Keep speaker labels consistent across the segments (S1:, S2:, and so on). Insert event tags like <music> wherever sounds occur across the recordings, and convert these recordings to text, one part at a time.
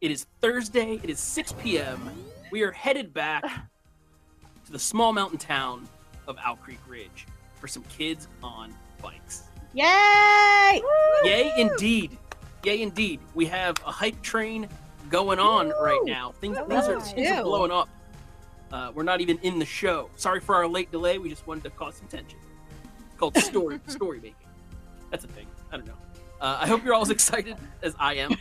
S1: It is Thursday. It is 6 p.m. We are headed back to the small mountain town of Owl Creek Ridge for some kids on bikes.
S2: Yay!
S1: Yay, indeed. Yay, indeed. We have a hype train going on right now. Things,
S2: Woo!
S1: things, are,
S2: Nice.
S1: things are
S2: Ew.
S1: blowing up. Uh, we're not even in the show. Sorry for our late delay. We just wanted to cause some tension. It's called story story making. That's a thing. I don't know. Uh, I hope you're all as excited as I am.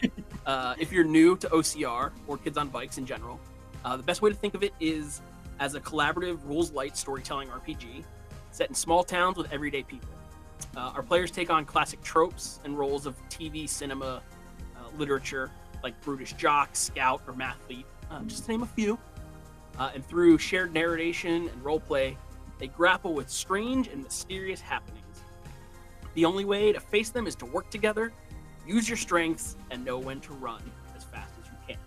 S1: Uh, if you're new to OCR or Kids on Bikes in general, uh, the best way to think of it is as a collaborative, rules light storytelling RPG set in small towns with everyday people. Uh, our players take on classic tropes and roles of TV, cinema, uh, literature, like brutish jock, scout, or mathlete, uh, just to name a few. Uh, and through shared narration and roleplay, they grapple with strange and mysterious happenings. The only way to face them is to work together, use your strengths, and know when to run as fast as you can.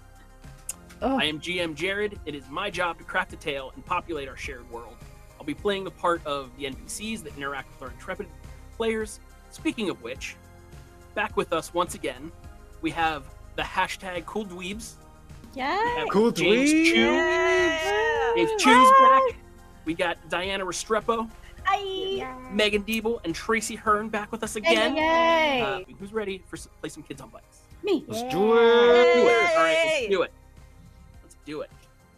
S2: Ugh.
S1: I am GM Jared. It is my job to craft a tale and populate our shared world. I'll be playing the part of the NPCs that interact with our intrepid players. Speaking of which, back with us once again, we have the hashtag Cool Dweebs. We
S2: Yay!
S1: have
S3: Cool
S1: James
S3: dweebs.
S1: Chu. James Chu's back. We got Diana Restrepo,
S2: Yay!
S1: Megan Diebel, and Tracy Hearn back with us again.
S2: Yay!
S1: Uh, who's ready for s- play some kids on bikes?
S2: Me.
S3: Let's do it.
S1: do it. All right,
S4: Yay!
S1: let's do it. Let's do it.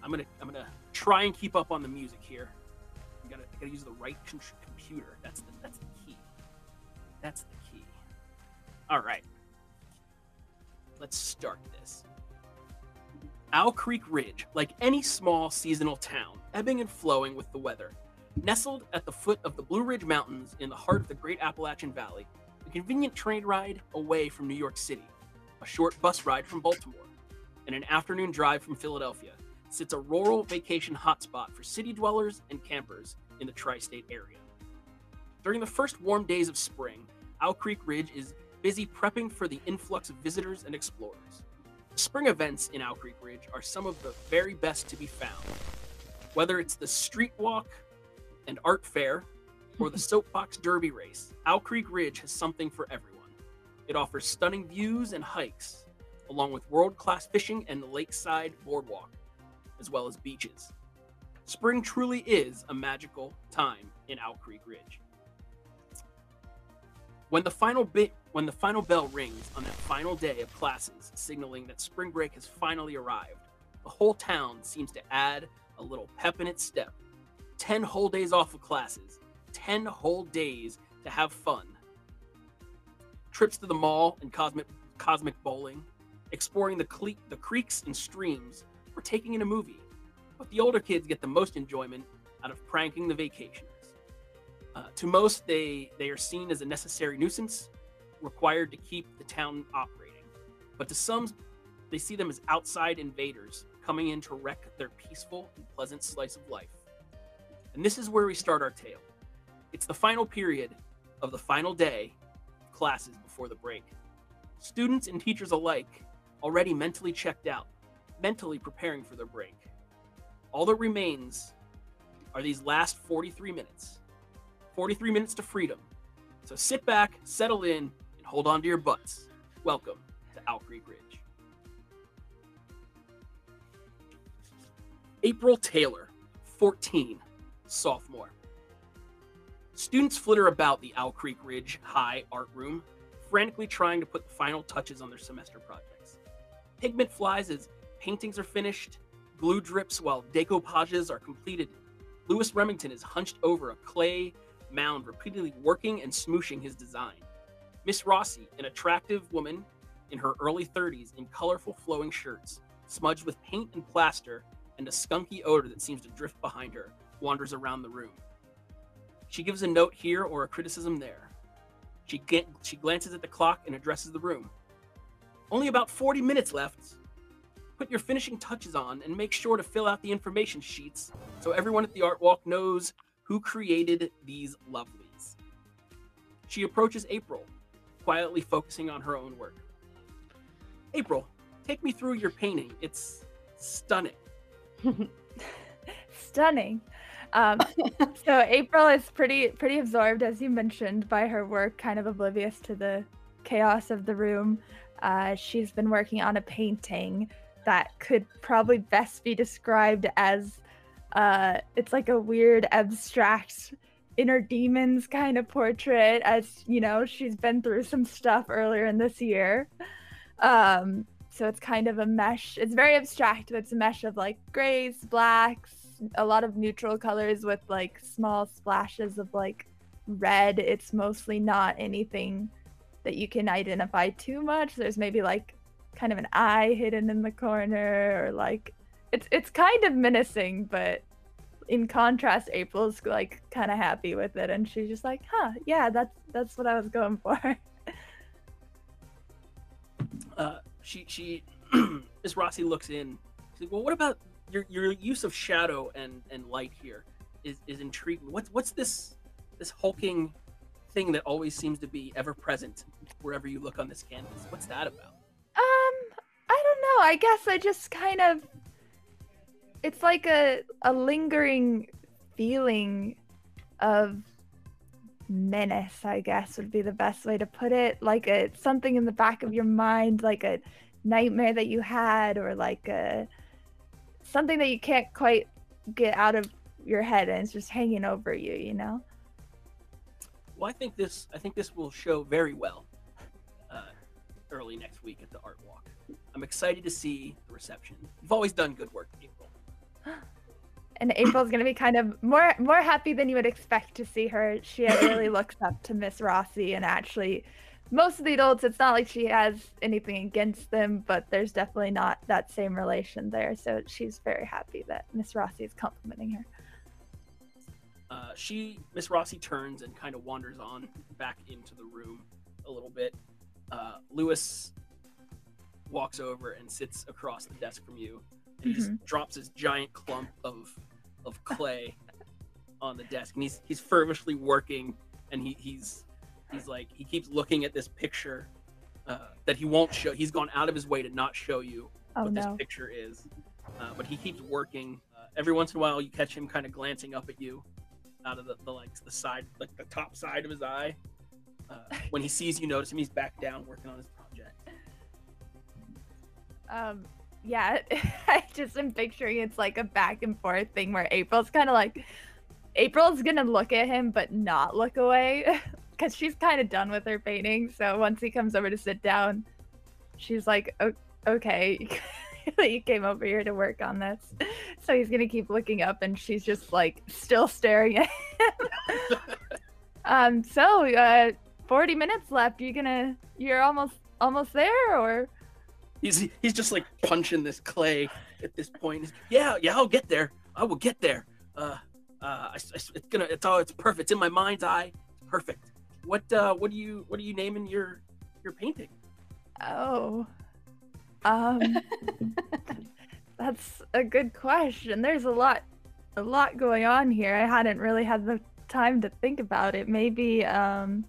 S1: I'm gonna I'm gonna try and keep up on the music here. I gotta I gotta use the right con- computer. That's the that's the key. That's the key. All right. Let's start this. Owl Creek Ridge, like any small seasonal town, ebbing and flowing with the weather. Nestled at the foot of the Blue Ridge Mountains in the heart of the Great Appalachian Valley, a convenient train ride away from New York City, a short bus ride from Baltimore, and an afternoon drive from Philadelphia sits a rural vacation hotspot for city dwellers and campers in the tri state area. During the first warm days of spring, Owl Creek Ridge is busy prepping for the influx of visitors and explorers. The spring events in Owl Creek Ridge are some of the very best to be found. Whether it's the street walk and art fair or the soapbox derby race, Owl Creek Ridge has something for everyone. It offers stunning views and hikes, along with world class fishing and the lakeside boardwalk, as well as beaches. Spring truly is a magical time in Owl Creek Ridge. When the final bit when the final bell rings on that final day of classes signaling that spring break has finally arrived, the whole town seems to add a little pep in its step. 10 whole days off of classes, 10 whole days to have fun. Trips to the mall and cosmic cosmic bowling, exploring the cle- the creeks and streams, or taking in a movie. But the older kids get the most enjoyment out of pranking the vacationers. Uh, to most, they they are seen as a necessary nuisance, required to keep the town operating. But to some, they see them as outside invaders coming in to wreck their peaceful and pleasant slice of life. And this is where we start our tale. It's the final period of the final day of classes before the break. Students and teachers alike already mentally checked out, mentally preparing for their break. All that remains are these last 43 minutes. 43 minutes to freedom. So sit back, settle in, and hold on to your butts. Welcome to Owl Creek Ridge. April Taylor, 14, sophomore. Students flitter about the Owl Creek Ridge High Art Room, frantically trying to put the final touches on their semester projects. Pigment flies as paintings are finished, glue drips while decoupages are completed. Lewis Remington is hunched over a clay mound, repeatedly working and smooshing his design. Miss Rossi, an attractive woman in her early 30s in colorful flowing shirts, smudged with paint and plaster, and a skunky odor that seems to drift behind her, wanders around the room. She gives a note here or a criticism there. She, gl- she glances at the clock and addresses the room. Only about 40 minutes left. Put your finishing touches on and make sure to fill out the information sheets so everyone at the art walk knows who created these lovelies. She approaches April, quietly focusing on her own work. April, take me through your painting. It's stunning.
S5: Stunning. Um, so April is pretty pretty absorbed, as you mentioned, by her work, kind of oblivious to the chaos of the room. Uh, she's been working on a painting that could probably best be described as uh, it's like a weird abstract inner demons kind of portrait as you know she's been through some stuff earlier in this year um so it's kind of a mesh it's very abstract but it's a mesh of like grays blacks a lot of neutral colors with like small splashes of like red it's mostly not anything that you can identify too much there's maybe like kind of an eye hidden in the corner or like it's it's kind of menacing but in contrast april's like kind of happy with it and she's just like huh yeah that's that's what i was going <laughs> for
S1: Uh, she she <clears throat> Miss Rossi looks in. She's like, well, what about your your use of shadow and and light here is is intriguing. What's what's this this hulking thing that always seems to be ever present wherever you look on this canvas? What's that about?
S5: Um, I don't know. I guess I just kind of it's like a a lingering feeling of menace, I guess would be the best way to put it. Like a something in the back of your mind, like a nightmare that you had or like a something that you can't quite get out of your head and it's just hanging over you, you know?
S1: Well, I think this I think this will show very well uh, early next week at the art walk. I'm excited to see the reception. You've always done good work, April.
S5: and April's gonna be kind of more more happy than you would expect to see her. She really looks up to Miss Rossi, and actually, most of the adults, it's not like she has anything against them, but there's definitely not that same relation there. So she's very happy that Miss Rossi is complimenting her.
S1: Uh, she, Miss Rossi, turns and kind of wanders on back into the room a little bit. Uh, Lewis walks over and sits across the desk from you, and he just drops his giant clump of of clay <laughs> on the desk, and he's he's fervishly working, and he, he's he's like he keeps looking at this picture uh, that he won't show. He's gone out of his way to not show you
S5: Oh
S1: what
S5: no!
S1: this picture is. Uh, but he keeps working. Uh, every once in a while, you catch him kind of glancing up at you out of the, the like the side, like the top side of his eye.
S5: <laughs>
S1: Uh, when he sees you notice him, he's back down working on his project.
S5: Um, yeah, <laughs> I just am picturing it's like a back and forth thing where April's kind of like, April's gonna look at him but not look away <laughs> because she's kind of done with her painting. So once he comes over to sit down, she's like, "O- okay, <laughs> you came over here to work on this. So he's gonna keep looking up and she's just like still staring at him. <laughs> um, so uh, 40 minutes left. You gonna, you're almost, almost there or?
S1: He's he's just like punching this clay at this point. He's, yeah, yeah, I'll get there. I will get there. Uh, uh, I s- I s- it's gonna, it's all, it's perfect. It's in my mind's eye. It's perfect. What uh, what do you, what are you naming your your painting?
S5: Oh.
S1: <laughs>
S5: Um That's a good question. There's a lot a lot going on here. I hadn't really had the time to think about it. Maybe um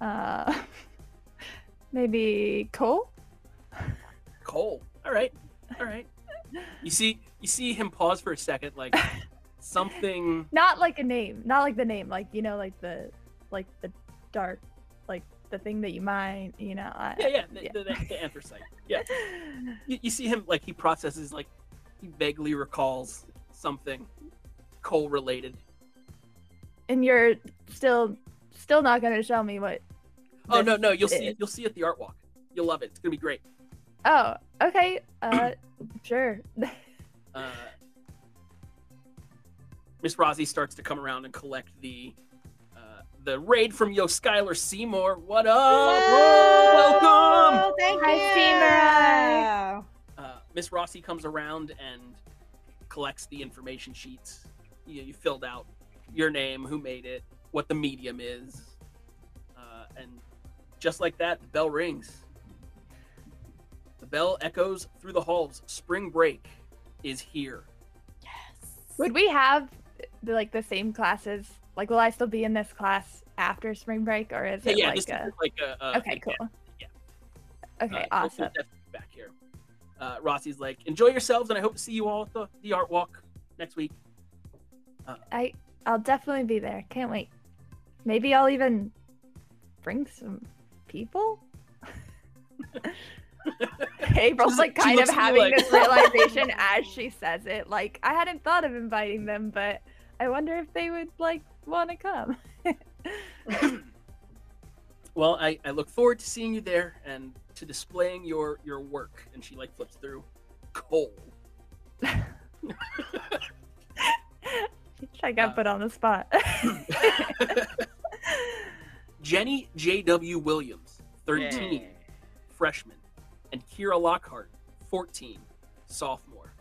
S5: uh <laughs> maybe Cole?
S1: Cole. All right. All right. You see you see him pause for a second <laughs> like something
S5: Not like a name. Not like the name, like you know like the like the dark like the thing that you mind, you know. I,
S1: <laughs> yeah yeah the, the, the, the anthracite. Yeah. You, you see him like he processes like he vaguely recalls something Cole related.
S5: And you're still still not going to show me what
S1: Oh no
S5: this
S1: no you'll see
S5: is.
S1: you'll see at the art walk. You'll love it. It's gonna be great.
S5: Oh, okay.
S1: <clears throat>
S5: Uh, sure.
S1: Uh, Miss Rossi starts to come around and collect the uh, the raid from Yo Skylar Seymour. What up? Uh, Welcome.
S2: Oh, thank
S5: Hi,
S2: you.
S5: Femur.
S1: uh, Miss Rossi comes around and collects the information sheets. You, you filled out your name, who made it, what the medium is, uh, and just like that, the bell rings. The bell echoes through the halls. Spring break is here.
S5: Would we have the, like the same classes? Like, will I still be in this class after spring break, or is
S1: Yeah,
S5: it
S1: yeah,
S5: like
S1: this
S5: a?
S1: is like a, a
S5: okay, cool.
S1: yeah.
S5: Okay,
S1: Uh, we'll-
S5: awesome.
S1: we'll definitely be back here. Uh, Rossi's like, enjoy yourselves, and I hope to see you all at the, the art walk next week.
S5: I I'll definitely be there. Can't wait. Maybe I'll even bring some people. <laughs> April's
S1: She's
S5: like
S1: like- she
S5: kind of
S1: looks at me
S5: having
S1: like-
S5: this
S1: <laughs>
S5: realization as she says it. Like, I hadn't thought of inviting them, but I wonder if they would like want to come.
S1: Well, I, I look forward to seeing you there and to displaying your your work. And she like flips through coal.
S5: I got
S1: Uh,
S5: put on the spot. <laughs>
S1: Jenny J.W. Williams, 13, freshman, and Kira Lockhart, 14, sophomore.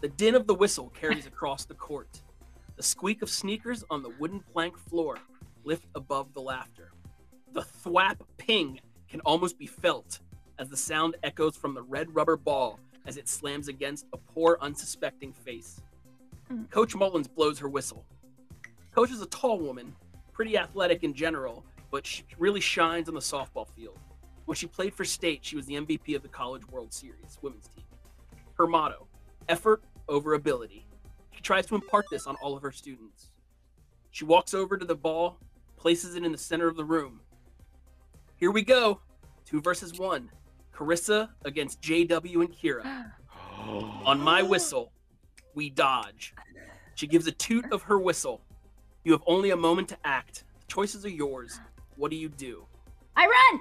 S1: The din of the whistle carries across the court. The squeak of sneakers on the wooden plank floor lift above the laughter. The thwap ping can almost be felt as the sound echoes from the red rubber ball as it slams against a poor, unsuspecting face.
S5: Mm.
S1: Coach Mullins blows her whistle. Coach is a tall woman, pretty athletic in general, but she really shines on the softball field. When she played for state, she was the MVP of the College World Series women's team. Her motto effort over ability. She tries to impart this on all of her students. She walks over to the ball, places it in the center of the room. Here we go. Two versus one. Carissa against JW and Kira. On my whistle, we dodge. She gives a toot of her whistle. You have only a moment to act. The choices are yours. What do you do?
S3: I <laughs> run.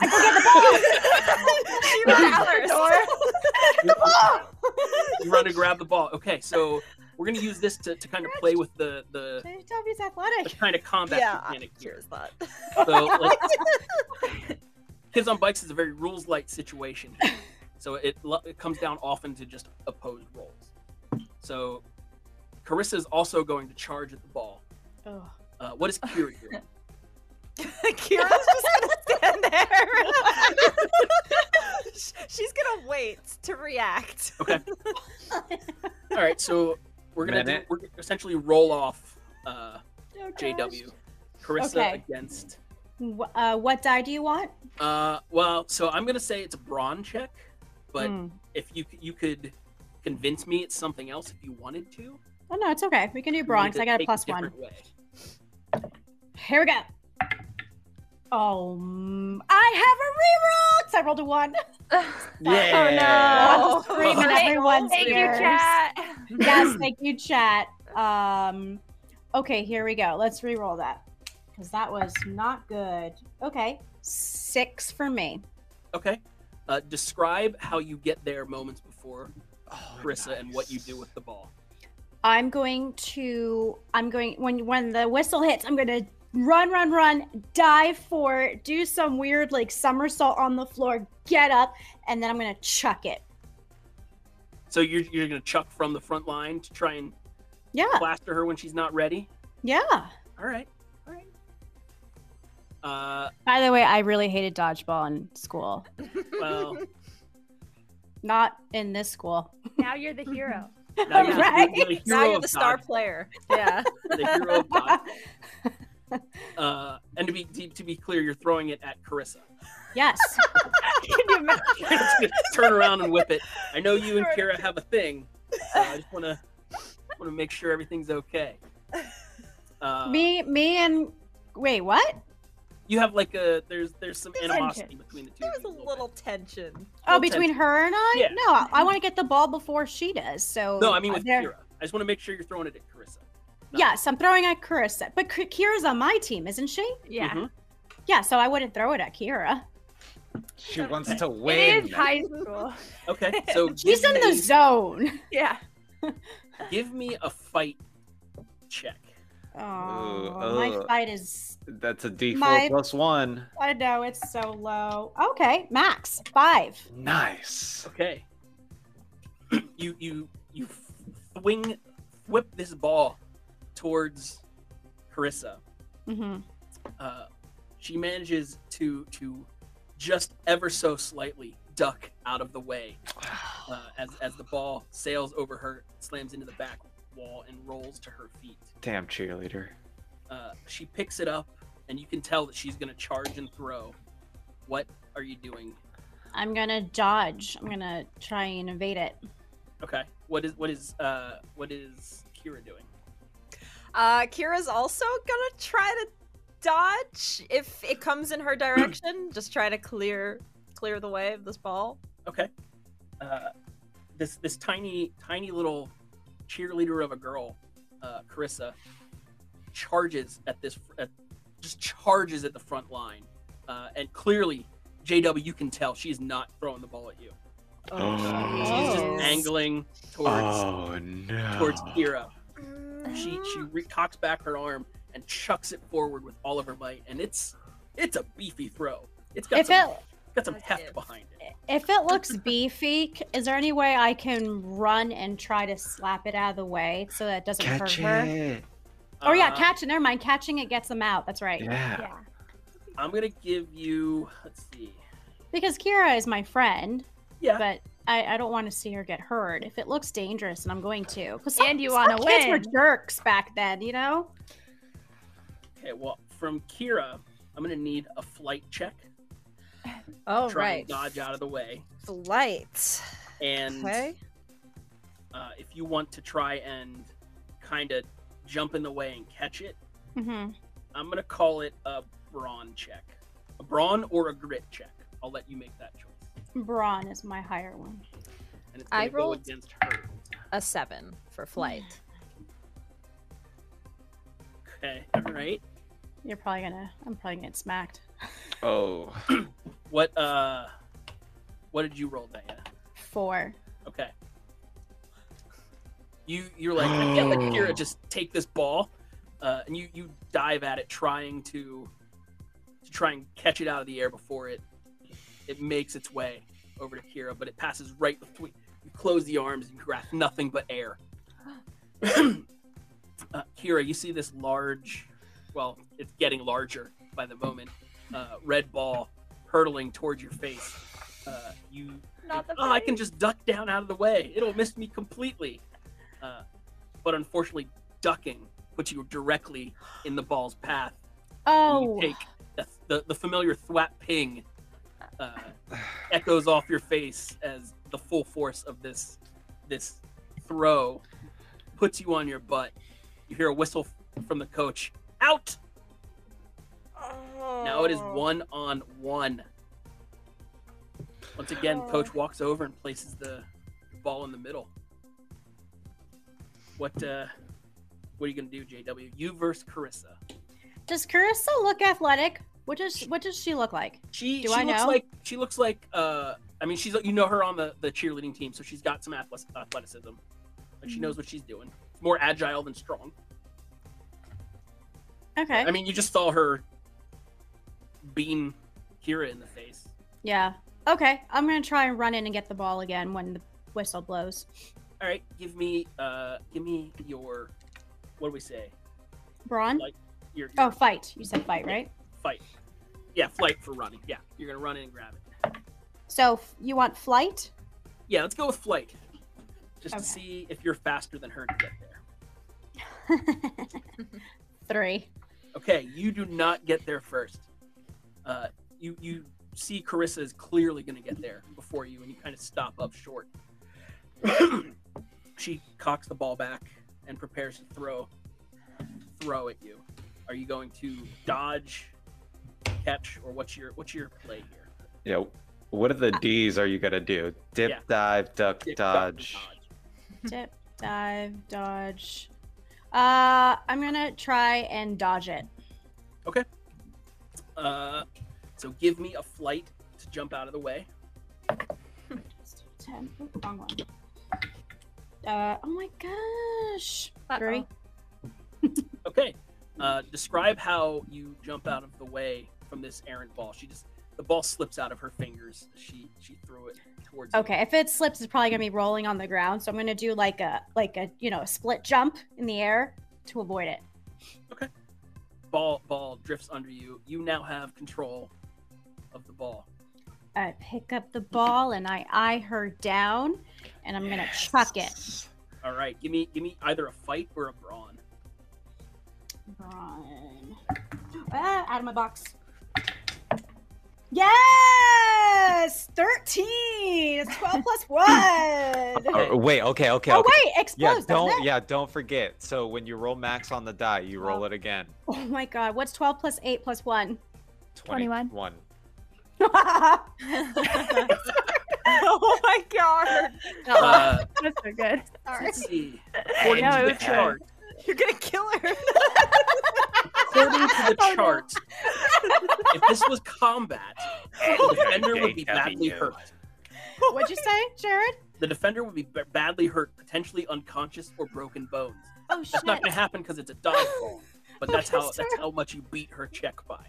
S3: I go get the
S2: she
S3: ran
S2: ran
S3: out
S2: out
S3: the <laughs>
S2: the
S1: You run to grab the ball. Okay, so we're gonna use this to, to kind of play with the the,
S2: door. JW's
S1: the
S2: athletic.
S1: kind of combat
S2: Yeah,
S1: mechanic here.
S2: Cheers that.
S1: So like, kids on bikes is a very rules light situation, here. so it lo- it comes down often to just opposed roles. So Carissa is also going to charge at the ball.
S3: <laughs> ball.
S1: Uh, what is Kira doing?
S5: <laughs>
S2: Kira's just gonna
S3: <laughs>
S2: stand there. Sh- She's gonna wait
S5: <laughs>
S2: to react.
S1: All right, so we're gonna do,
S4: Minute.
S1: we're gonna essentially roll off uh,
S3: Oh, gosh.
S1: JW, Carissa
S3: Okay.
S1: against.
S3: Wh- uh, what die do you want?
S1: Uh, well, so I'm gonna say it's a brawn check, but
S3: Hmm.
S1: if you c- you could convince me it's something else if you wanted to. you
S3: Oh no, it's okay. We can do
S1: need
S3: bronze.
S1: to
S3: I got
S1: take
S3: a plus one.
S1: different
S3: <laughs>
S1: way.
S3: Here we go. Um, I have a reroll. 'cause I rolled a <laughs> one. Oh,
S4: Yeah.
S5: Oh, <laughs>
S3: One's screaming,
S5: Thank-
S3: everyone's
S5: Thank you,
S3: ears.
S5: chat.
S3: Yes, thank you, chat. Um, okay, here we go. Let's re-roll that because that was not good. Okay, six for me.
S1: Okay. Uh, describe how you get there moments before
S4: Oh,
S1: Carissa and what you do with the ball.
S3: I'm going to. I'm going when when the whistle hits. I'm gonna run, run, run, dive for it, do some weird like somersault on the floor, get up, and then I'm gonna chuck it.
S1: So you're you're gonna chuck from the front line to try and
S3: Yeah,
S1: plaster her when she's not ready.
S3: yeah.
S1: All right. All right. Uh,
S3: By the way, I really hated dodgeball in school. <laughs>
S1: well,
S3: Not in this school.
S5: <laughs> Now you're the <laughs> hero.
S1: now
S3: <laughs>
S1: you're,
S3: Right.
S1: you're the hero
S2: Now you're
S1: of
S2: the star
S1: dodgeball. <laughs>
S2: player.
S5: <laughs>
S2: Yeah.
S1: You're
S2: <laughs>
S1: the hero of dodgeball. Uh, and to be to, to be clear, you're throwing it at Carissa. <laughs>
S3: yes.
S5: Can you imagine?
S1: Turn around and whip it. I know you and Kira have a thing. So I just want to want to make sure everything's okay.
S2: <laughs>
S1: Uh,
S3: me, me, and wait, what?
S1: you have like a there's there's some
S5: There's
S1: animosity
S5: tension.
S1: between the two.
S2: There
S1: of
S2: was
S1: you
S2: a
S1: bit.
S2: little tension.
S3: Oh,
S1: Well,
S3: between her and I?
S1: Yeah.
S3: No, I, want to get the ball before she does. So
S1: No, I mean with
S3: Oh, there-
S1: Kira. I just want to make sure you're throwing it at Carissa. No.
S3: Yes, I'm throwing at Carissa, but K- Kira's on my team, isn't she?
S5: Yeah.
S1: Mhm.
S3: Yeah, so I wouldn't throw it at Kira.
S4: She wants to
S5: It
S4: win.
S5: is high school.
S1: Okay,
S3: <laughs>
S1: so
S3: She's
S1: give
S3: in the
S1: me-
S3: zone.
S5: <laughs> Yeah.
S1: Give me a fight check.
S3: Oh,
S4: Ooh,
S3: my
S4: ugh.
S3: fight is.
S4: That's a D4
S3: My-
S4: plus one.
S3: I know it's so low. Okay, max five.
S4: Nice.
S1: Okay. you you you swing, whip this ball towards Carissa.
S3: Mm-hmm.
S1: uh, she manages to to just ever so slightly duck out of the way uh, as as the ball sails over her, slams into the back wall, and rolls to her feet.
S4: Damn cheerleader.
S1: Uh, she picks it up, and you can tell that she's going to charge and throw. What are you doing?
S3: I'm gonna dodge. I'm gonna try and evade it.
S1: Okay, what is what is uh, what is Kira doing?
S2: Uh, Kira's also
S1: <clears throat>
S2: gonna try to dodge if it comes in her direction. just try to clear clear the way of this ball.
S1: Okay. Uh, this this tiny tiny little cheerleader of a girl, uh, Carissa, charges at this at, just charges at the front line, uh, and clearly JW you can tell she's not throwing the ball at you.
S4: Oh.
S1: She's just
S2: jeez.
S1: angling towards
S4: Oh no.
S1: towards Kira. She she re- cocks back her arm and chucks it forward with all of her might, and it's it's a beefy throw. It's got
S3: If
S1: some
S3: it
S1: got some
S2: That's
S1: heft
S2: it.
S1: behind it.
S3: if it looks beefy, c- is there any way I can run and try to slap it out of the way so that it doesn't hurt
S4: Catch
S3: her?
S4: it.
S3: Oh yeah,
S1: Uh,
S3: catch it. Never mind, catching it gets them out. That's right.
S4: Yeah.
S5: Yeah.
S1: I'm gonna give you. Let's see.
S3: Because Kira is my friend,
S1: Yeah.
S3: but I, I don't want to see her get hurt. If it looks dangerous, and I'm going to. 'Cause some-
S5: And you
S3: some
S5: want to
S3: Kids were
S5: win.
S3: jerks back then, you know.
S1: Okay. Well, from Kira, I'm gonna need a flight check.
S2: Oh
S1: try
S2: right.
S1: and dodge out of the way,
S2: Lights.
S1: and
S2: Okay.
S1: uh, if you want to try and kind of jump in the way and catch it,
S3: Mm-hmm.
S1: I'm gonna call it a brawn check, a brawn or a grit check. I'll let you make that choice.
S3: Brawn is my higher one.
S1: And it's gonna
S2: I
S1: go
S2: rolled-
S1: against her.
S2: A seven for flight.
S1: Okay. All right.
S3: You're probably gonna. I'm probably gonna get smacked.
S4: Oh.
S1: What uh, what did you roll, Diana?
S3: Four.
S1: Okay. You you're like I can't let Kira just take this ball, uh, and you you dive at it trying to to try and catch it out of the air before it it makes its way over to Kira, but it passes right between. You close the arms and grasp nothing but air. <clears throat> uh, Kira, you see this large, well, it's getting larger by the moment. Uh, red ball hurtling towards your face. Uh, you
S5: Not the
S1: oh, I can just duck down out of the way. It'll miss me completely. Uh, but unfortunately, ducking puts you directly in the ball's path. and
S3: Oh,
S1: You take the, the, the familiar thwap ping uh, echoes off your face as the full force of this this throw puts you on your butt. You hear a whistle from the coach. Out! Now it is
S3: Oh.
S5: Oh.
S1: one on one. Once again,
S3: Oh.
S1: coach walks over and places the ball in the middle. What uh what are you gonna do, JW? You versus Carissa.
S3: does Carissa look athletic? What does what does she look like?
S1: She
S3: Do
S1: she
S3: I
S1: looks
S3: know?
S1: like she looks like uh I mean she's you know her on the, the cheerleading team, so she's got some athletics- athleticism. Like
S3: Mm-hmm.
S1: she knows what she's doing. More agile than strong.
S3: Okay.
S1: I mean you just saw her beam Kira in the face.
S3: yeah. Okay. I'm gonna try and run in and get the ball again when the whistle blows.
S1: All right, give me uh give me your what do we say?
S3: Brawn.
S1: Like- Your, your
S3: Oh, fight. You said fight, right?
S1: fight. Yeah, flight for running. Yeah, you're gonna run in and grab it.
S3: So f- you want flight? <laughs>
S1: Yeah, let's go with flight, just
S3: Okay.
S1: to see if you're faster than her to get there.
S3: Three.
S1: Okay, you do not get there first. Uh, you you see Carissa is clearly gonna get there before you, and you kind of stop up short. <coughs> she cocks the ball back and prepares to throw throw at you. Are you going to dodge, catch, or what's your what's your play here?
S4: Yeah. What are the
S3: Uh,
S4: D's are you gonna do? Dip,
S1: Yeah.
S4: dive, duck,
S1: Dip, duck,
S4: dodge.
S3: Dip, dive, dodge. Uh, I'm gonna try and dodge it.
S1: Uh, so give me a flight to jump out of the way.
S3: Ten. Oop, wrong one. Uh, oh my gosh. Three.
S1: Okay. Uh, describe how you jump out of the way from this errant ball. She just the ball slips out of her fingers. She she threw it towards. you.
S3: Okay, if it slips, it's probably gonna be rolling on the ground. So I'm gonna do like a like a you know a split jump in the air to avoid it.
S1: Ball ball drifts under you. You now have control of the ball.
S3: I pick up the ball and I eye her down, and I'm gonna chuck it.
S4: Yes.
S1: All right. Give me give me either a fight or a brawn.
S3: Run. Ah, out of my box. Yes! 13! It's
S4: <laughs>
S3: 12 plus 1!
S4: Oh, wait, okay, okay,
S3: Oh,
S4: okay.
S3: wait,
S4: yeah,
S3: explodes. doesn't
S4: don't
S3: it?
S4: yeah, don't forget. So when you roll max on the die, you roll it again.
S3: <laughs>
S4: <laughs>
S3: Oh my god, what's 12 plus 8 plus 1?
S4: 21.
S5: That's
S2: oh my god!
S1: Uh,
S5: so
S1: <laughs>
S5: good.
S3: Sorry.
S1: let's see. According
S5: No,
S1: to
S5: it
S1: the
S5: was good.
S1: chart.
S2: You're gonna kill her. <laughs>
S1: According to
S3: Oh,
S1: the
S3: no.
S1: chart, if this was combat, the defender would be
S4: Date happy
S1: badly
S4: you.
S1: hurt.
S3: <laughs> What'd you say,
S2: <laughs>
S3: Jared?
S1: The defender would be b- badly hurt, potentially unconscious or broken bones.
S3: Oh
S1: That's
S3: shit.
S1: not going to happen because it's a dodge roll, but that's how
S3: Yes,
S1: that's
S3: sir.
S1: how much you beat her check by.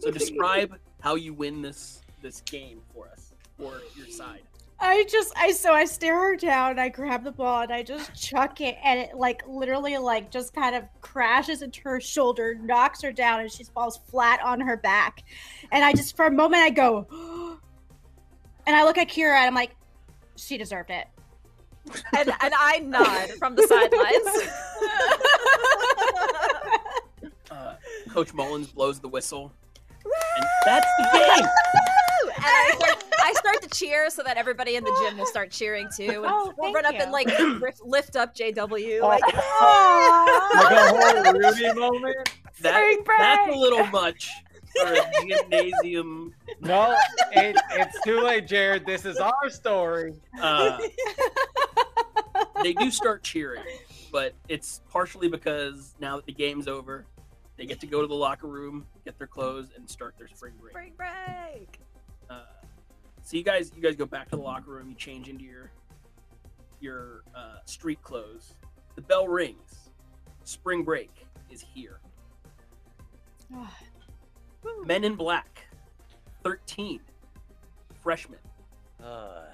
S1: So describe how you win this this game for us or your side.
S3: Oh, I just I so I stare her down and I grab the ball and I just chuck it and it like literally like just kind of crashes into her shoulder, knocks her down, and she falls flat on her back. And I just for a moment I go <gasps> and I look at Kira and I'm like, she deserved it.
S2: And, and I nod from the sidelines.
S1: Uh, Coach Mullins blows the whistle, and that's the game.
S2: Woo! and I start, I start to cheer so that everybody in the gym will start cheering too. And
S3: Oh,
S2: we'll
S3: thank
S2: run up
S3: you.
S2: and like lift, lift up JW.
S4: Oh.
S2: Like,
S1: "Ah!"
S4: Like a whole Ruby moment.
S1: That,
S5: Spring
S1: that's a
S5: break!
S1: little much for a gymnasium.
S4: No, it, it's too late, Jared. This is our story.
S1: Uh, they do start cheering, but it's partially because now that the game's over, they get to go to the locker room, get their clothes, and start their spring break.
S2: spring break.
S1: Uh, so you guys, you guys go back to the locker room. You change into your your uh, street clothes. The bell rings. Spring break is here. Men in Black, thirteen, freshmen.
S4: Uh,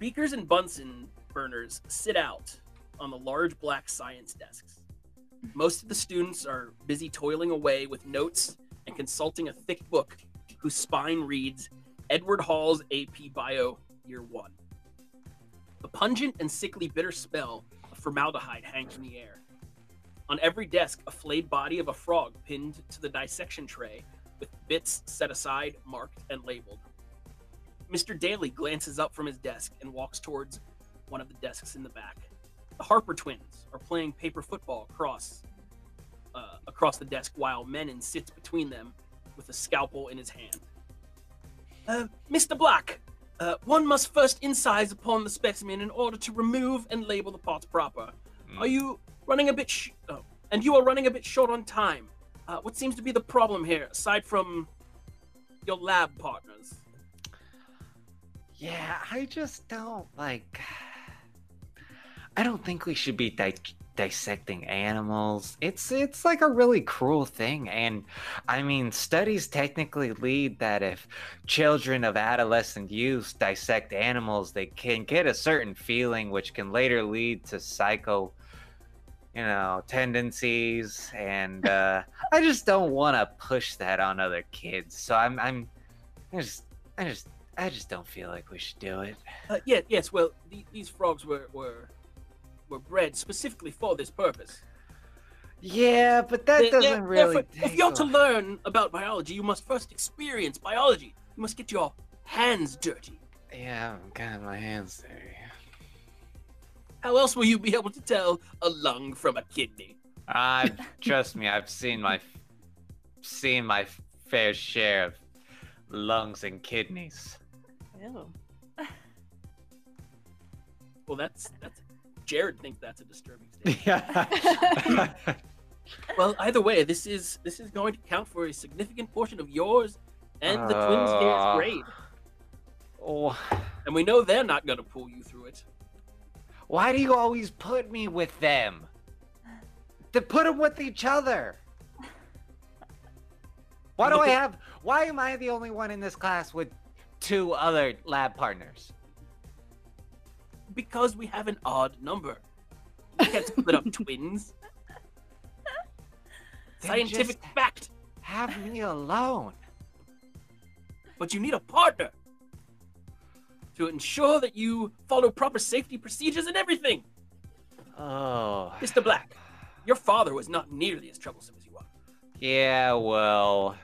S1: Beakers and Bunsen burners sit out on the large black science desks. Most of the students are busy toiling away with notes and consulting a thick book whose spine reads Edward Hall's AP Bio Year 1. The pungent and sickly bitter smell of formaldehyde hangs in the air. On every desk, a flayed body of a frog pinned to the dissection tray with bits set aside, marked, and labeled. Mr. Daly glances up from his desk and walks towards one of the desks in the back. The Harper twins are playing paper football across uh, across the desk while Menon sits between them with a scalpel in his hand. Uh, Mr. Black, uh, one must first incise upon the specimen in order to remove and label the part proper.
S4: Hmm.
S1: Are you running a bit? Sh- oh, and you are running a bit short on time. Uh, what seems to be the problem here, aside from your lab partners?
S4: Yeah, I just don't like. I don't think we should be di- dissecting animals. It's it's like a really cruel thing, and I mean, studies technically lead that if children of adolescent use dissect animals, they can get a certain feeling, which can later lead to psycho, you know, tendencies. And uh, I just don't want to push that on other kids. So I'm I'm I just I just I just don't feel like we should do it.
S1: Uh, yeah, yes. Well, the, these frogs were, were were bred specifically for this purpose.
S4: Yeah, but that
S1: They- they're-
S4: doesn't
S1: they're
S4: really.
S1: for- if
S4: take
S1: you're to
S4: off-
S1: learn about biology, you must first experience biology. You must get your hands dirty.
S4: yeah, I'm kind of my hands dirty.
S1: How else will you be able to tell a lung from a kidney?
S4: I trust me, I've seen my seen my fair share of lungs and kidneys.
S1: Well, that's that's. Jared thinks that's a disturbing
S4: <laughs>
S1: statement.
S4: <laughs> Yeah.
S1: well, either way, this is this is going to count for a significant portion of yours <laughs> and the twins' here's
S4: Uh.
S1: grade,
S4: oh,
S1: and we know they're not going to pull you through it.
S4: why do you always put me with them? To put them with each other. Why do
S1: Look
S4: I
S1: at-
S4: have? Why am I the only one in this class with two other lab partners?
S1: because we have an odd number. You can't split up twins.
S4: Then
S1: Scientific
S4: just
S1: fact.
S4: Have me alone.
S1: But you need a partner to ensure that you follow proper safety procedures and everything.
S4: Oh.
S1: Mr. Black, your father was not nearly as troublesome as you are.
S4: Yeah, well,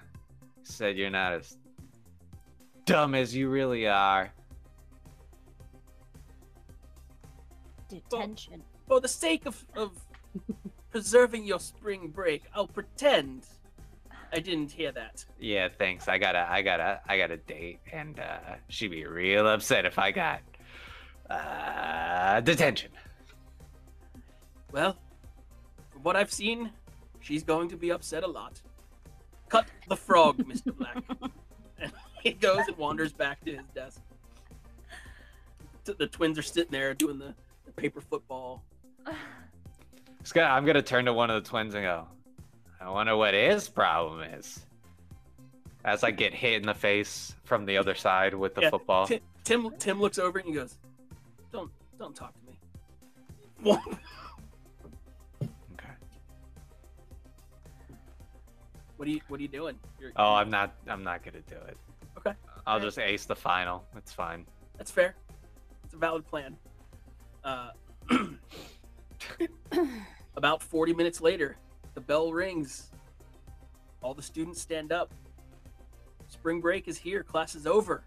S4: said you're not as dumb as you really are.
S2: <laughs>
S3: Detention.
S1: For the sake of, of preserving your spring break, I'll pretend I didn't hear that.
S4: Yeah, thanks. I got to I got to I got a date, and uh, she'd be real upset if I got uh, detention.
S1: Well, from what I've seen, she's going to be upset a lot. Cut the frog, Mr. Black. and he goes and wanders back to his desk. T- The twins are sitting there doing the, the paper football.
S4: Scott, I'm gonna turn to one of the twins and go, I wonder what his problem is. As I get hit in the face from the other side with the
S1: Yeah.
S4: football.
S1: Ti- Tim Tim looks over and he goes, "Don't don't talk to me." <laughs> What?
S4: Okay.
S1: What are you What are you doing? You're,
S4: Oh, I'm not I'm not gonna do it.
S1: Okay.
S4: I'll just ace the final. It's fine.
S1: That's fair. It's a valid plan. Uh, <clears throat> about 40 minutes later, the bell rings. All the students stand up. Spring break is here. Class is over.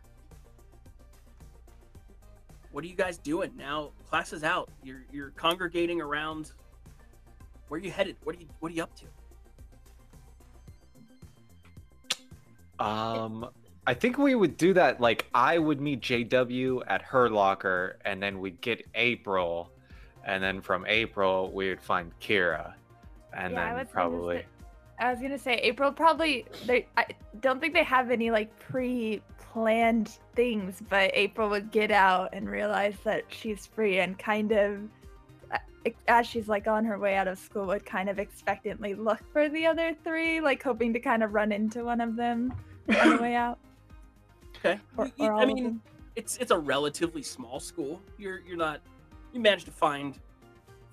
S1: What are you guys doing now? Class is out. You're you're congregating around. Where are you headed? What are you What are you up to?
S4: Um I think we would do that like I would meet JW at her locker and then we'd get April and then from April we would find Kira. And
S5: Yeah,
S4: then
S5: I would say just
S4: probably
S5: that- <laughs> I was gonna say April probably they I don't think they have any like pre-planned things, but April would get out and realize that she's free and kind of a- as she's like on her way out of school would kind of expectantly look for the other three, like hoping to kind of run into one of them on
S1: <laughs>
S5: the way out.
S1: Okay.
S5: Or,
S1: You- you-
S5: or all
S1: I
S5: of
S1: mean,
S5: them.
S1: it's it's a relatively small school. You're you're not you manage to find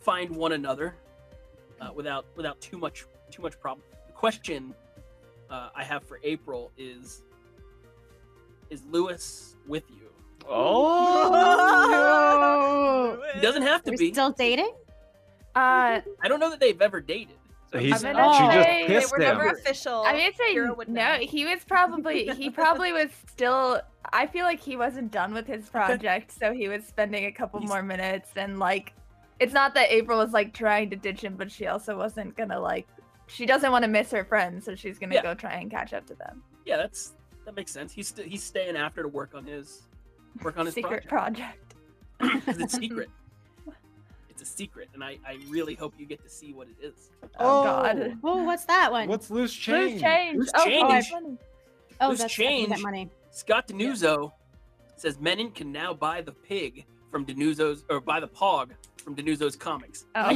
S1: find one another
S3: Hmm.
S1: uh, without without too much too much problem. The question uh, I have for April is is Lewis with you?
S3: <laughs>
S5: <laughs>
S3: Oh,
S1: He doesn't have to
S3: We're
S1: be.
S3: still dating?
S5: uh,
S1: I don't know that they've ever dated.
S4: He's, she
S5: I'm
S2: gonna
S4: just
S5: say they
S4: pissed
S2: We're
S4: him.
S2: never official.
S5: I mean, say
S2: Kira would
S5: no.
S2: know.
S5: He was probably he probably was still. I feel like he wasn't done with his project, so he was spending a couple
S1: He's-
S5: more minutes and like. It's not that April was like trying to ditch him, but she also wasn't gonna like. She doesn't want to miss her friends, so she's gonna
S1: Yeah.
S5: go try and catch up to them.
S1: Yeah, that's that makes sense. He's st- he's staying after to work on his work on his
S5: Secret
S1: project.
S5: project.
S1: 'Cause
S3: <laughs>
S1: it's secret. It's a secret, and I, I really hope you get to see what it is.
S5: Oh, God.
S3: Oh, what's that one?
S4: What's loose change?
S5: Loose change.
S1: Loose
S5: oh,
S1: change.
S5: funny.
S3: oh,
S1: Who's
S3: that's changed.
S1: changed?
S3: that money.
S1: Scott Denuzo says Menon can now buy the pig from Denuzo's or buy the pog from Denuzo's comics.
S5: Oh,
S1: I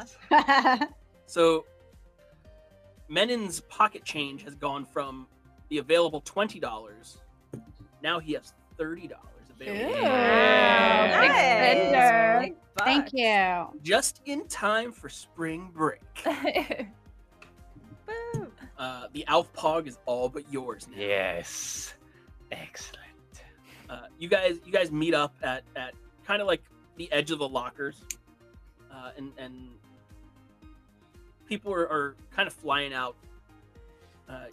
S1: get
S5: yeah.
S1: one.
S2: yeah.
S3: <laughs>
S1: So Menon's pocket change has gone from the available twenty dollars. Now he has thirty dollars available.
S4: Yeah.
S5: Big spender.
S2: Big bucks.
S3: Thank you.
S1: Just in time for spring break.
S5: <laughs>
S2: Boo.
S1: Uh, the Alf Pog is all but yours now.
S4: Yes. Excellent.
S1: uh, you guys you guys meet up at at kind of like the edge of the lockers uh, and and people are, are kind of flying out uh,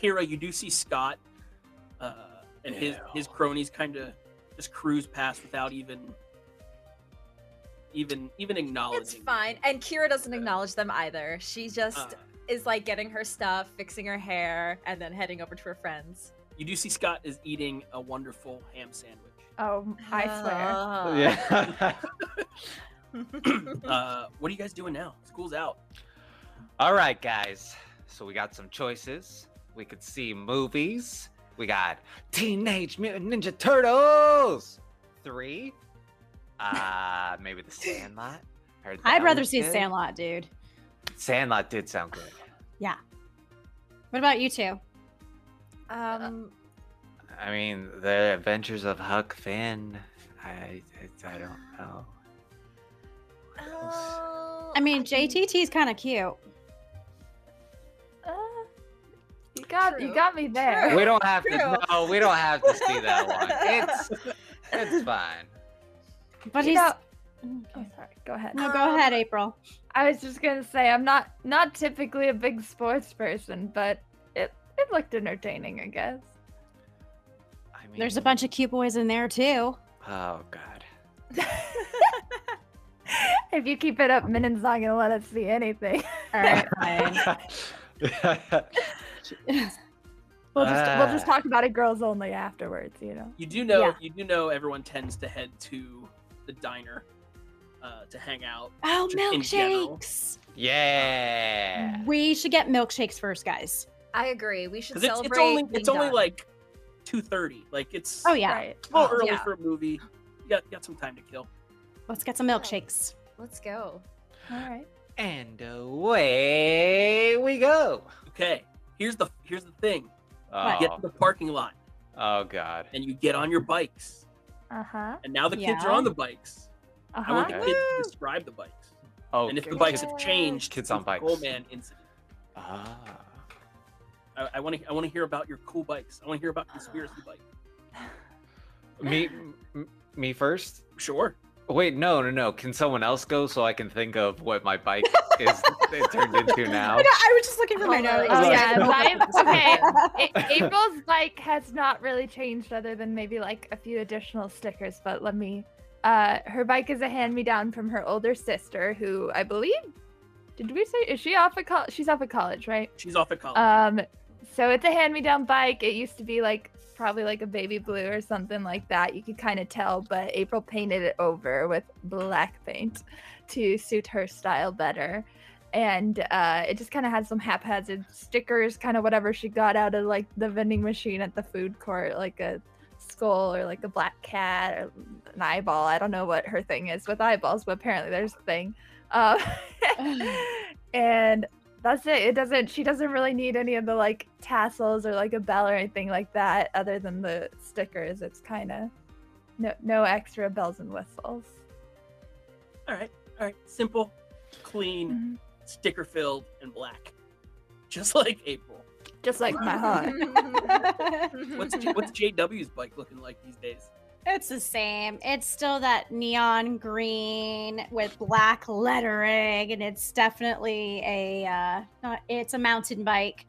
S1: kira you do see scott uh, and his
S4: Yeah.
S1: his cronies kind of just cruise past without even even even acknowledging
S2: It's fine. And Kira doesn't acknowledge them either. She just
S1: Uh,
S2: is like getting her stuff, fixing her hair, and then heading over to her friends.
S1: you do see scott is eating a wonderful ham sandwich
S5: oh, I swear.
S2: Ah.
S4: yeah.
S2: <laughs>
S1: <laughs>
S2: Mm.
S1: uh, what are you guys doing now school's out
S4: <laughs> All right, guys. So we got some choices. We could see movies. We got Teenage Mutant Ninja Turtles three. Uh, <laughs> maybe The Sandlot. Heard that
S3: I'd rather
S4: was
S3: see
S4: good.
S3: Sandlot, dude.
S4: Sandlot did sound good.
S3: What about you two?
S5: Um,
S4: I mean, The Adventures of Huck Finn. I I, I don't know. Uh,
S1: Uh,
S2: Oh,
S3: I mean, JTT's kind of cute.
S5: uh, you got you
S2: True.
S5: got me there.
S4: We
S1: <laughs>
S4: don't have
S2: True.
S4: to. No, we don't have to see that one. It's it's fine.
S3: But
S5: You
S3: he's.
S5: know- Oh, sorry. Go ahead.
S3: No, go ahead, April.
S5: I was just gonna say I'm not not typically a big sports person, but it it looked entertaining, I guess. <laughs>
S4: I mean,
S3: There's a bunch of cute boys in there, too.
S4: Oh God.
S5: If you keep it up, Minon's not gonna let us see anything. <laughs>
S3: All <laughs> right, Oh, fine.
S5: We'll just
S4: <laughs>
S5: we'll just
S4: Ah.
S5: talk about it, girls only afterwards. You know.
S1: You do know
S3: Yeah.
S1: you do know everyone tends to head to the diner uh, to hang out.
S3: Oh,
S1: Just in general.
S3: milkshakes.
S4: yeah.
S3: We should get milkshakes first, guys.
S2: I agree. We should
S1: Because it's,
S2: celebrate.
S1: it's only
S2: being
S1: it's only
S2: done.
S1: like two thirty. Like it's
S3: Oh yeah,
S5: Right.
S1: a little
S3: Oh,
S1: early
S2: yeah.
S1: for a movie. You got, you got some time to kill.
S3: let's get some milkshakes.
S2: Let's go.
S5: All right.
S4: And away we go.
S1: Okay. Here's the here's the thing. You
S4: Oh,
S1: get to the parking lot
S4: oh God.
S1: and you get on your bikes.
S5: Uh huh.
S1: And now the kids are
S3: Yeah.
S1: on the bikes.
S5: Uh
S1: I want
S5: huh.
S1: the
S4: Okay.
S1: kids to describe the bikes.
S4: Oh,
S1: and if the
S4: good.
S1: bikes have changed,
S4: Kids on
S1: since the
S4: bikes.
S1: Coal man incident.
S4: Ah.
S1: I want to I want to hear about your cool bikes. I want to hear about conspiracy bike.
S4: Me, m- me first.
S1: Sure.
S4: Wait, no, no, no. Can someone else go so I can think of what my bike
S5: <laughs>
S4: is it turned into now?
S3: I, know, I was just looking for my
S2: Oh,
S3: notes.
S5: Oh
S4: Sorry.
S5: yeah. mine- okay. A-
S4: Yeah.
S5: April's bike has not really changed other than maybe like a few additional stickers, but let me uh her bike is a hand me down from her older sister who I believe did we say is she off at college she's off at college, right?
S1: She's off at college.
S5: Um so it's a hand me down bike. It used to be like probably like a baby blue or something like that. You could kind of tell, but April painted it over with black paint to suit her style better. And uh, it just kind of had some haphazard stickers, kind of whatever she got out of like the vending machine at the food court, like a skull or like a black cat or an eyeball. I don't know what her thing is with eyeballs, but apparently there's a thing. Um, <laughs> and that's it. It doesn't. She doesn't really need any of the like tassels or like a bell or anything like that, other than the stickers. It's kind of no no extra bells and whistles.
S1: all right. All right. Simple,
S2: Mm-hmm.
S1: clean,
S3: Mm-hmm.
S5: Mhm.
S1: sticker filled, and black. Just like April.
S5: Just like my
S4: Uh-huh.
S3: <laughs>
S5: heart.
S1: <laughs>
S3: Oh,
S2: <laughs>
S1: What's J- what's JW's bike looking like these days?
S3: It's the same. It's still that neon green with black lettering, and it's definitely a uh, not, it's a mountain bike.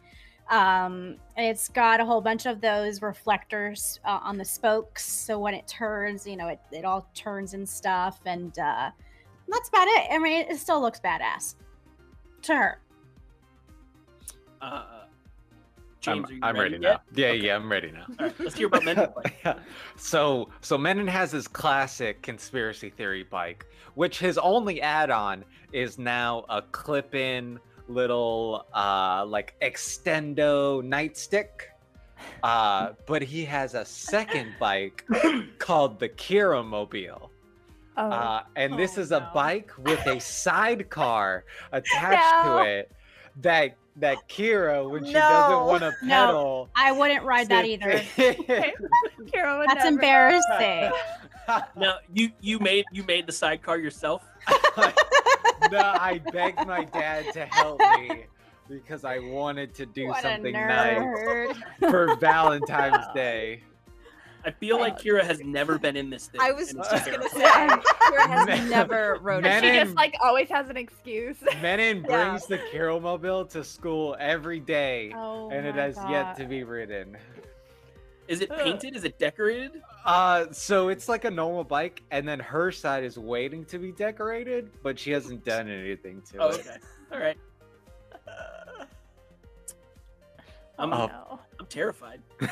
S3: Um, it's got a whole bunch of those reflectors uh, on the spokes, so when it turns, you know, it, it all turns and stuff, and uh, that's about it. I mean, it still looks badass to her.
S1: Uh,
S4: I'm,
S1: James, are you
S4: I'm ready,
S1: ready
S4: now.
S1: yet?
S4: Yeah,
S1: Okay.
S4: yeah, I'm ready now.
S1: All right, let's hear about Men's
S4: <laughs>
S2: <laughs>
S1: bike.
S4: Yeah. So, so Menon has his classic conspiracy theory bike, which his only add-on is now a clip-in little uh like extendo nightstick. Uh, but he has a second bike called the Kira Mobile.
S5: Oh,
S4: Uh, and this
S3: Oh,
S4: is a
S3: no.
S4: bike with a sidecar attached to
S5: No.
S4: it that that Kira, when she
S5: No.
S4: doesn't want to
S3: No.
S4: pedal,
S3: I <laughs> wouldn't ride that either.
S4: either. <laughs>
S5: Kira Oh, would
S3: That's
S5: never-
S3: embarrassing.
S1: Now you you made you made the sidecar yourself.
S4: no, I begged my dad to help me because I wanted to do
S3: What a
S4: something nice
S3: nerd. <laughs>
S4: for Valentine's Day.
S1: I feel like Kira has never been in this thing.
S2: I was
S1: and it's
S2: just
S1: terrible.
S2: gonna say, Kira
S4: Men-
S1: <laughs>
S2: has never rode
S5: And
S4: men
S5: she
S2: it.
S5: just
S4: in-
S5: like always has an excuse.
S4: Menon
S2: Yeah.
S4: brings the Carol Mobile to school every day,
S3: Oh
S4: and it
S3: my
S4: has
S3: God.
S4: yet to be ridden.
S1: Is
S2: <laughs>
S1: it painted? Is it decorated?
S4: Uh, so it's like a normal bike, and then her side is waiting to be decorated, but she hasn't done anything to
S1: Oh,
S4: it. <laughs>
S1: okay. All right.
S5: <laughs>
S1: I'm,
S4: Oh.
S5: No.
S1: I'm
S2: <laughs>
S1: terrified. <laughs>
S4: <laughs>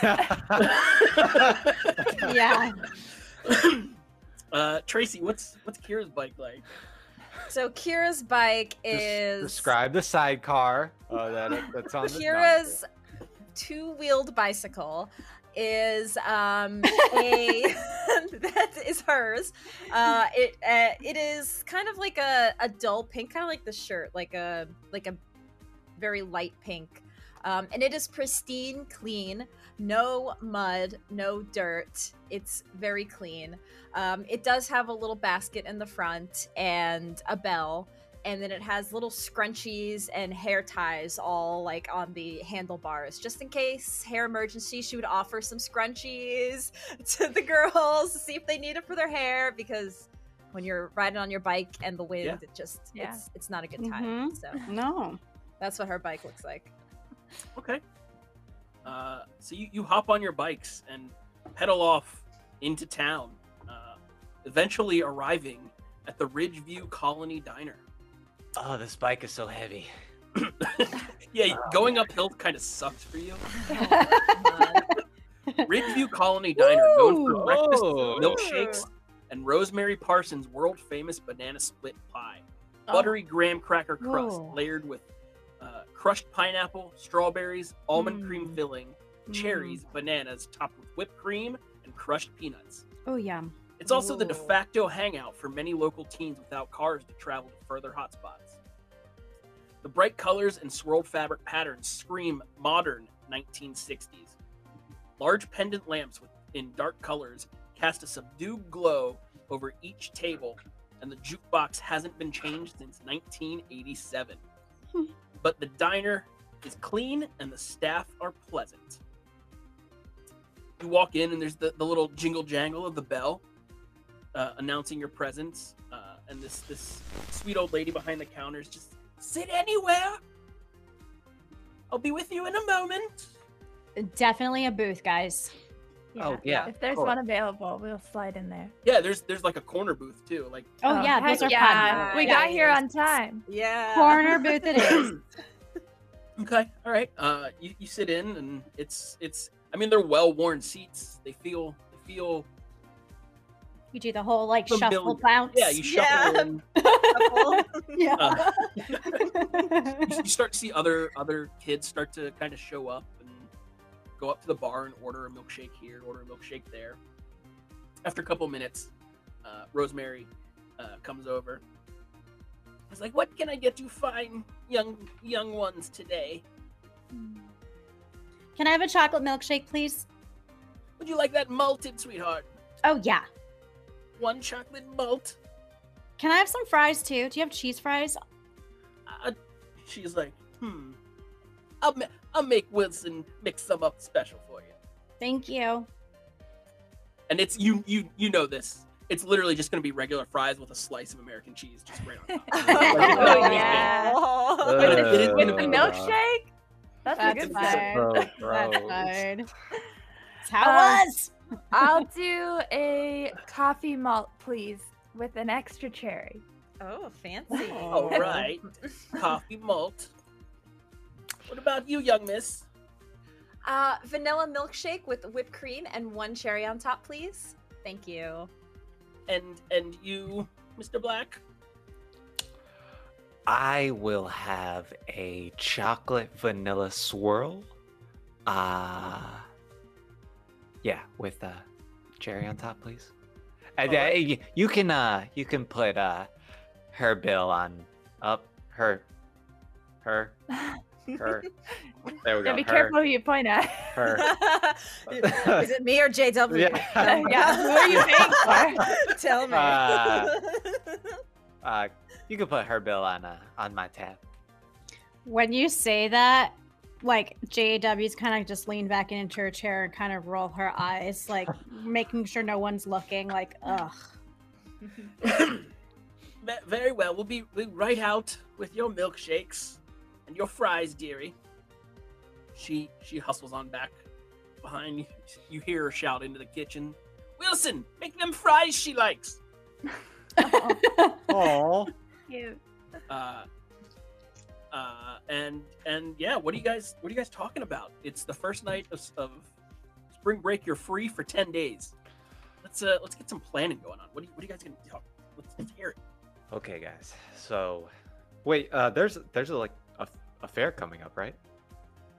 S3: Yeah.
S1: uh, Tracy, what's what's Kira's bike like?
S2: So Kira's bike
S4: Des-
S2: is
S4: describe the sidecar. Oh, that, that's on the
S2: Kira's two-wheeled bicycle is
S4: <laughs>
S2: um a <laughs> that is hers uh it uh, it is kind of like a, a dull pink kind of like the shirt like a like a very light pink um and it is pristine clean no mud no dirt it's very clean um it does have a little basket in the front and a bell and then it has little scrunchies and hair ties all like on the handlebars just in case hair emergency she would offer some scrunchies <laughs> to the girls to see if they need it for their hair because when you're riding on your bike and the wind
S1: Yeah.
S2: it just
S5: Yeah.
S2: it's it's not a good time so
S3: No.
S2: that's what her bike looks like
S1: Okay. Uh, so you, you hop on your bikes and pedal off into town, uh, eventually arriving at the Ridgeview Colony Diner. <coughs>
S4: Oh, this bike is so heavy.
S1: Yeah, going uphill kind of sucks for you.
S2: Oh,
S1: Ridgeview Colony Diner, known for
S3: Ooh.
S1: breakfast,
S4: Oh.
S1: milkshakes, and Rosemary Parsons' world famous banana split pie. Buttery graham cracker crust
S3: Whoa.
S1: layered with uh, crushed pineapple, strawberries, almond cream
S3: Mm.
S1: filling, cherries, bananas, topped with whipped cream and crushed peanuts.
S3: Oh yum.
S1: It's also the de
S2: Ooh.
S1: facto hangout for many local teens without cars to travel to further hotspots. The bright colors and swirled fabric patterns scream modern 1960s. Large pendant lamps with- in dark colors cast a subdued glow over each table, and the jukebox hasn't been changed since 1987.
S3: Hmm.
S1: but the diner is clean and the staff are pleasant. You walk in, and there's the, the little jingle jangle of the bell uh, announcing your presence, uh, and this this sweet old lady behind the counter is just sit anywhere. I'll be with you in a moment.
S3: Definitely a booth, guys.
S4: Oh, yeah,
S3: <laughs>
S5: If there's
S4: course.
S5: one available, we'll slide in there.
S1: Yeah, there's there's like a corner booth too. Like
S3: Oh,
S5: Oh,
S3: yeah,
S5: heck
S3: those are
S5: yeah.
S3: fun.
S5: We
S2: Yeah.
S5: got here on time.
S2: yeah.
S3: Corner booth
S2: <laughs>
S3: it is.
S1: <clears throat> okay, all right. Uh, you, you sit in, and it's it's. I mean, they're well worn seats. They feel they feel.
S3: You do the whole like
S1: Familiar.
S3: shuffle bounce.
S1: Yeah, you shuffle
S2: Yeah.
S1: in.
S3: yeah.
S1: <laughs> Uh, you, you start to see other other kids start to kind of show up and go up to the bar and order a milkshake here, order a milkshake there. After a couple minutes, uh, Rosemary uh, comes over. It's like, "What can I get you fine young young ones today?
S3: Can I have a chocolate milkshake, please?
S1: Would you like that malted, sweetheart?
S3: Oh yeah.
S1: One chocolate malt."
S3: Can I have some fries too? Do you have cheese fries?
S1: Uh, she's like, "Hmm, I'll, ma- I'll make Wilson mix some up special for you."
S3: Thank you.
S1: and it's you you you know this. It's literally just going to be regular fries with a slice of American cheese just right on top.
S2: Oh,
S5: yeah.
S2: yeah.
S5: With
S1: it is
S5: a, with a
S1: gonna be-
S5: milkshake? That's,
S3: That's
S5: a good
S3: fine. <laughs>
S5: sign.
S3: That's fun. It's how
S5: Uh,
S3: it was.
S5: I'll do a coffee malt, please, with an extra cherry.
S2: Oh, fancy.
S1: All right, coffee malt. What about you, young miss?
S2: Uh, vanilla milkshake with whipped cream and one cherry on top, please. Thank you.
S1: And and you, Mr. Black?
S4: I will have a chocolate vanilla swirl. Uh yeah, with uh cherry on top, please. And, uh,
S1: Alright.
S4: y- you can uh you can put uh her bill on up her her her. There we go.
S5: Yeah, be
S4: her,
S5: careful who you point at. <laughs>
S3: <laughs>
S4: Her.
S2: <laughs> Is it me or JW?
S4: Yeah.
S5: Yeah, who are you paying
S2: <laughs> Tell me.
S4: Uh, Uh, you can put her bill on uh, on my tab.
S3: When you say that, like JW's kind of just leaned back into her chair and kind of roll her eyes,
S1: <laughs>
S3: like making sure no one's looking. Like, ugh.
S1: Ve- Very well. We'll be we'll be right out with your milkshakes and your fries, dearie. She she hustles on back behind you. You hear her shout into the kitchen. Wilson, make them fries she likes.
S4: Oh,
S1: uh, uh, and and yeah, what are you guys what are you guys talking about? It's the first night of, of spring break. You're free for ten days. Let's uh, let's get some planning going on. What are you, what are you guys gonna talk? Let's, let's hear it.
S4: Okay, guys. So, wait. Uh, there's there's like a, a fair coming up, right?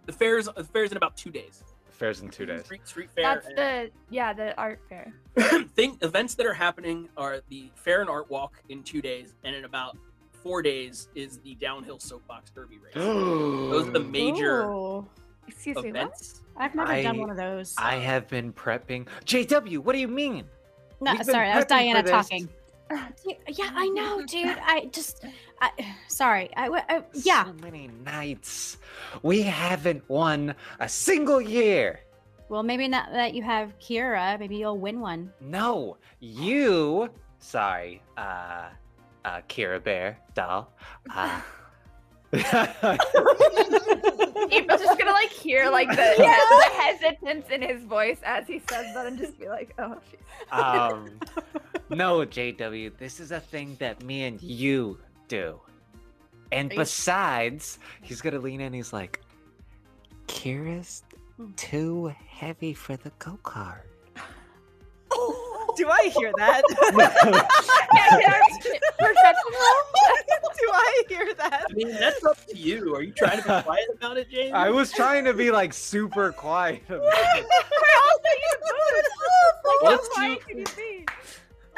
S1: The fair's the fair's in about two days.
S4: Fair's in two days.
S1: Street street fair.
S5: That's the yeah, the art fair.
S1: and thing events that are happening are the fair and art walk in two days, and in about four days is the downhill soapbox derby race. <gasps>
S4: <gasps>
S1: Those
S4: Those
S1: are the major
S3: Ooh.
S5: Excuse me, what?
S1: events.
S3: I've never done
S4: I-
S3: one of those.
S4: I have been prepping. JW, what do you mean?
S3: no,
S4: we've been
S3: sorry, that was
S4: prepping for
S3: Diana
S4: this.
S3: talking. Dude, yeah,
S5: <laughs>
S3: I know, dude. I just, I, sorry. I, w- I- yeah.
S4: So many nights. We haven't won a single year.
S3: Well, maybe not that you have Kira. Maybe you'll win one.
S4: No, you. Sorry, uh, uh, Kira Bear doll. Uh, <laughs>
S5: I'm just gonna like hear like <laughs> the,
S3: Yeah.
S5: the <laughs>
S3: <laughs>
S5: hesitance in his voice as he says that and just be like, oh, she's
S4: um, No, JW, this is a thing that me and you do. And
S3: Are you-
S4: besides, he's gonna lean in. He's like, Kira's
S3: Hmm.
S4: too heavy for the go
S3: <laughs>
S4: kart.
S2: <laughs> Do I hear that?
S5: <laughs>
S2: <laughs>
S5: Perception
S2: Do I hear that?
S1: I mean, that's up to you. Are you trying
S4: <laughs>
S1: to be quiet about it, James?
S4: I was trying to be like super quiet.
S3: <laughs>
S4: about it.
S1: Let's,
S5: Why could you be?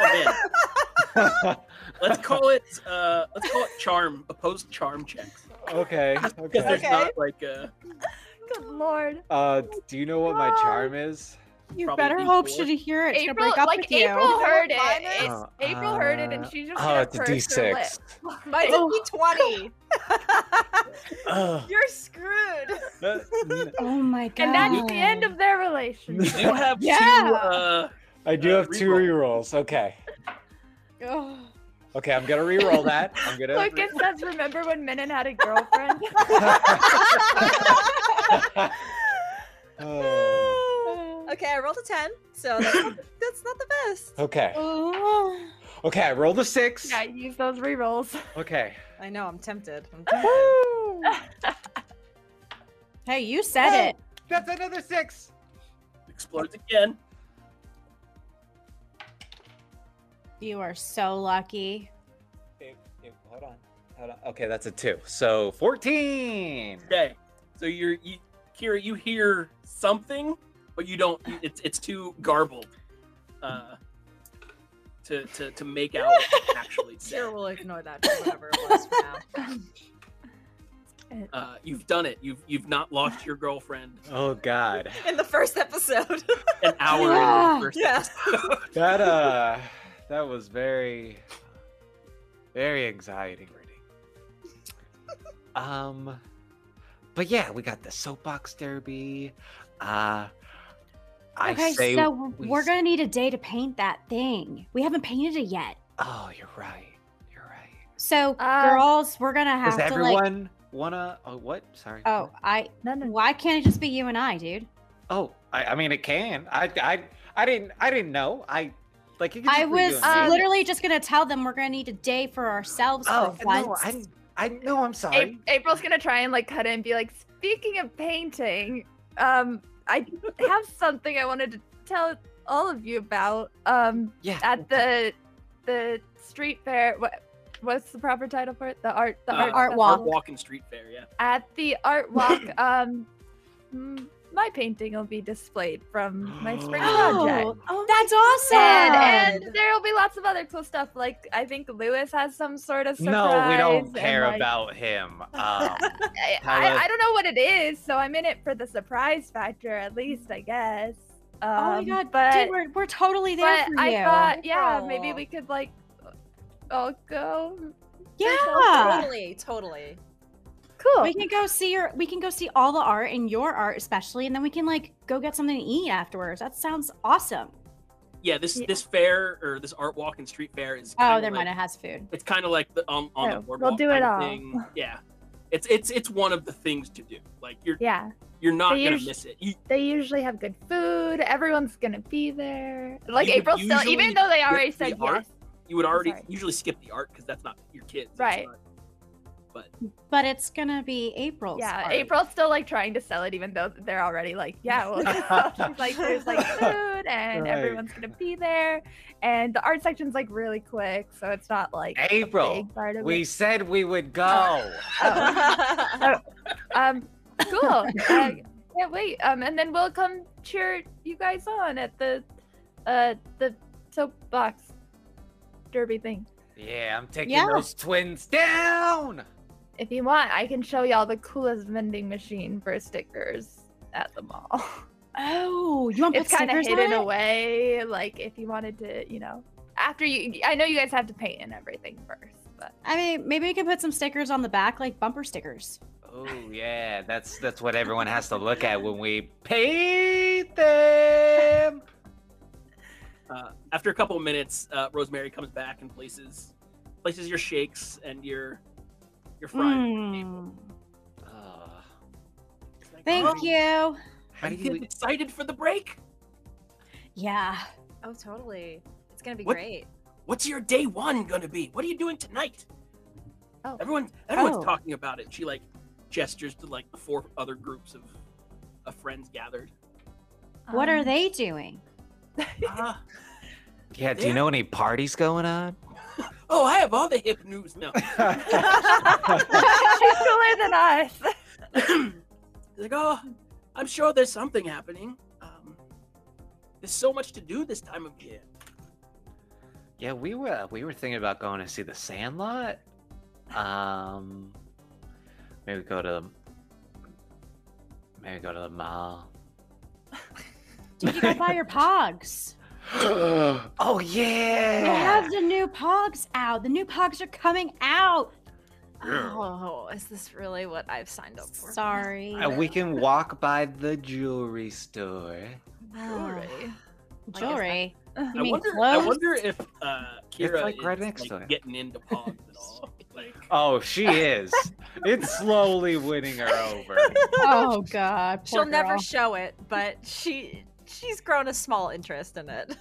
S1: oh, man. let's call it. Uh, let's call it charm. Opposed charm checks.
S4: <laughs>
S5: <laughs>
S4: okay.
S1: Because
S4: Okay.
S1: there's
S2: Okay.
S1: not like uh, a.
S5: Good lord.
S4: Uh, do you know what my charm is?
S3: You
S1: Probably
S3: better
S1: be
S3: hope
S1: bored.
S3: should hear it. She's gonna
S6: April,
S3: break up
S6: like
S3: with you.
S6: April heard it.
S2: Mine is-
S6: It's-
S4: Oh,
S6: April heard it, and
S4: uh,
S6: she's just
S4: Oh,
S6: gonna
S4: it's a
S6: purse her lip.
S4: D6.
S2: Mine's
S3: Oh.
S2: a twenty.
S5: <laughs>
S4: Ugh.
S2: <laughs> You're screwed.
S4: Uh, n-
S3: Oh my god.
S5: And that's the end of their relationship.
S1: You have
S3: Yeah.
S1: two. Uh,
S4: I do
S1: Uh,
S4: have two rerolls. Okay.
S3: Oh.
S4: Okay, I'm gonna reroll that. I'm gonna. <laughs>
S5: <laughs> Look, it says, remember when Menon had a
S1: <laughs>
S5: girlfriend?
S4: Oh,
S2: Okay, I rolled a ten, so that's not, that's not the best.
S4: okay.
S3: Oh.
S4: Okay, I rolled a six.
S5: yeah, use those rerolls.
S4: Okay.
S2: I know, I'm tempted. I'm tempted.
S4: Woo!
S3: Hey, you said
S4: Oh.
S3: it.
S4: That's another six.
S1: explodes again.
S3: You are so lucky.
S4: Ew, ew, hold on. Hold on. Okay, that's a two. So 14.
S1: Okay. So you're you, Kira. You hear something, but you don't. It's it's too garbled. Uh, to, to, to make out what it actually said.
S2: Sure, we'll ignore that for whatever it was for now.
S1: Uh, you've done it. You've you've not lost your girlfriend
S4: Oh God.
S2: In the first episode.
S1: an hour into
S3: Yeah.
S1: the first
S2: Yeah.
S1: episode.
S4: That uh, that was very, very anxiety ridden. Um, but yeah, we got the soapbox derby. Uh, I
S3: okay,
S4: say
S3: so
S4: we
S3: we're
S4: s-
S3: gonna need a day to paint that thing. We haven't painted it yet.
S4: Oh, you're right. You're right.
S3: So,
S5: Uh,
S3: girls, we're gonna have
S4: Does
S3: to like.
S4: everyone wanna? Oh, what? Sorry.
S3: Oh, I.
S5: No, no.
S3: Why can't it just be you and I, dude?
S4: Oh, I, I mean, it can. I, I, I didn't, I didn't know. I, like, it could
S3: I
S4: just be you
S3: was uh,
S4: and me.
S5: Um,
S3: literally just gonna tell them we're gonna need a day for ourselves
S4: Oh,
S3: for once.
S4: no,
S3: <gasps>
S4: I, I no, I'm sorry.
S5: A- April's gonna try and like cut in and be like, speaking of painting, um, I have something I wanted to tell all of you about. Um,
S4: yeah.
S3: uh,
S5: at the the street fair, what what's the proper title for it? The art, the
S1: Uh,
S5: art,
S3: Art
S5: festival.
S3: walk.
S1: walking street fair. Yeah.
S5: At the
S4: <laughs>
S5: art walk, um, mm, my painting will be displayed from
S4: <gasps>
S5: my spring <gasps> project.
S3: Oh, that's awesome!
S5: And, and there will be lots of other cool stuff. Like I think Lewis has some sort of surprise.
S4: No, we don't
S5: and,
S4: care
S5: like,
S4: about
S5: <laughs>
S4: him. Um,
S5: I,
S4: Tyler.
S5: I, I don't know what it is, so I'm in it for the surprise factor, at least I guess. Um,
S3: oh my god,
S5: but
S3: dude, we're, we're totally
S5: but
S3: there for
S5: I
S3: you.
S5: thought, yeah, maybe
S2: April.
S5: we could like all go.
S3: yeah,
S2: Totally, totally.
S5: Cool.
S3: we can go see your, we can go see all the art and your art especially, and then we can like go get something to eat afterwards. That sounds awesome.
S1: Yeah. This
S5: Yeah.
S1: this fair or this art walk and street fair is.
S3: Oh,
S1: kinda
S3: there
S1: like-
S3: might have has food.
S1: It's kind of like the on, on
S5: Oh,
S1: the boardwalk.
S5: we'll do
S1: kind
S5: it
S1: of
S5: all.
S1: Thing. Yeah. It's it's it's one of the things to do. Like you're
S5: yeah,
S1: you're not
S5: They
S1: gonna
S5: usu-
S1: miss it. You,
S5: they usually have good food. Everyone's gonna be there. Like
S1: You would
S5: April still,
S1: usually
S5: even though they
S1: skip
S5: already
S1: the
S5: said
S1: art.
S5: yes.
S1: you would already
S5: sorry.
S1: usually skip the art because that's not your kids. It's
S5: Right.
S1: not-
S3: But it's gonna be April's.
S5: Yeah,
S3: art.
S5: April's still like trying to sell it, even though they're already like, yeah,
S4: <laughs>
S5: well, <laughs> so she's like, there's like food and
S4: Right.
S5: everyone's gonna be there, and the art section's like really quick, so it's not like a
S4: April,
S5: big part of
S4: we
S5: it.
S4: said we would <laughs> go.
S3: Oh.
S2: <laughs>
S5: um cool. <laughs> uh, can't wait. Um, and then we'll come cheer you guys on at the uh the soapbox derby thing.
S4: yeah, I'm taking
S3: Yeah.
S4: those twins down.
S5: If you want, I can show y'all the coolest vending machine for stickers at the mall.
S3: Oh, you want to put
S5: it's kind of
S3: stickers on
S5: hidden
S3: it?
S5: away. Like if you wanted to, you know, after you, I know you guys have to paint and everything first, but
S3: I mean, maybe we can put some stickers on the back, like bumper stickers.
S4: Oh yeah, that's that's what everyone has to look at when we paint them.
S1: Uh, after a couple of minutes, uh, Rosemary comes back and places places your shakes and your your fries.
S3: Mm.
S4: Ugh.
S1: It's like,
S3: Thank
S1: "Oh,
S3: you.
S4: How do
S1: you getting
S4: you?
S1: excited for the break?
S3: Yeah.
S2: oh, totally. It's gonna be
S1: What-
S2: great.
S1: What's your day one gonna be? What are you doing tonight?
S5: Oh.
S1: Everyone, everyone's
S5: Oh.
S1: talking about it. She like gestures to like the four other groups of, of friends gathered. <laughs>
S3: What are
S5: Um,
S3: they doing?
S1: Ah.
S4: <laughs> Yeah, do you know any parties going on?
S1: Oh, I have all the hip news now.
S5: <laughs>
S1: <clears throat>
S5: Uh-huh. She's cooler than us.
S3: <laughs>
S1: like, oh, I'm sure there's something happening. Um, there's so much to do this time of year.
S4: yeah, we were we were thinking about going to see the Sandlot. Um maybe go to maybe go to the mall.
S3: Did you go buy
S5: <laughs>
S3: your pogs?
S4: oh
S3: They
S4: yeah.
S3: have the new pogs out. The new pogs are coming out.
S4: Yeah.
S2: Oh, is this really what I've signed up for? <laughs>
S3: Sorry.
S4: Uh, we can walk by the jewelry store.
S3: Oh,
S2: Jewelry.
S3: jewelry.
S5: <laughs>
S3: You
S1: I
S3: mean
S1: wonder. I
S3: clothes?
S1: wonder if uh, Kira
S4: like, right
S1: is,
S4: next
S1: like,
S4: to it.
S1: getting into pogs at
S4: <laughs>
S1: all. Like,
S4: Oh, she is. it's slowly winning her over.
S2: <laughs>
S4: <laughs>
S3: Oh god.
S2: She'll
S3: poor
S2: never
S3: girl.
S2: show it, but she she's grown a small interest in it.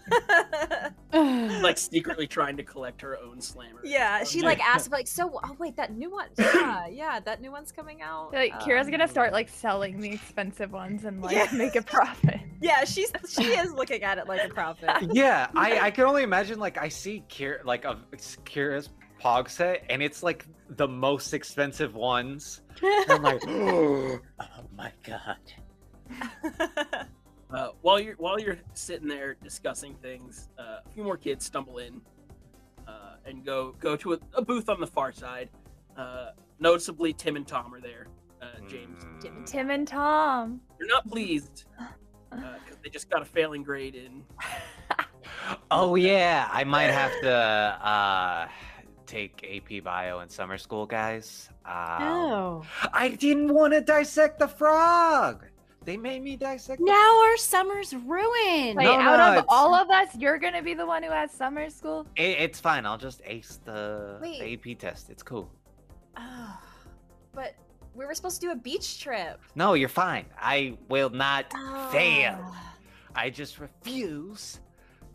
S3: <sighs>
S2: <laughs>
S1: like secretly trying to collect her own slammer.
S2: yeah, she
S1: Um, <laughs>
S2: like asked like, so oh wait, that new one, yeah, yeah, that new one's coming out.
S5: Like Kira's
S2: Um,
S5: gonna start like selling the expensive ones and like
S2: Yeah.
S5: make a profit.
S2: Um, yeah, she's she is looking at it like a prophet.
S4: <laughs> yeah, I, I can only imagine like I see Kira like a Kira's pog set and it's like the most expensive ones. And I'm like, oh my god.
S1: Uh, while you're while you're sitting there discussing things, uh, a few more kids stumble in uh, and go go to a, a booth on the far side. Uh, noticeably, Tim and Tom are there. Uh, James,
S4: Mm.
S5: Tim and Tom.
S1: they're not pleased because they just got a failing grade in.
S4: Oh yeah, I might have to uh take AP bio in summer school, guys. Um,
S3: Oh.
S4: I didn't want to dissect the frog. They made me dissect. the
S3: Now our summer's ruined.
S5: Wait,
S4: No,
S5: out
S4: no,
S5: of
S4: it's-
S5: all of us, you're gonna be the one who has summer school.
S4: It, it's fine. I'll just ace the, the
S2: Wait.
S4: AP test. It's cool.
S2: Oh, but we were supposed to do a beach
S5: <laughs>
S2: trip. <laughs>
S4: No, you're fine. I will not fail.
S2: Ah.
S4: I just refuse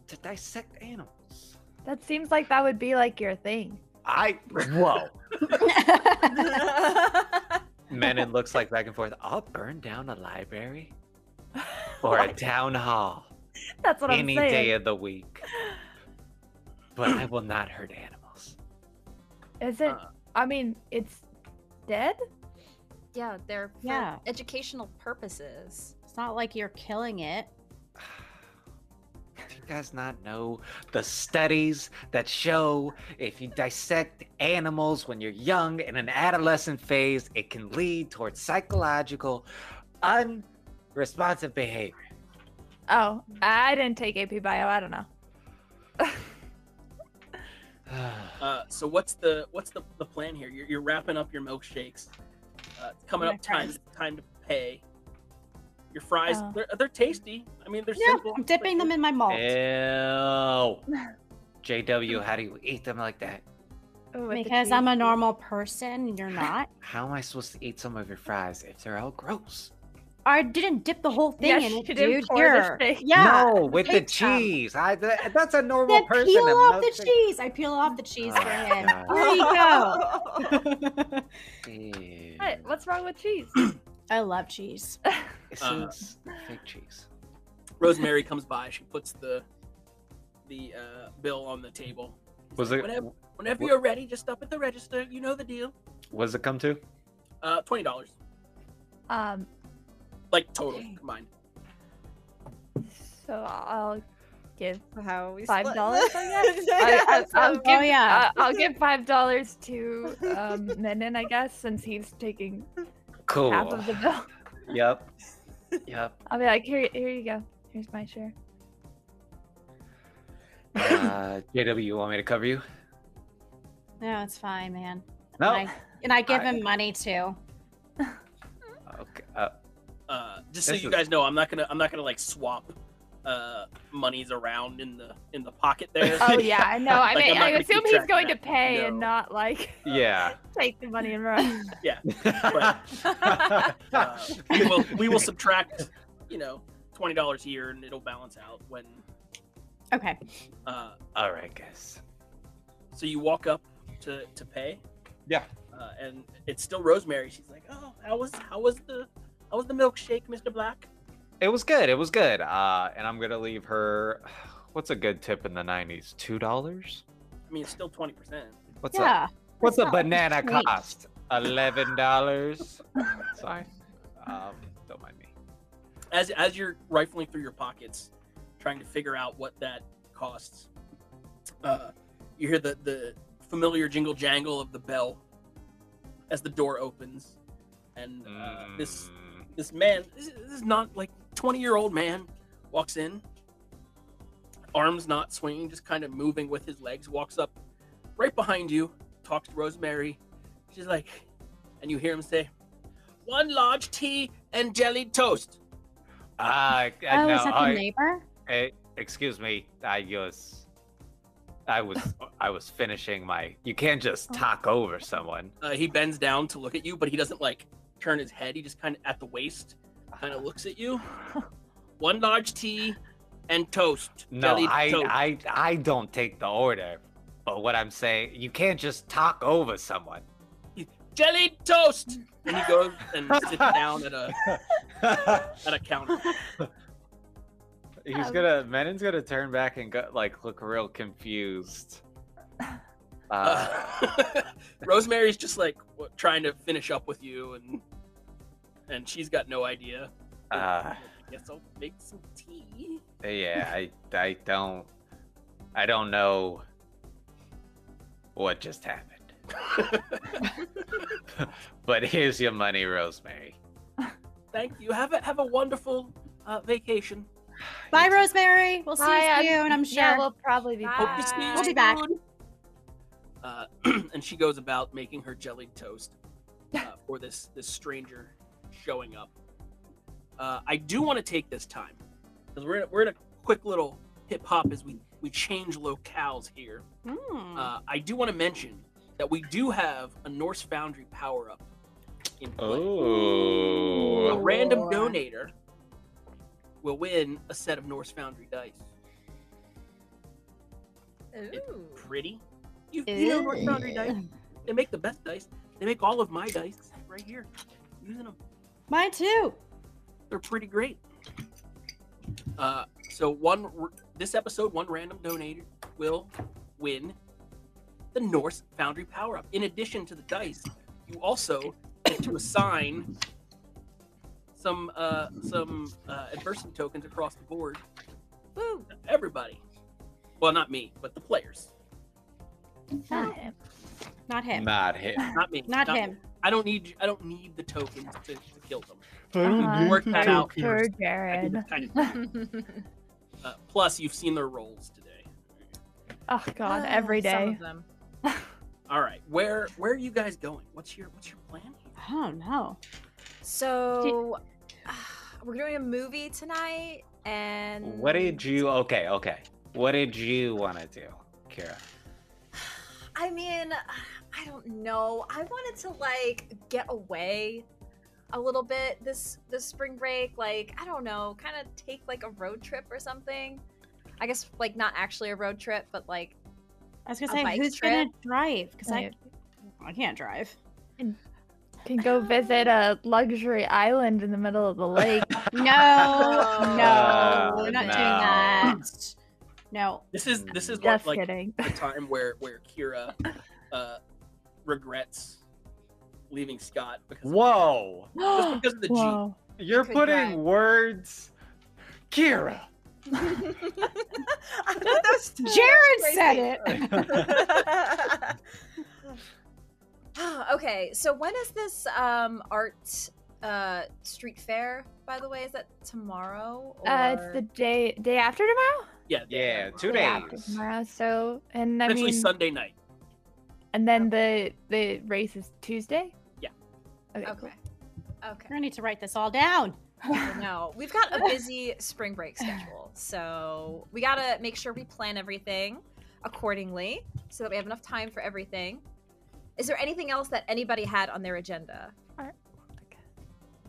S4: to dissect animals.
S5: That seems like that would be like your thing.
S4: <laughs> I whoa. Menon looks like back and forth. I'll burn down a <laughs> library or a town hall
S5: That's what
S4: any
S5: I'm saying.
S4: day of the week, but I will not hurt animals.
S5: Is it?
S1: Uh.
S5: I mean, it's dead.
S2: yeah, they're for
S3: Yeah.
S2: educational purposes.
S3: It's not like you're killing it.
S4: Do you guys not know the studies that show if you dissect animals when you're young in an adolescent phase, it can lead towards psychological, unresponsive behavior?
S5: Oh, I didn't take AP Bio. I don't know.
S1: <laughs> Uh, so what's the what's the, the plan here? You're, you're wrapping up your milkshakes. Uh, it's
S3: Oh
S1: coming
S5: My
S1: up time
S5: fries.
S1: time to pay. Your fries
S5: Oh.
S1: they're they're tasty. I mean they're
S3: No,
S1: simple.
S3: I'm dipping them in my <laughs> malt.
S5: Eh,
S4: Ew. JW, how do you eat them like that?
S5: Ooh, Oh, with the
S3: Because I'm a
S5: cheese.
S3: normal person
S5: <laughs>
S3: and you're not.
S4: How am I supposed to eat some of your fries if they're all gross?
S3: I didn't dip the whole thing
S5: Yeah,
S3: in
S5: she
S3: it,
S5: didn't
S3: dude.
S5: pour the
S3: Here.
S5: shake.
S3: yeah.
S4: No, with the
S3: take some.
S4: cheese. I, that, that's a normal
S3: Then
S4: person.
S3: peel
S4: I'm
S3: off
S4: not
S3: the
S4: saying-
S3: cheese. I peel off the cheese
S4: Oh,
S3: for him.
S4: God.
S3: There you
S5: <laughs>
S3: go.
S2: <laughs>
S4: Ew.
S5: What? What's wrong with cheese?
S3: I love cheese.
S4: This
S1: Uh,
S4: is fake cheese.
S1: Rosemary comes by. She puts the the uh, bill on the table. She's
S4: Was
S1: like,
S4: it
S1: whenever, whenever
S4: wha-
S1: you're ready? Just up at the register. You know the deal.
S4: was it come to?
S1: Uh, twenty dollars,
S5: Um.
S1: like total
S5: Dang.
S1: combined.
S5: So I'll give
S2: How we
S5: five dollars. I
S2: <laughs>
S5: guess.
S2: Yeah,
S5: I, I, will
S2: so-
S5: give,
S3: Oh, <laughs> yeah.
S5: I, will uh, give five dollars to um, Menon, I guess, since he's taking
S4: Cool.
S5: half of the bill.
S4: <laughs> Yep. Yep.
S5: I'll be like, here, here you go. Here's my
S1: <laughs>
S5: share.
S4: Uh, JW, you want me to cover you?
S3: No, it's fine, man.
S4: No.
S3: And, I, and I give
S4: I-
S3: him money too.
S4: Okay. Uh,
S1: Uh, just so
S4: This
S1: you
S4: is-
S1: guys know, I'm not gonna I'm not gonna like swap uh monies around in the in the pocket there.
S5: <laughs> Oh yeah, I know. I
S1: Like, I'm
S5: mean,
S1: not
S5: I
S1: gonna keep
S5: assume
S1: track
S5: he's
S1: of
S5: going to
S1: that.
S5: pay and
S1: No.
S5: not like
S4: yeah.
S5: <laughs> take the money
S3: <laughs>
S5: and run.
S4: <laughs>
S1: Uh, we will we will subtract, you know, twenty dollars here, and it'll balance out when.
S3: Okay.
S1: Uh,
S4: All right, guys.
S1: So you walk up to to pay.
S4: Yeah.
S1: Uh, and it's still Rosemary. She's like, "Oh, how was how was the how was the milkshake, Mr. Black?"
S4: It was good. It was good. Uh, and I'm gonna leave her. <sighs> What's a good tip in the '90s? Two dollars.
S1: I mean, it's still twenty percent.
S4: What's a
S3: yeah.
S4: what's
S3: that's
S4: a
S3: not like
S4: banana
S3: sweet.
S4: cost? Eleven dollars. Sorry. Um, don't mind me.
S1: As as you're rifling through your pockets, trying to figure out what that costs, uh, you hear the the familiar jingle jangle of the bell as the door opens, and uh, this
S4: Mm.
S1: this man, this this is not like 20 year old man, walks in, arms not swinging, just kind of moving with his legs, walks up right behind you, talks to Rosemary. She's like, and you hear him say, one large tea and jelly toast.
S4: Ah,
S3: Oh,
S4: no,
S3: is that the
S4: I-
S3: neighbor?
S4: Eh, excuse me. I was, I
S1: <laughs>
S4: was, I was finishing my. You can't just
S1: Oh.
S4: talk over someone.
S1: Uh, he bends down to look at you, but he doesn't like turn his head. He just kind of at the waist, kind of looks at you. one large tea and toast.
S4: No,
S1: jelly
S4: I,
S1: toast.
S4: I, I don't take the order. But what I'm saying, you can't just talk over
S1: <laughs>
S4: someone.
S1: jelly toast. And he goes and sits down at a
S4: He's
S1: at a
S3: <laughs>
S1: counter.
S5: Um.
S4: gonna. Menon's gonna turn back and go, like look
S1: <laughs>
S4: real confused. Uh,
S1: Uh, <laughs> Rosemary's just like w- trying to finish up with you, and and she's got no idea.
S3: Ah.
S4: uh,
S1: I guess I'll make some tea.
S4: yeah, I, I don't, I don't know what just <laughs> happened. but here's your money, Rosemary.
S1: Thank you. Have a have a wonderful uh, vacation.
S3: Bye, Rosemary. We'll see
S5: Bye,
S3: you soon. I'm sure.
S5: Yeah, we'll probably be
S1: Hope
S5: back.
S1: to see you
S3: We'll be back.
S1: soon. Uh, <clears throat> and she goes about making her jellied
S3: <laughs>
S1: toast uh, for this this stranger showing up. Uh, I do want to take this time because we're in, we're in a quick little hip hop as we we change locales here.
S3: Hmm.
S1: Uh, I do want to mention that we do have a Norse Foundry power up in play. A
S4: Oh,
S1: random
S3: Ooh.
S1: donator will win a set of Norse Foundry dice.
S2: Ooh.
S1: Pretty. You, you know Norse Foundry dice. They make the best dice. They make all of my dice right here. Using them,
S3: Mine too.
S1: they're pretty great. Uh, so one r- this episode, one random donator will win the Norse Foundry power up. In addition to the dice, you also get to assign some uh, some uh, adversity tokens across the board.
S2: Woo.
S1: Everybody, well, not me, but the players.
S3: Not
S5: him.
S3: Not him.
S4: not him.
S1: Not me.
S3: Not
S1: me.
S3: him.
S1: I don't need I don't need the tokens to, to kill them.
S5: Uh-huh.
S1: Work that out
S5: Sure,
S1: first. I do <laughs>
S5: Jared.
S1: this kind of- uh, plus, you've seen their roles today.
S5: Oh God,
S2: Oh,
S5: every
S2: Some
S5: day.
S2: of them.
S1: All right, where where are you guys going? What's your what's your plan?
S3: I don't know.
S2: So uh, we're doing a movie tonight, and
S4: What did you? Okay, okay. What did you want to do, Kira?
S2: I mean, I don't know. I wanted to like get away a little bit this this spring break. Like I don't know, kind of take like a road trip or something. I guess like not actually a road trip,
S5: <laughs>
S2: but like <laughs>
S3: I was gonna
S2: A
S3: say
S2: bike
S3: who's gonna drive? Because I,
S5: Right.
S3: I can't drive.
S5: Can go visit a luxury island in the middle
S1: <laughs>
S5: of the lake.
S3: No,
S2: No.
S3: no, we're not doing
S4: No.
S3: that. No.
S1: This is this is
S5: Just
S1: like, like
S5: kidding.
S1: the time where where Kira uh, regrets leaving Scott because of-
S4: Whoa,
S1: <gasps> just because of the Jeep.
S5: Whoa.
S4: you're
S2: Good
S4: putting
S2: guy.
S4: words, Kira.
S2: I thought that was
S3: Jared said
S2: crazy.
S3: it.
S2: <laughs> <sighs> okay, so when is this um art uh street fair? By the way, is that tomorrow?
S5: Uh, it's
S2: or-
S5: the day day after tomorrow.
S1: Yeah,
S4: Yeah, two
S5: Day after
S4: days.
S5: tomorrow. So and I
S1: Essentially
S5: mean,
S1: Sunday night.
S5: and then the the race is Tuesday.
S1: Yeah.
S5: Okay. cool.
S2: okay. Okay.
S3: We're gonna need to write this all down.
S2: No, we've got a busy spring break schedule, so we gotta make sure we plan everything accordingly so that we have enough time for everything. Is there anything else that anybody had on their agenda?
S5: Alright.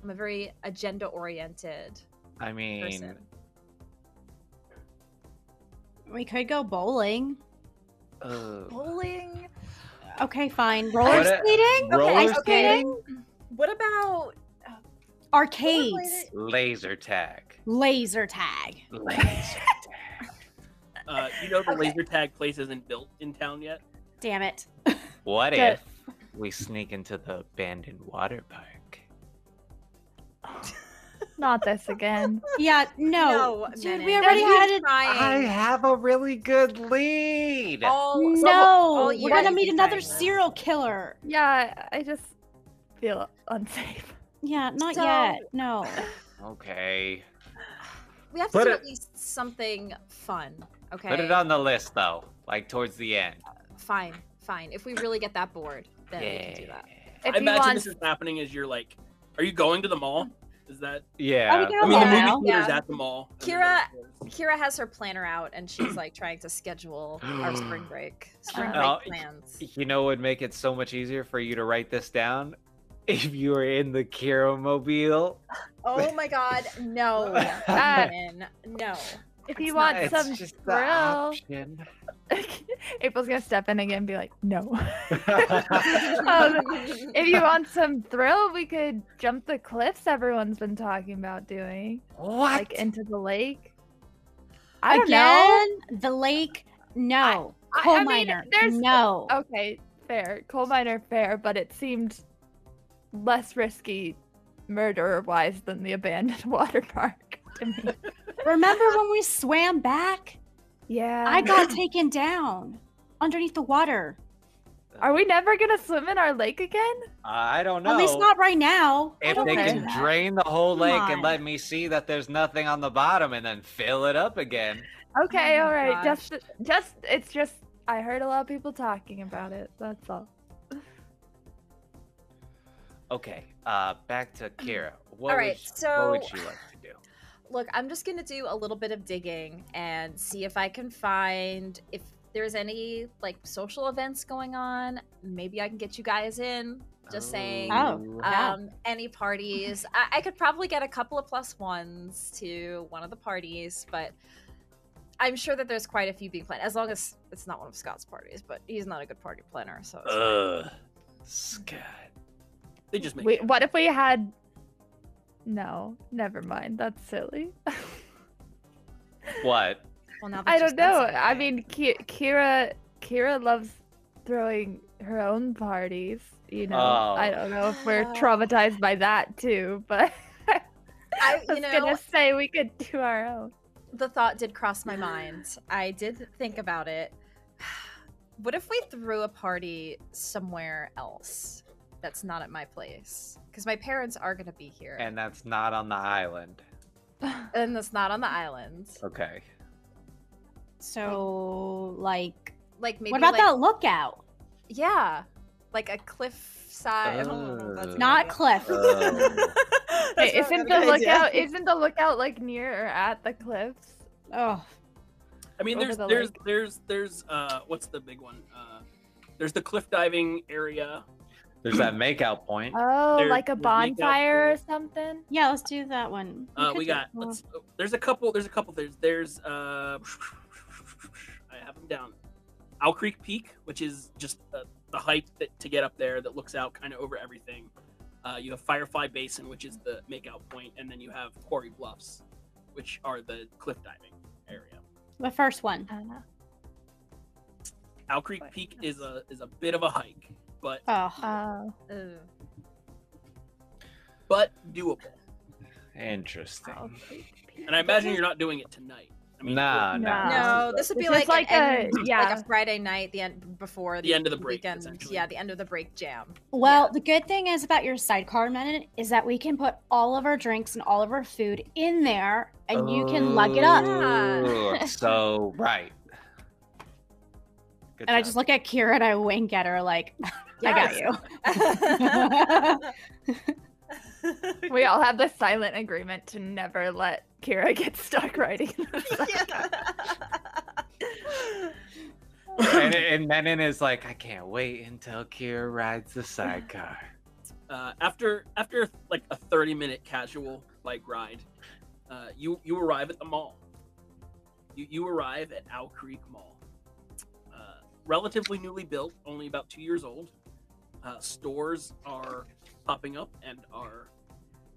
S2: I'm a very agenda-oriented
S4: I mean,
S2: person.
S3: We could go bowling.
S4: Oh.
S6: Bowling.
S3: Okay, fine. Roller
S4: What a-
S3: skating,
S4: Roller
S3: ice
S2: okay.
S3: skating,
S2: What about
S3: arcades,
S4: Laser tag.
S3: laser tag.
S4: Laser tag.
S1: Uh, you know the laser tag place isn't built in town yet.
S3: Damn it.
S4: What
S3: The-
S4: if we sneak into the abandoned water park?
S5: Not
S1: <laughs>
S5: this again.
S3: Yeah, no.
S2: No,
S3: Dude, we
S2: Menon.
S3: already
S2: Don't you
S3: had it.
S4: I
S2: trying
S4: have a really good lead.
S2: all so
S3: No,
S2: all
S3: we're
S2: you
S3: gonna
S2: guys
S3: meet
S2: do
S3: another
S2: trying.
S3: serial killer.
S5: Yeah, I just feel unsafe.
S3: Yeah, not
S2: So-
S3: yet. No.
S4: Okay.
S2: we have to
S4: Put
S2: do
S4: it-
S2: at least something fun. Okay.
S4: Put it on the list though, like towards the end.
S2: Fine, fine. If we really get that bored, then we can do that.
S5: If
S1: I
S5: you
S1: imagine
S5: want, <laughs>
S1: this is happening as you're like, are you going to the mall? Is that?
S4: Yeah.
S3: we can
S1: I mean, the
S3: Yeah.
S1: movie theater's
S2: Yeah.
S1: at the mall. and
S2: Kira-
S1: then there's-
S2: Kira has her planner out and she's like trying to schedule our spring break. Spring break
S4: Oh,
S2: plans.
S4: You know what would make it so much easier for you to write this down? <laughs> If you were in the Kiro mobile.
S2: Oh my god, no.
S1: <laughs>
S4: Ah.
S2: Menon, no.
S5: uh, if you
S2: it's
S5: want
S2: not-
S4: It's
S5: some
S4: just the
S5: thrill,
S4: option. <laughs>
S5: <laughs> April's gonna step in again and be like, "No." um, if you want some thrill, we could jump the cliffs everyone's been talking about doing,
S4: what?
S5: like into the lake. I don't know.
S3: Again, the lake. No.
S5: I- I
S3: Coal
S5: mean,
S3: miner.
S5: there's-
S3: no.
S5: <laughs> Okay, fair. Coal miner, fair, but it seemed less risky murderer-wise than the abandoned <laughs> water park to me.
S3: Remember when we swam back?
S5: yeah.
S3: I got taken down underneath the water.
S5: Are we never gonna swim in our lake again?
S4: I don't know.
S3: At least not right now. I
S4: if
S3: don't
S4: they
S3: wanna
S5: know
S4: can
S3: do that.
S4: drain the whole
S3: Come
S4: lake and
S3: on.
S4: let me see that there's nothing on the bottom and then fill it up again.
S5: Okay,
S2: my
S5: all right. Just, just, it's just. I heard a lot of people talking about it. That's all.
S4: Okay, uh, back
S3: <clears throat>
S4: to Kira. What,
S2: All right,
S4: would,
S2: so-
S4: what would you like to do?
S2: <laughs> Look, I'm just going to do a little bit of digging and see if I can find if there's any like social events going on. Maybe I can get you guys in. Just
S3: <laughs>
S2: saying.
S3: Oh. Yeah.
S2: Um, any parties? I-, I could probably get a couple of plus ones to one of the parties, but I'm sure that there's quite a few being planned. As long as it's not one of Scott's parties, but he's not a good party planner, so.
S4: Uh,
S2: it's fine.
S3: Oh.
S4: Ugh, Scott.
S1: They just make.
S5: Wait, what if we had? No, never mind. That's silly.
S4: What?
S2: Well, now that
S5: I
S2: you
S5: don't
S2: said
S5: know.
S2: something.
S5: I mean, Ki- Kira, Kira loves throwing her own parties. You know, I
S4: Oh.
S5: don't know if we're
S2: Oh.
S5: traumatized by that too, but <laughs> I <laughs>
S2: I- you
S5: was
S2: know-
S5: gonna say we could do our own.
S2: the thought did cross my mind. I did think about it. <sighs> What if we threw a party somewhere else that's not at my place? Because my parents are going to be here.
S4: And that's not on the island.
S2: and that's not on the island.
S4: Okay.
S3: So, like,
S2: Like maybe
S3: what about
S2: like,
S3: that lookout?
S2: Yeah, like a cliffside. Oh, that's
S4: Oh.
S2: a
S3: Not
S2: good
S3: Cliff.
S2: idea.
S4: Oh.
S5: Wait,
S2: That's not a
S5: isn't the
S2: good idea. <laughs>
S5: lookout? Isn't the lookout like near or at the cliffs?
S3: Oh,
S1: I mean,
S5: over
S1: there's
S5: the
S1: there's
S5: lake.
S1: there's there's uh, what's the big one? Uh, there's the cliff diving area.
S4: <laughs> There's that makeout point.
S5: Oh,
S1: There-
S5: like a
S1: there's lookout
S5: bonfire or
S1: points.
S5: something.
S3: yeah. Let's do that one.
S1: Uh,
S3: could
S1: we
S3: do
S1: got.
S3: that.
S1: Let's, there's a couple. There's a couple. There's there's. Uh, I have them down. Owl Creek Peak, which is just uh, the hike that to get up there that looks out kind of over everything. Uh, you have Firefly Basin, which is the makeout point, and then you have Quarry Bluffs, which are the cliff diving area.
S3: the first one.
S5: Uh,
S1: Owl Creek
S5: Right.
S1: Peak is a is a bit of a hike, but
S3: Oh,
S5: Oh,
S2: Ugh.
S1: but doable.
S4: Interesting.
S3: Oh.
S1: And I imagine you're not doing it tonight. I
S4: Nah,
S5: No.
S3: um,
S4: nah.
S2: No,
S1: but-
S2: this would be
S5: It's
S2: like,
S5: just
S2: like,
S5: like
S2: an,
S5: a-
S2: end- like
S5: yeah.
S2: <laughs> a Friday night, the end before
S1: The end of the break,
S2: weekend.
S1: essentially.
S2: Yeah, the end of the break jam.
S3: Well,
S2: Yeah.
S3: the good thing is about your sidecar minute is that we can put all of our drinks and all of our food in there, and you can lug it up.
S2: Yeah.
S4: Ooh, Oh, so right. Good
S3: And I
S4: job.
S3: just look at Kira and I wink at her like,
S2: <laughs>
S1: Oh,
S2: Yes.
S3: I got you.
S5: we all have the silent agreement to never let Kira <laughs> get stuck writing. this.
S2: <laughs>
S4: and, and Menon is like, I can't wait until Kira rides the sidecar.
S1: uh, after after like a 30 minute casual bike ride uh, you you arrive at the mall you you arrive at owl creek mall uh, relatively newly built, only about two years old. Uh, stores are popping up and are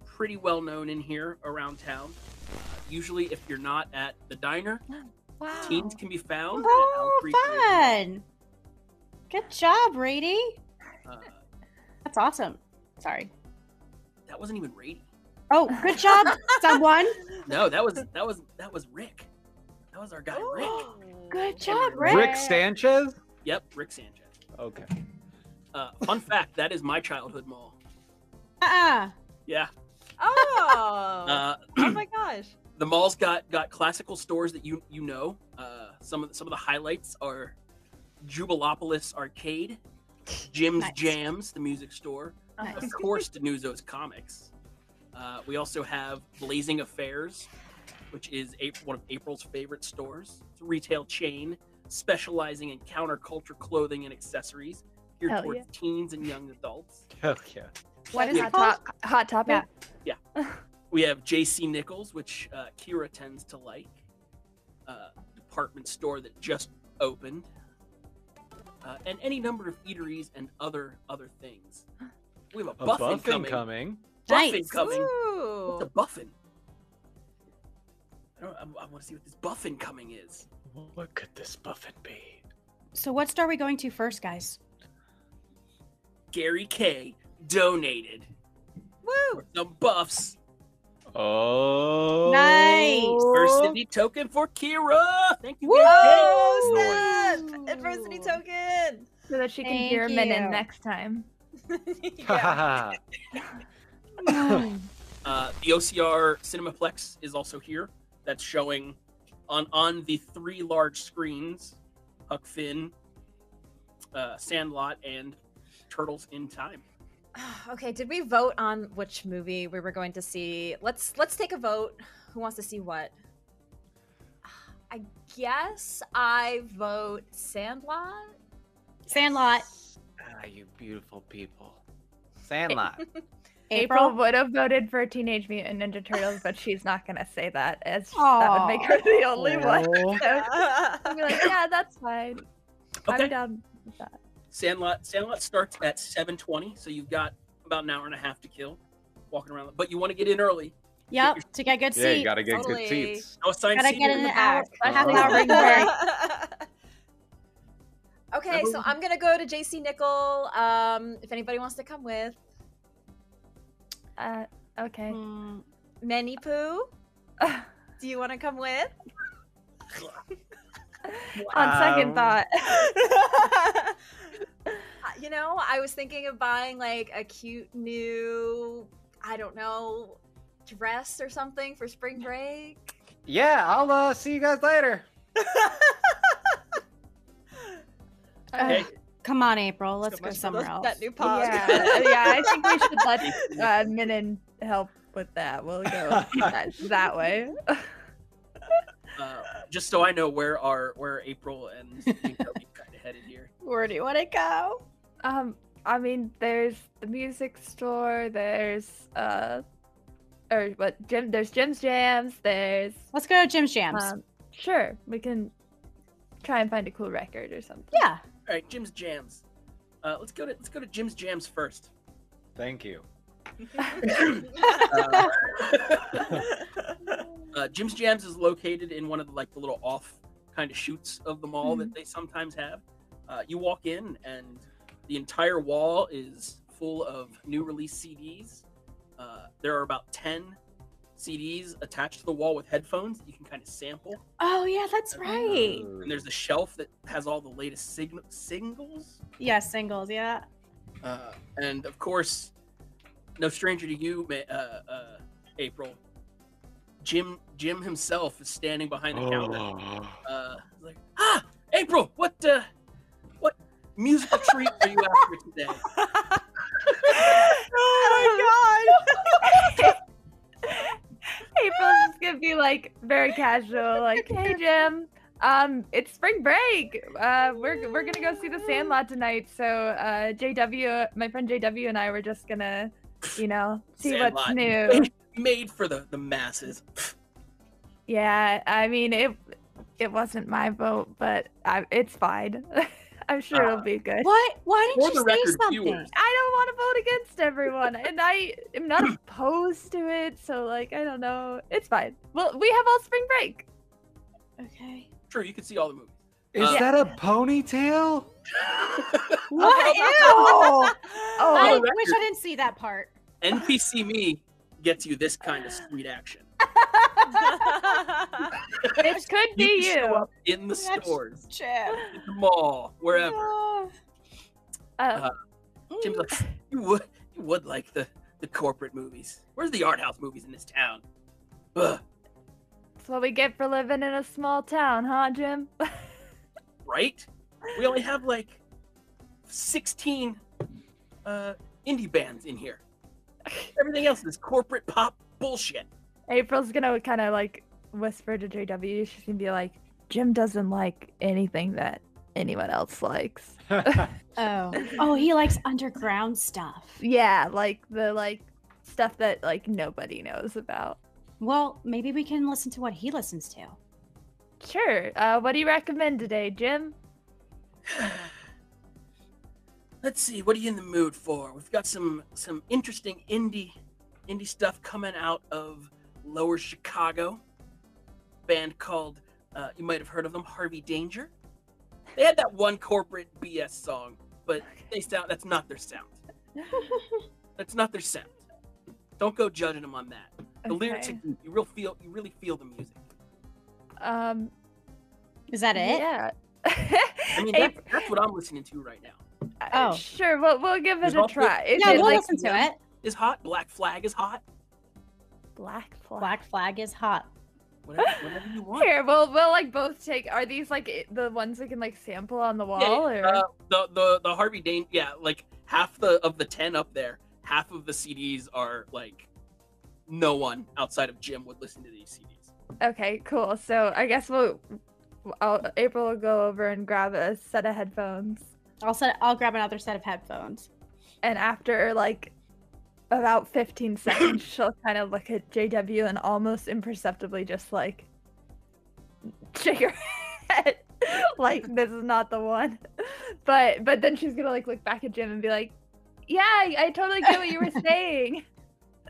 S1: pretty well known in here around town. Uh, usually, if you're not at the diner,
S5: Wow.
S1: teens can be found. at Owl
S3: Oh,
S1: Creek Road.
S3: fun! Good job, Rady.
S1: Uh,
S3: That's awesome. Sorry.
S1: that wasn't even Rady.
S3: Oh, good job, someone.
S1: No, that was that was that was Rick. That was our guy Rick.
S2: <gasps>
S3: Good job, Rick.
S4: Rick, Sanchez?
S1: Yep, Rick Sanchez.
S4: Okay. <laughs>
S1: Uh, fun fact: that is my childhood mall.
S3: Uh-uh.
S1: Yeah.
S2: Oh.
S1: Uh,
S2: oh my gosh.
S1: the mall's got got classical stores that you you know. Uh, some of the, some of the highlights are Jubilopolis Arcade, Jim's
S3: Nice.
S1: Jams, the music store,
S3: Nice.
S1: of course, Denuzo's Comics. Uh, we also have Blazing Affairs, which is a, one of April's favorite stores. It's a retail chain specializing in counterculture clothing and accessories geared
S5: Hell
S1: towards
S5: yeah.
S1: teens and young adults.
S4: Hell yeah.
S3: What is
S5: hot,
S3: it called?
S5: Top- hot topic.
S3: Yeah.
S1: We have J.C. Nichols, which uh, Kira tends to like, uh, department store that just opened, uh, and any number of eateries and other other things. We have a,
S4: A
S1: buffin,
S4: buffin
S1: coming.
S4: coming.
S1: Buffin
S3: Nice.
S1: coming. What's a
S2: Ooh.
S1: buffin? I don't. I, I want to see what this buffin coming is.
S4: What could this buffin be?
S3: So what store are we going to first, guys?
S1: Gary K donated
S2: Woo.
S1: some buffs.
S4: Oh. <laughs>
S3: Nice.
S2: Oh.
S1: Diversity token for Kira. Thank you,
S2: Woo.
S1: Gary K.
S2: Snap.
S3: Nice.
S2: Adversity token. <laughs>
S5: So that she can
S3: Thank
S5: hear him in
S3: you.
S5: next time.
S2: yeah.
S1: Uh, the OCR Cinemaplex is also here. That's showing on on the three large screens: Huck Finn, uh, Sandlot, and Turtles in Time.
S2: <sighs> Okay, did we vote on which movie we were going to see? Let's let's take a vote. Who wants to see what? <sighs> I guess I vote Sandlot.
S3: Sandlot.
S4: ah, you beautiful people. Sandlot.
S5: April,
S3: April.
S5: would have voted for Teenage Mutant Ninja Turtles, but she's not gonna say that as that would make her the only one.
S4: Oh.
S5: <laughs> So she'll be like, yeah, that's fine. I'm
S1: Okay,
S5: down with that.
S1: Sandlot. Sandlot starts at 7:20, so you've got about an hour and a half to kill, walking around. But you want to get in early.
S3: Yep. To get good
S4: Yeah,
S3: seat.
S4: you <laughs> gotta get
S2: Totally.
S4: good seats.
S1: No assigned
S3: Gotta
S1: seat
S3: get
S1: in
S3: an
S1: the
S3: hour,
S4: back.
S3: half an
S4: Oh.
S3: hour in break.
S2: <laughs> okay, so I'm gonna go to JC Nickel. Um, if anybody wants to come with
S5: Uh, okay.
S3: Mm,
S2: Many Poo, do you want to come with?
S5: <laughs> On second
S4: Um,
S5: thought,
S2: <laughs> you know, I was thinking of buying like a cute new, I don't know, dress or something for spring break.
S4: Yeah, I'll uh, see you guys later.
S5: Uh,
S1: Okay.
S3: Come on, April. <laughs> Let's
S1: So
S3: go
S1: much for
S3: somewhere
S2: That-
S3: else.
S2: That new pod.
S5: yeah,
S2: <laughs>
S5: yeah, I think we should let uh, Minin help with that. We'll go that, that way.
S1: Uh, just so I know where are where April and kind <laughs> of headed here.
S3: Where do you want to
S2: <laughs>
S3: go?
S5: Um, I mean, there's the music store. There's uh, or what? Jim. There's Jim's Jams. There's
S3: Let's go to Jim's Jams.
S5: um, sure we can try and find a cool record or <laughs> something.
S3: yeah.
S1: All right, Jim's Jams. Uh, let's go to let's go to Jim's Jams first.
S4: Thank you.
S1: Uh, uh, Jim's Jams is located in one of the, like the little off kind of shoots of the mall that they sometimes have. Uh, you walk in and the entire wall is full of new release CDs. Uh, there are about ten CDs attached to the wall with headphones that you can kind of sample.
S3: Oh yeah, that's right.
S1: And there's a shelf that has all the latest sign- singles.
S3: Yeah, singles. Yeah.
S1: Uh, and of course, no stranger to you, Ma- uh, uh, April. Jim Jim himself is standing behind the
S6: Oh.
S1: counter. Uh, like, ah, April, what uh, what musical treat are you after today?
S2: oh
S5: April's just gonna be like very casual, <laughs> like, "Hey Jim, um, it's spring break. Uh, we're we're gonna go see the Sandlot tonight. So uh, JW, my friend JW and I were just gonna, you know, see what's
S1: Sandlot.
S5: new.
S1: Made for the the masses.
S5: Yeah, I mean it. It wasn't my vote, but I, it's fine. <laughs> I'm sure
S1: Uh,
S5: it'll be good.
S3: What? Why
S1: For
S3: didn't you
S1: the
S3: say
S1: record,
S3: something?
S1: viewers.
S5: I don't want to vote against everyone, and I am
S1: <laughs>
S5: not opposed to it. So, like, I don't know. It's fine. Well, we have all spring break.
S3: Okay.
S1: True, you can see all the movies.
S4: Is
S1: Uh,
S4: that a ponytail?
S3: What?
S5: Oh,
S3: Oh, I
S1: the
S3: wish I
S1: record.
S3: didn't see that part.
S1: NPC me gets you this kind of sweet action. <laughs>
S5: it could
S1: You
S5: be
S1: can
S5: you.
S1: show up in the
S3: That's-
S1: stores,
S3: Chad.
S1: at the mall, wherever.
S3: <laughs>
S2: <laughs>
S3: Oh.
S5: Uh,
S1: Jim's
S3: Mm,
S1: like, you would, you would like the the corporate movies. Where's the art house movies in this town? Ugh,
S5: that's what we get for living in a small town, huh, Jim? <laughs>
S1: right? We only have like sixteen uh, indie bands in here. Everything else is corporate pop bullshit.
S5: April's gonna kind of like whisper to JW. She's gonna be like, Jim doesn't like anything that anyone else likes.
S3: Oh. Oh, he likes underground stuff.
S5: Yeah, like the like stuff that like nobody knows about.
S3: Well, maybe we can listen to what he listens to.
S5: Sure. Uh, what do you recommend today, Jim?
S1: <sighs> Let's see, what are you in the mood for? We've got some some interesting indie indie stuff coming out of Lower Chicago. Band called uh, you might have heard of them, Harvey Danger. They had that one corporate BS song, but they sound that's not their sound. That's not their sound. Don't go judging them on that. The lyrics are
S5: Okay.
S1: deep. You real feel you really feel the music.
S5: Um.
S3: Is that it?
S5: <laughs> Yeah.
S1: I mean
S5: Ap-
S1: that, that's what I'm listening to right now.
S5: uh,
S3: Oh.
S5: Sure. We'll we'll give
S1: There's
S5: it a
S1: also-
S5: try. Is
S3: Yeah,
S5: it
S3: we'll
S5: like
S3: listen to it.
S1: Is hot, Black Flag is hot.
S5: black flag?
S3: Black flag is hot.
S1: Whatever, whatever you want.
S5: Here, we'll we'll like both take. Are these like i- the ones we can like sample on the wall?
S1: yeah,
S5: or
S1: uh, the the the Harvey Dane, yeah, like half the of the ten up there, half of the CDs are like no one outside of Jim would listen to these CDs.
S5: Okay, cool. So I guess we'll. I'll, April will go over and grab a set of headphones.
S3: I'll set, I'll grab another set of headphones.
S5: And after like about 15 seconds, she'll kind of look at JW and almost imperceptibly just like shake her <laughs> head. like, this is not the one. But but then she's gonna like look back at Jim and be like, Yeah, I, I totally get what you were saying.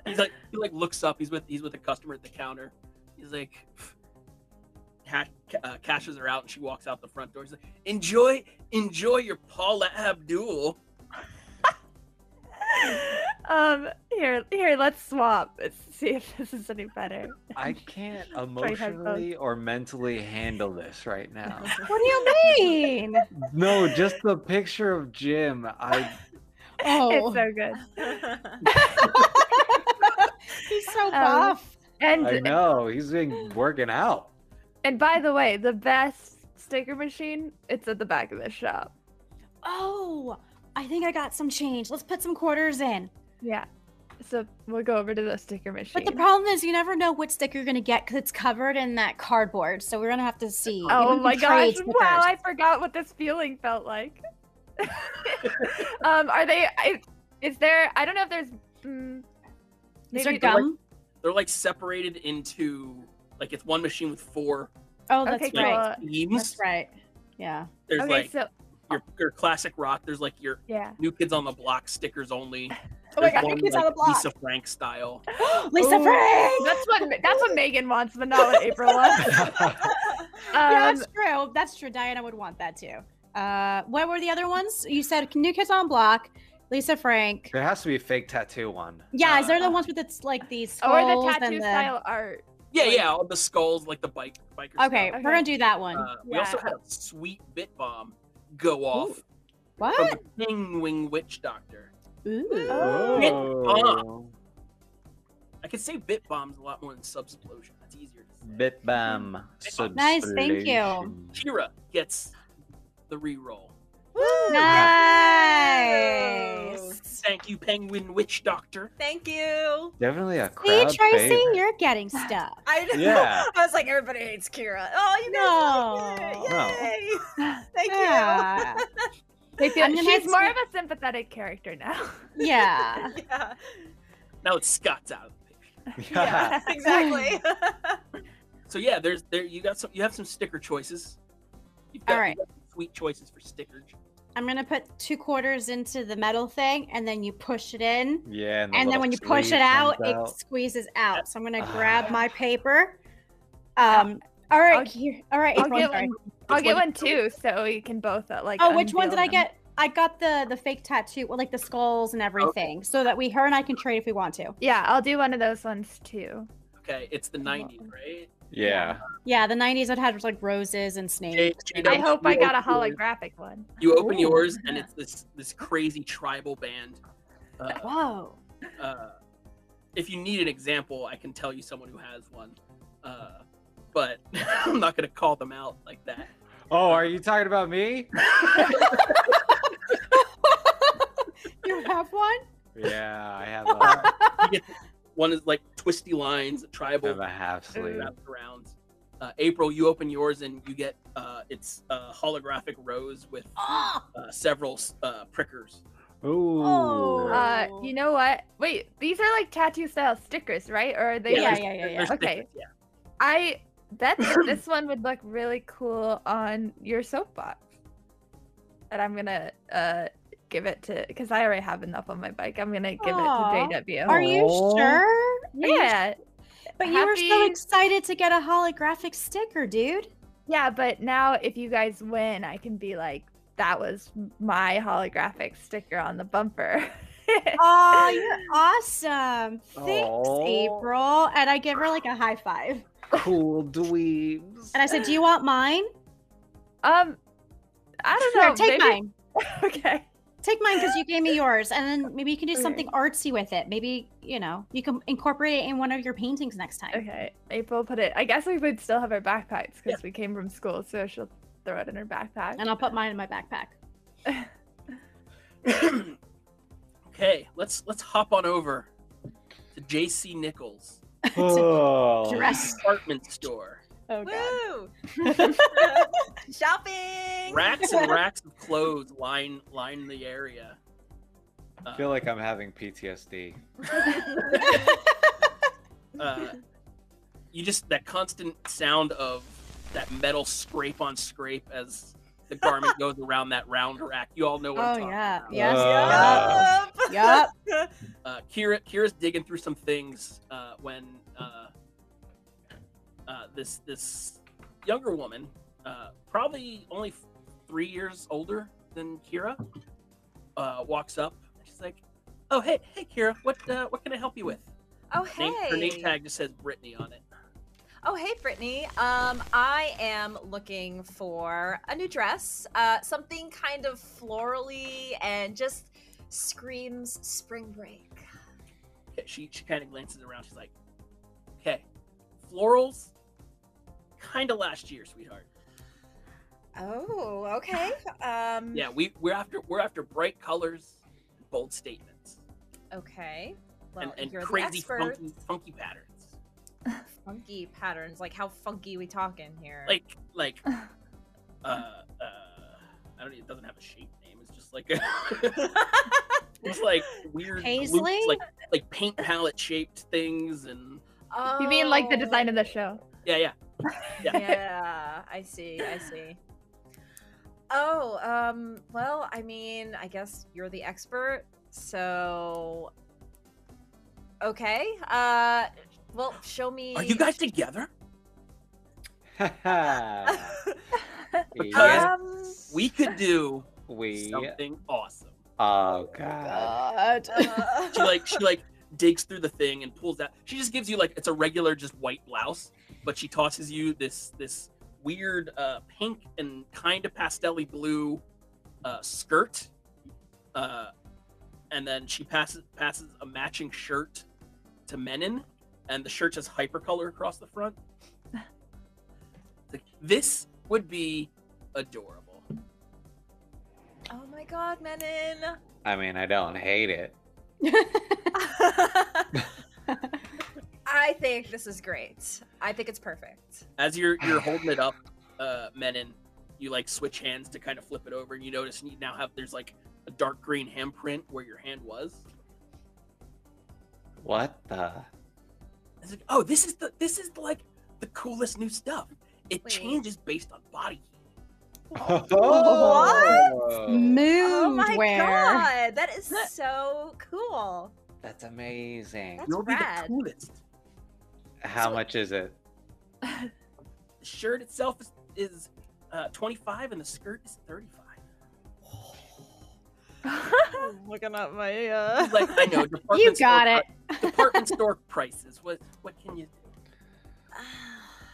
S1: He's like he like looks up. He's with he's with a customer at the counter. He's like ha- ca- uh, cashes her out, and she walks out the front door. He's like, enjoy enjoy your Paula Abdul.
S5: um, here, here, let's swap. Let's see if this is any better.
S4: <laughs> <laughs> I can't
S3: <laughs>
S5: Straight headphones.
S4: emotionally or mentally handle this right
S3: <laughs>
S4: now.
S3: What do you mean?
S4: no, just the picture of Jim. I
S3: Oh.
S5: It's so good.
S3: He's so
S5: buff. Um,
S3: <laughs>
S5: And
S4: I know he's been working out.
S5: And by the way, the best sticker machine, it's at the back of the shop.
S3: Oh, I think I got some change. Let's put some quarters in.
S5: Yeah. So we'll go over to the sticker machine.
S3: But the problem is, you never know what sticker you're gonna get because it's covered in that cardboard. So we're gonna have to see. Maybe
S5: oh
S3: we
S5: my
S3: can trade
S5: gosh. Wow,
S3: stickers.
S5: I forgot what this feeling
S3: <laughs>
S5: felt like. um, are they I, is there I don't know if there's
S3: Is there
S5: mm, maybe they're like-
S3: gum?
S1: They're like separated into like it's one machine with four
S3: Oh, that's
S5: Okay,
S3: right.
S5: cool.
S1: like beams.
S3: That's right. Yeah.
S5: <gasps>
S1: There's
S5: okay,
S1: like
S5: so
S1: your, your classic rock. There's like your
S5: yeah.
S1: New Kids on the Block stickers only.
S3: Oh my
S1: There's
S3: God, New
S1: one,
S3: Kids on
S1: like,
S3: the Block.
S1: Lisa Frank style.
S3: Lisa
S5: Ooh.
S3: Frank.
S5: That's what that's what Megan wants, but not what
S3: <laughs>
S5: April wants.
S3: yeah,
S5: Um,
S3: that's true. That's true. Diana would want that too. Uh, what were the other ones? You said New Kids on Block, Lisa Frank.
S4: There has to be a fake tattoo one.
S3: Yeah, is there the
S1: Uh,
S3: ones with it's like these
S5: Oh, or
S3: skulls
S5: the tattoo
S3: and the?
S5: style art.
S1: Yeah,
S5: Like-
S1: yeah, all the skulls, like the bike bikers.
S3: Okay,
S5: Okay.
S3: we're gonna do that one.
S1: Uh, We also
S5: Yeah.
S1: had a sweet bit bomb go off
S3: what?
S1: from the Penguin Witch Doctor.
S3: Ooh.
S5: uh,
S1: Oh. I could say bit bombs a lot more than subsplosion. That's easier to say.
S4: Bit bam.
S3: Nice, thank you.
S4: subsolution.
S1: Kira gets the reroll.
S2: Nice.
S3: Nice.
S1: Thank you, Penguin Witch Doctor.
S2: Thank you.
S4: Definitely a
S3: See,
S4: crowd
S3: Tracy,
S4: <laughs> favorite.
S3: you're
S5: <sighs>
S3: getting stuff.
S2: I know.
S4: Yeah.
S2: I was like, everybody hates Kira. Oh, you guys
S4: No.
S2: like it. Yay.
S3: <laughs>
S2: Thank
S3: yeah.
S5: They feel,
S3: I'm gonna
S5: Uh, she's
S3: have
S5: more
S3: to-
S5: of a sympathetic
S3: <laughs>
S5: character now. <laughs>
S3: yeah.
S2: you. <laughs> Yeah.
S1: Now it's Scott's out of the picture.
S2: Yeah. Exactly.
S1: So yeah, there's there you got some you have some sticker choices. You've got,
S3: All
S1: you
S3: right.
S1: got some sweet choices for stickers.
S3: I'm gonna put two quarters into the metal thing, and then you push it in,
S4: Yeah.
S3: and
S4: the
S3: then
S4: little
S3: when you push
S4: sleeve
S3: it out,
S4: comes out.
S3: it squeezes out. So I'm gonna
S4: Ah.
S3: grab my paper. Um. All right, here- all right,
S5: <laughs> Uh, I'll
S3: April.
S5: get
S3: I'm sorry.
S5: one. I'll
S1: Which
S5: get
S1: one-
S5: one too, so we can both uh, like.
S3: Oh, which one
S5: unveil
S3: did I
S5: them.
S3: get? I got the the fake tattoo, well, like the skulls and everything, so that we her and I can trade if we want to.
S5: Yeah, I'll do one of those ones too.
S1: Okay, it's the 90s, right?
S4: Yeah.
S3: Yeah, the '90s I'd had like roses and snakes.
S1: Jay- Jay
S5: I
S1: Dubs,
S5: hope
S1: you
S5: I got a
S1: open yours-
S5: holographic one.
S1: You open
S3: Ooh.
S1: yours, and it's this this crazy tribal band. Uh,
S3: Whoa.
S1: uh, if you need an example, I can tell you someone who has one, uh, but <laughs> I'm not going to call them out like that.
S4: Oh, are you talking about me?
S3: You have one?
S4: yeah, I have a,
S1: <laughs> One is like twisty lines,
S4: I
S1: tribal
S4: have a half <laughs> sleeve.
S1: wrapped around. Uh, April, you open yours, and you get uh, it's a holographic rose
S5: <gasps>
S1: with
S3: Oh,
S1: uh, several uh, prickers.
S4: Ooh.
S3: Oh.
S5: Uh,
S3: Ooh.
S5: you know what? Wait, these are like tattoo style stickers, right? Or are they?
S3: Yeah,
S5: just-
S3: yeah, yeah, yeah.
S1: There's
S5: Okay.
S1: different- yeah.
S5: I bet that this one would look really cool on your soapbox. And I'm gonna uh give it to because I already have enough on my bike. I'm gonna give
S3: Aw.
S5: it to JW.
S3: Are you
S4: Oh.
S3: sure? you
S5: yeah,
S3: But you were so
S5: Happy-
S3: excited to get a holographic sticker, dude.
S5: yeah. But now if you guys win, I can be like, that was my holographic sticker on the bumper. <laughs>
S3: Oh, you're <gasps> awesome. Thanks,
S4: Aw.
S3: April. And I give her like a high five.
S4: <laughs>
S3: <laughs>
S4: Cool dweebs.
S3: And I said, Do you want mine?
S5: um, I don't
S3: Here,
S5: know.
S3: take
S5: maybe-
S3: mine.
S5: Okay.
S3: Take mine because you gave me yours. And then maybe you can do
S5: Okay.
S3: something artsy with it. Maybe, you know, you can incorporate it in one of your paintings next time.
S5: Okay, April put it. I guess we would still have our backpacks because we came from school, so she'll throw it in her backpack.
S3: And I'll put mine in my backpack.
S1: okay, let's let's hop on over to J.C. Nichols
S4: Oh.
S3: Dress.
S1: department store.
S3: Oh,
S2: Woo! Shopping.
S1: Racks and racks of clothes line line the area.
S4: I feel like I'm
S3: <laughs>
S4: having <laughs> PTSD.
S1: uh, you just that constant sound of that metal scrape on scrape as the garment
S3: <laughs>
S1: goes around that round rack. You all know what
S3: Oh,
S1: I'm talking
S3: yeah.
S1: about.
S3: Yes.
S4: Uh.
S2: Yup.
S3: Yup.
S1: Uh, Kira, Kira's digging through some things uh, when uh, uh, this this younger woman, uh, probably only f- three years older than Kira, uh, walks up. She's like, "Oh hey hey Kira, what uh, what can I help you with?"
S2: Oh
S1: Her name-
S2: hey.
S1: her name tag just says Brittany on it.
S2: Oh, hey, Brittany. Um, I am looking for a new dress, uh, something kind of florally and just screams spring break.
S1: Okay, she she kind of glances around. She's like, "Okay, florals, kind of last year, sweetheart.
S2: Oh, <gasps> okay. Um,
S1: Yeah, we we're after we're after bright colors, and bold statements,
S2: Okay. Well,
S1: and,
S2: you're
S1: and
S2: the
S1: crazy
S2: expert.
S1: funky funky patterns.
S2: Funky patterns. Like, how funky we talking here?
S1: Like
S2: <laughs>
S1: like, uh, uh, I don't. e, It doesn't have a shape name. It's just like a, <laughs> it's like weird glutes,
S3: Paisley?
S1: like like paint palette shaped things, and
S2: oh,
S5: You mean like the design of
S3: <laughs>
S5: the show? <laughs>
S1: yeah, <laughs> yeah.
S2: yeah, I see. I see. Oh, um, well, I mean, I guess you're the expert, so okay. Uh, well, show me.
S1: Are Oh, you
S2: <laughs>
S1: guys together? Because-
S3: Uh-huh.
S4: yes,
S2: Um,
S1: We could do
S4: we.
S1: something awesome.
S4: Oh god.
S2: uh,
S1: <laughs> she like she like digs through the thing and pulls out she just gives you like it's a regular just white blouse but she tosses you this this weird uh pink and kind of pastelly blue uh skirt uh and then she passes passes a matching shirt to menon and the shirt has hypercolor across the front Like, this would be adorable
S2: oh my god, Menon.
S1: <laughs>
S2: <laughs>
S4: I mean, I don't hate it.
S2: I think this is great. I think it's perfect.
S1: as you're you're holding it up, uh, Menon, you like switch hands to kind of flip it over, and you notice you now have there's like a dark green handprint where your hand was.
S4: What the? <laughs>
S1: It's like, oh, this is the this is the, like the coolest new stuff. It
S2: Wait.
S1: changes based on body heat.
S4: What?
S2: Oh
S3: Moon
S2: my
S3: wear.
S2: god, that <laughs> is so cool.
S4: That's amazing.
S2: That's
S1: You'll be the
S2: rad.
S1: coolest.
S4: How much is it?
S1: The shirt itself is, is uh, 25 and the skirt is
S2: <laughs>
S1: 35.
S2: I'm looking at my uh
S1: He's <laughs> Like I
S2: <sighs>
S1: know department
S3: You
S1: store
S3: got it.
S2: <laughs>
S1: pri- department store prices. What what can you do?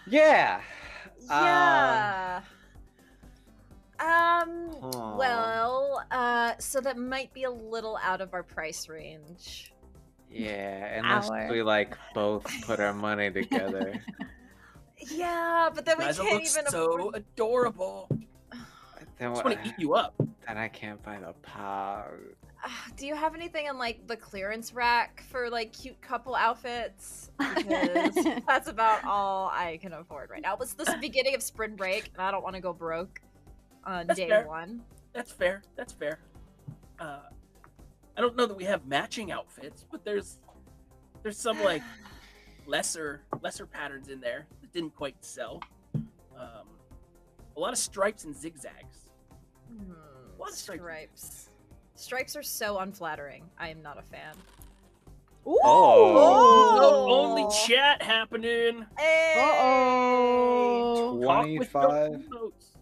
S4: Yeah.
S2: Yeah. Um
S4: Huh.
S2: well, uh so that might be a little out of our price range.
S4: Yeah, unless
S5: Hour.
S4: we like both put our money together.
S2: Yeah, but then we
S1: Guys, it
S2: can't
S1: looks
S2: even
S1: so
S2: afford
S1: adorable.
S4: then,
S1: I
S4: wha-
S1: just want to eat you up.
S4: then I can't buy the pop.
S2: Ah, <sighs> Do you have anything in like the clearance rack for like cute couple outfits? Because that's about all I can afford right now. It's the beginning of spring break, and I don't want to go broke on
S1: That's
S2: day
S1: fair.
S2: one.
S1: That's fair. That's fair. Uh, I don't know that we have matching outfits, but there's there's some like lesser lesser patterns in there that didn't quite sell. Um, a lot of stripes and zigzags.
S2: <sighs> Hmm,
S1: What stripes?
S2: stripes. Stripes are so unflattering. I am not a fan.
S4: Oh.
S1: No only chat happening.
S2: Hey! <laughs>
S3: Uh-oh.
S1: Talk with no
S4: 25.
S1: notes.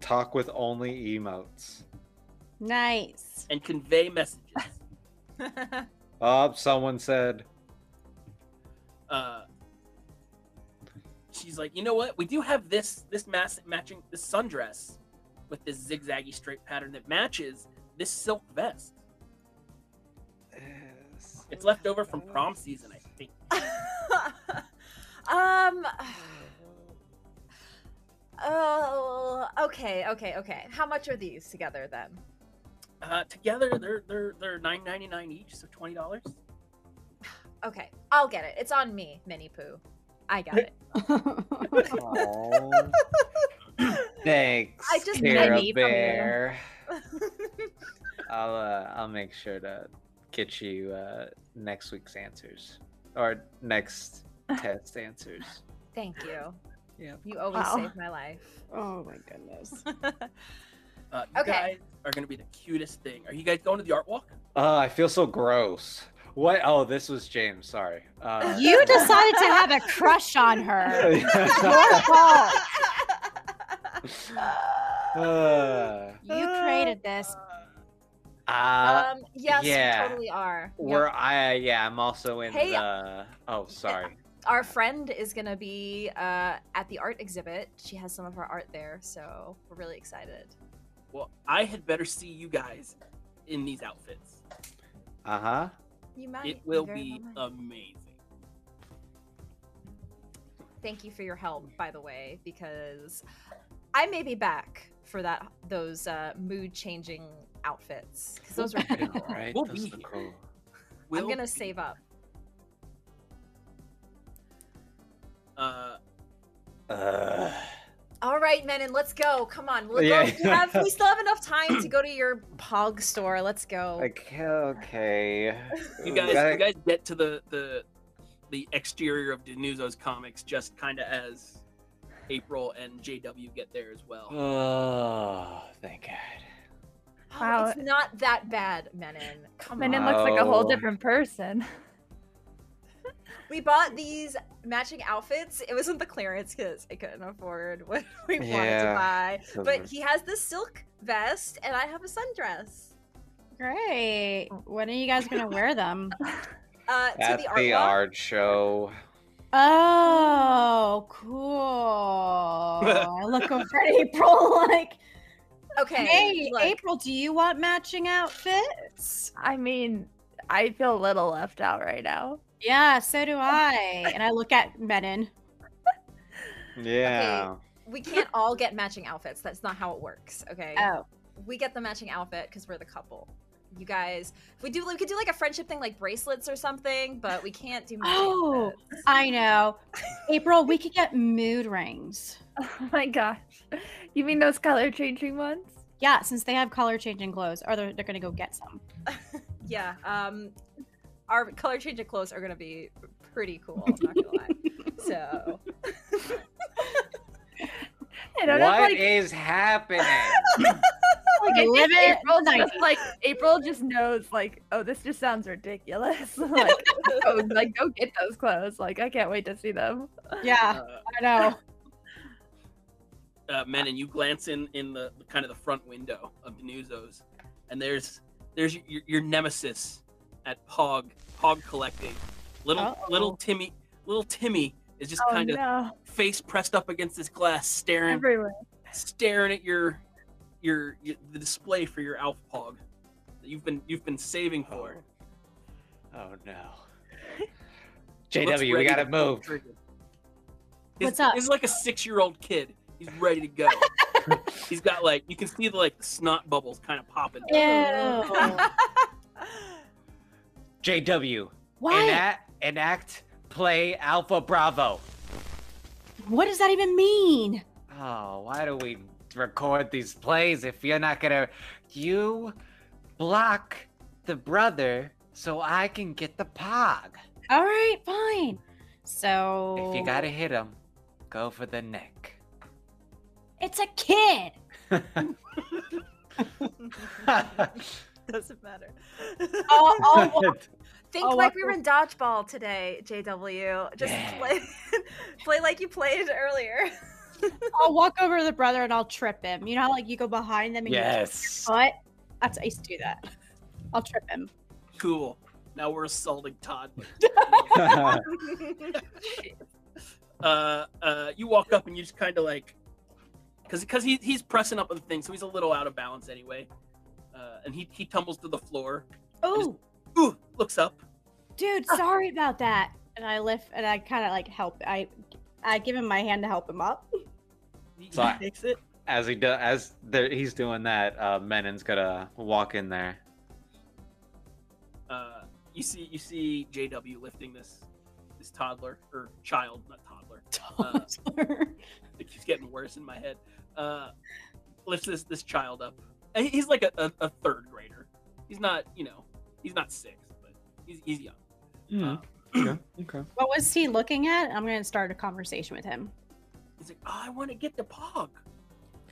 S4: Talk with only emotes.
S5: <laughs>
S3: Nice. <laughs>
S1: and convey messages. <laughs>
S4: Oh, someone said,
S1: uh, she's like, you know what? We do have this this mass matching this sundress with this zigzaggy straight pattern that matches this silk vest.
S4: "Yes."
S1: It's left over from prom season, I think.
S2: <laughs> um. Oh, okay, okay, okay. How much are these together then?
S1: Uh, together, they're they're they're nine ninety nine each, so twenty dollars.
S2: Okay, I'll get it. It's on me, Minnie Pooh. I got it.
S4: Aw. Thanks,
S2: I just- I
S4: Cara
S3: need from you.
S4: Bear. I'll uh, I'll make sure to get you uh, next week's answers or next test answers.
S2: Thank you.
S4: Yep.
S2: You always
S5: Wow.
S2: save
S3: <laughs>
S2: my life.
S3: oh my goodness.
S1: Uh, you
S2: Okay.
S1: guys are gonna be the cutest thing. Are you guys going to the art walk?
S4: Oh, I feel so gross. What? Oh, this was James. Sorry. Uh,
S3: <laughs> You decided to have a crush on her.
S4: <laughs>
S1: <laughs>
S4: Uh,
S3: You created this.
S4: uh,
S2: um, yes,
S4: yeah.
S2: we totally are. Yeah.
S4: where I yeah, I'm also in
S2: Hey,
S4: the. Oh, sorry.
S2: Our friend is going to be uh, at the art exhibit. She has some of her art there, so we're really excited.
S1: Well, I had better see you guys in these outfits.
S4: Uh huh.
S2: You might.
S1: It
S2: you
S1: will
S2: very
S1: be
S2: well might.
S1: amazing.
S2: Thank you for your help, by the way, because I may be back for that those uh, mood changing outfits because those were pretty cool.
S4: Right.
S1: We'll be
S4: Those are
S1: here.
S4: cool.
S1: Will
S2: I'm gonna
S1: be-
S2: save up.
S1: Uh,
S4: Uh,
S2: All right, Menon, let's go. Come on. We'll
S4: Yeah.
S2: go. We, have, we still have enough time to go to your pog store. Let's go.
S4: like okay.
S1: you guys,
S4: Gotta-
S1: you guys get to the the the exterior of Denuzo's comics just kind of as April and JW get there as well.
S4: Oh, thank God.
S2: Oh,
S5: Wow.
S2: <gasps> It's not that bad, Menon. Come
S5: Menon
S2: on.
S5: looks like a whole
S4: Oh.
S5: different person.
S2: we bought these matching outfits. It wasn't the clearance because I couldn't afford what <laughs> we wanted to
S4: Yeah.
S2: buy. But he has this silk vest, and I have a sundress.
S3: <laughs> Great. When are you guys gonna wear them?
S2: Uh,
S4: at
S2: to
S4: the
S2: the
S4: art,
S2: art walk.
S4: show.
S3: <laughs> Oh, cool. I <laughs> look over at April like,
S2: Okay.
S3: hey,
S2: look,
S3: April, do you want matching outfits?
S5: I mean, I feel a little left out right now. <laughs>
S3: Yeah, so do I. And I look at Menon.
S4: Yeah.
S2: we can't all get matching outfits. That's not how it works. Okay.
S3: Oh,
S2: we get the matching outfit because we're the couple. You guys, if we do, we could do like a friendship thing, like bracelets or something, but we can't do. matching
S3: Oh.
S2: outfits.
S3: <laughs> I know. April, we could get mood rings.
S5: Oh my gosh. You mean those color changing ones?
S3: Yeah, since they have color changing clothes, or they're, they're gonna go get some.
S2: yeah. Um, our color change of clothes are gonna be pretty cool. I'm not gonna lie. So
S5: I
S4: What
S5: don't
S4: is
S5: know. if, Like,
S4: happening?
S5: like, I
S3: Live
S5: think
S3: it,
S5: April
S3: night
S5: just
S3: it.
S5: like April just knows like, oh, this just sounds ridiculous. <laughs> like, oh, like go get those clothes. Like, I can't wait to see them.
S3: Yeah,
S1: Uh,
S3: I know.
S1: uh, Menon, you glance in in the the- kind of the front window of Benuzzo's, and there's there's your, your nemesis at Pog Pog Collecting. Little
S3: Uh-oh.
S1: little Timmy little Timmy is just
S5: Oh
S1: kind of
S5: no,
S1: face pressed up against this glass, staring
S5: everywhere.
S1: staring at your, your your the display for your Alf Pog that you've been you've been saving for.
S4: Oh no.
S1: Looks
S4: JW, we
S1: ready
S4: gotta
S1: to pull the
S4: move.
S1: trigger. He's-
S3: What's up?
S1: He's like a six-year-old kid. He's ready to <laughs> go. he's got like you can see the like snot bubbles kind of popping.
S3: <laughs> Ew.
S4: JW,
S3: Why?
S4: enact, enact, play Alpha Bravo.
S3: What does that even mean?
S4: Oh, why do we record these plays if you're not gonna. You block the brother so I can get the pog.
S3: All right, fine. So
S4: If you gotta hit him, go for the
S3: <laughs>
S4: neck. <laughs>
S3: it's a kid.
S2: Doesn't matter.
S3: I'll, I'll,
S2: Think
S5: Oh,
S2: like
S5: what
S2: we were in dodgeball today, JW. Just
S4: Yeah.
S2: play, <laughs> play like you played earlier.
S3: I'll walk over to the brother and I'll trip him. You know how like you go behind them and
S4: yes.
S3: you what? That's I used to do that. I'll trip him.
S1: Cool. Now we're assaulting Todd. <laughs> uh, uh, you walk up and you just kind of like, because because he, he's pressing up on the thing, so he's a little out of balance anyway, uh, and he he tumbles to the floor.
S3: Oh,
S1: Ooh, looks up.
S3: dude,
S4: Ah.
S3: sorry about that. And I lift and I kind of like help. I I give him my hand to help him up.
S1: He, he
S4: Sorry.
S1: takes it.
S4: <laughs> as he does, as there, he's doing that, uh, Menon's gonna walk in there.
S1: Uh, you see you see JW lifting this this toddler or child, not toddler. <laughs> Uh,
S4: Uh.
S3: <laughs>
S1: It keeps getting worse in my head. Uh, lifts this this child up. And he- He's like a, a, a third grader. He's not, you know, he's not six, but he's, he's young. Uh,
S4: okay.
S3: what was he looking at? I'm gonna start a conversation with him.
S1: he's like, oh, I want to get the pog.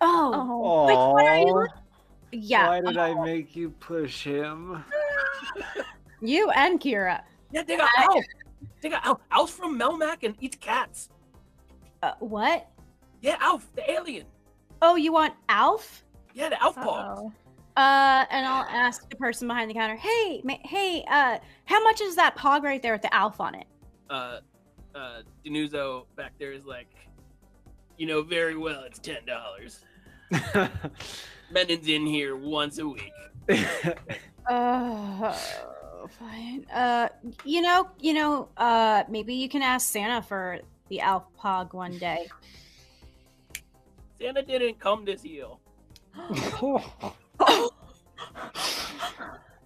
S3: Oh,
S5: Oh,
S4: Oh,
S3: Like, what are you look- yeah, Oh.
S4: Why did I make you push him? <laughs>
S3: you and Kira.
S1: Yeah, they got Al. They got Alf. Alf's from Melmac and eats cats.
S3: Uh, what?
S1: Yeah, Alf, the alien.
S3: Oh, you want Alf?
S1: Yeah, the Alf pog.
S5: Uh-oh.
S3: Uh, and I'll ask the person behind the counter, "Hey, ma- hey, uh, how much is that pog right there with the alf on it?"
S1: Uh, uh, Denuzo back there is like, you know very well it's ten dollars. Menon's in here once a week.
S3: Uh, fine. Uh, you know, you know, uh, maybe you can ask Santa for the alf pog one day.
S1: Santa didn't come this year.
S4: <laughs>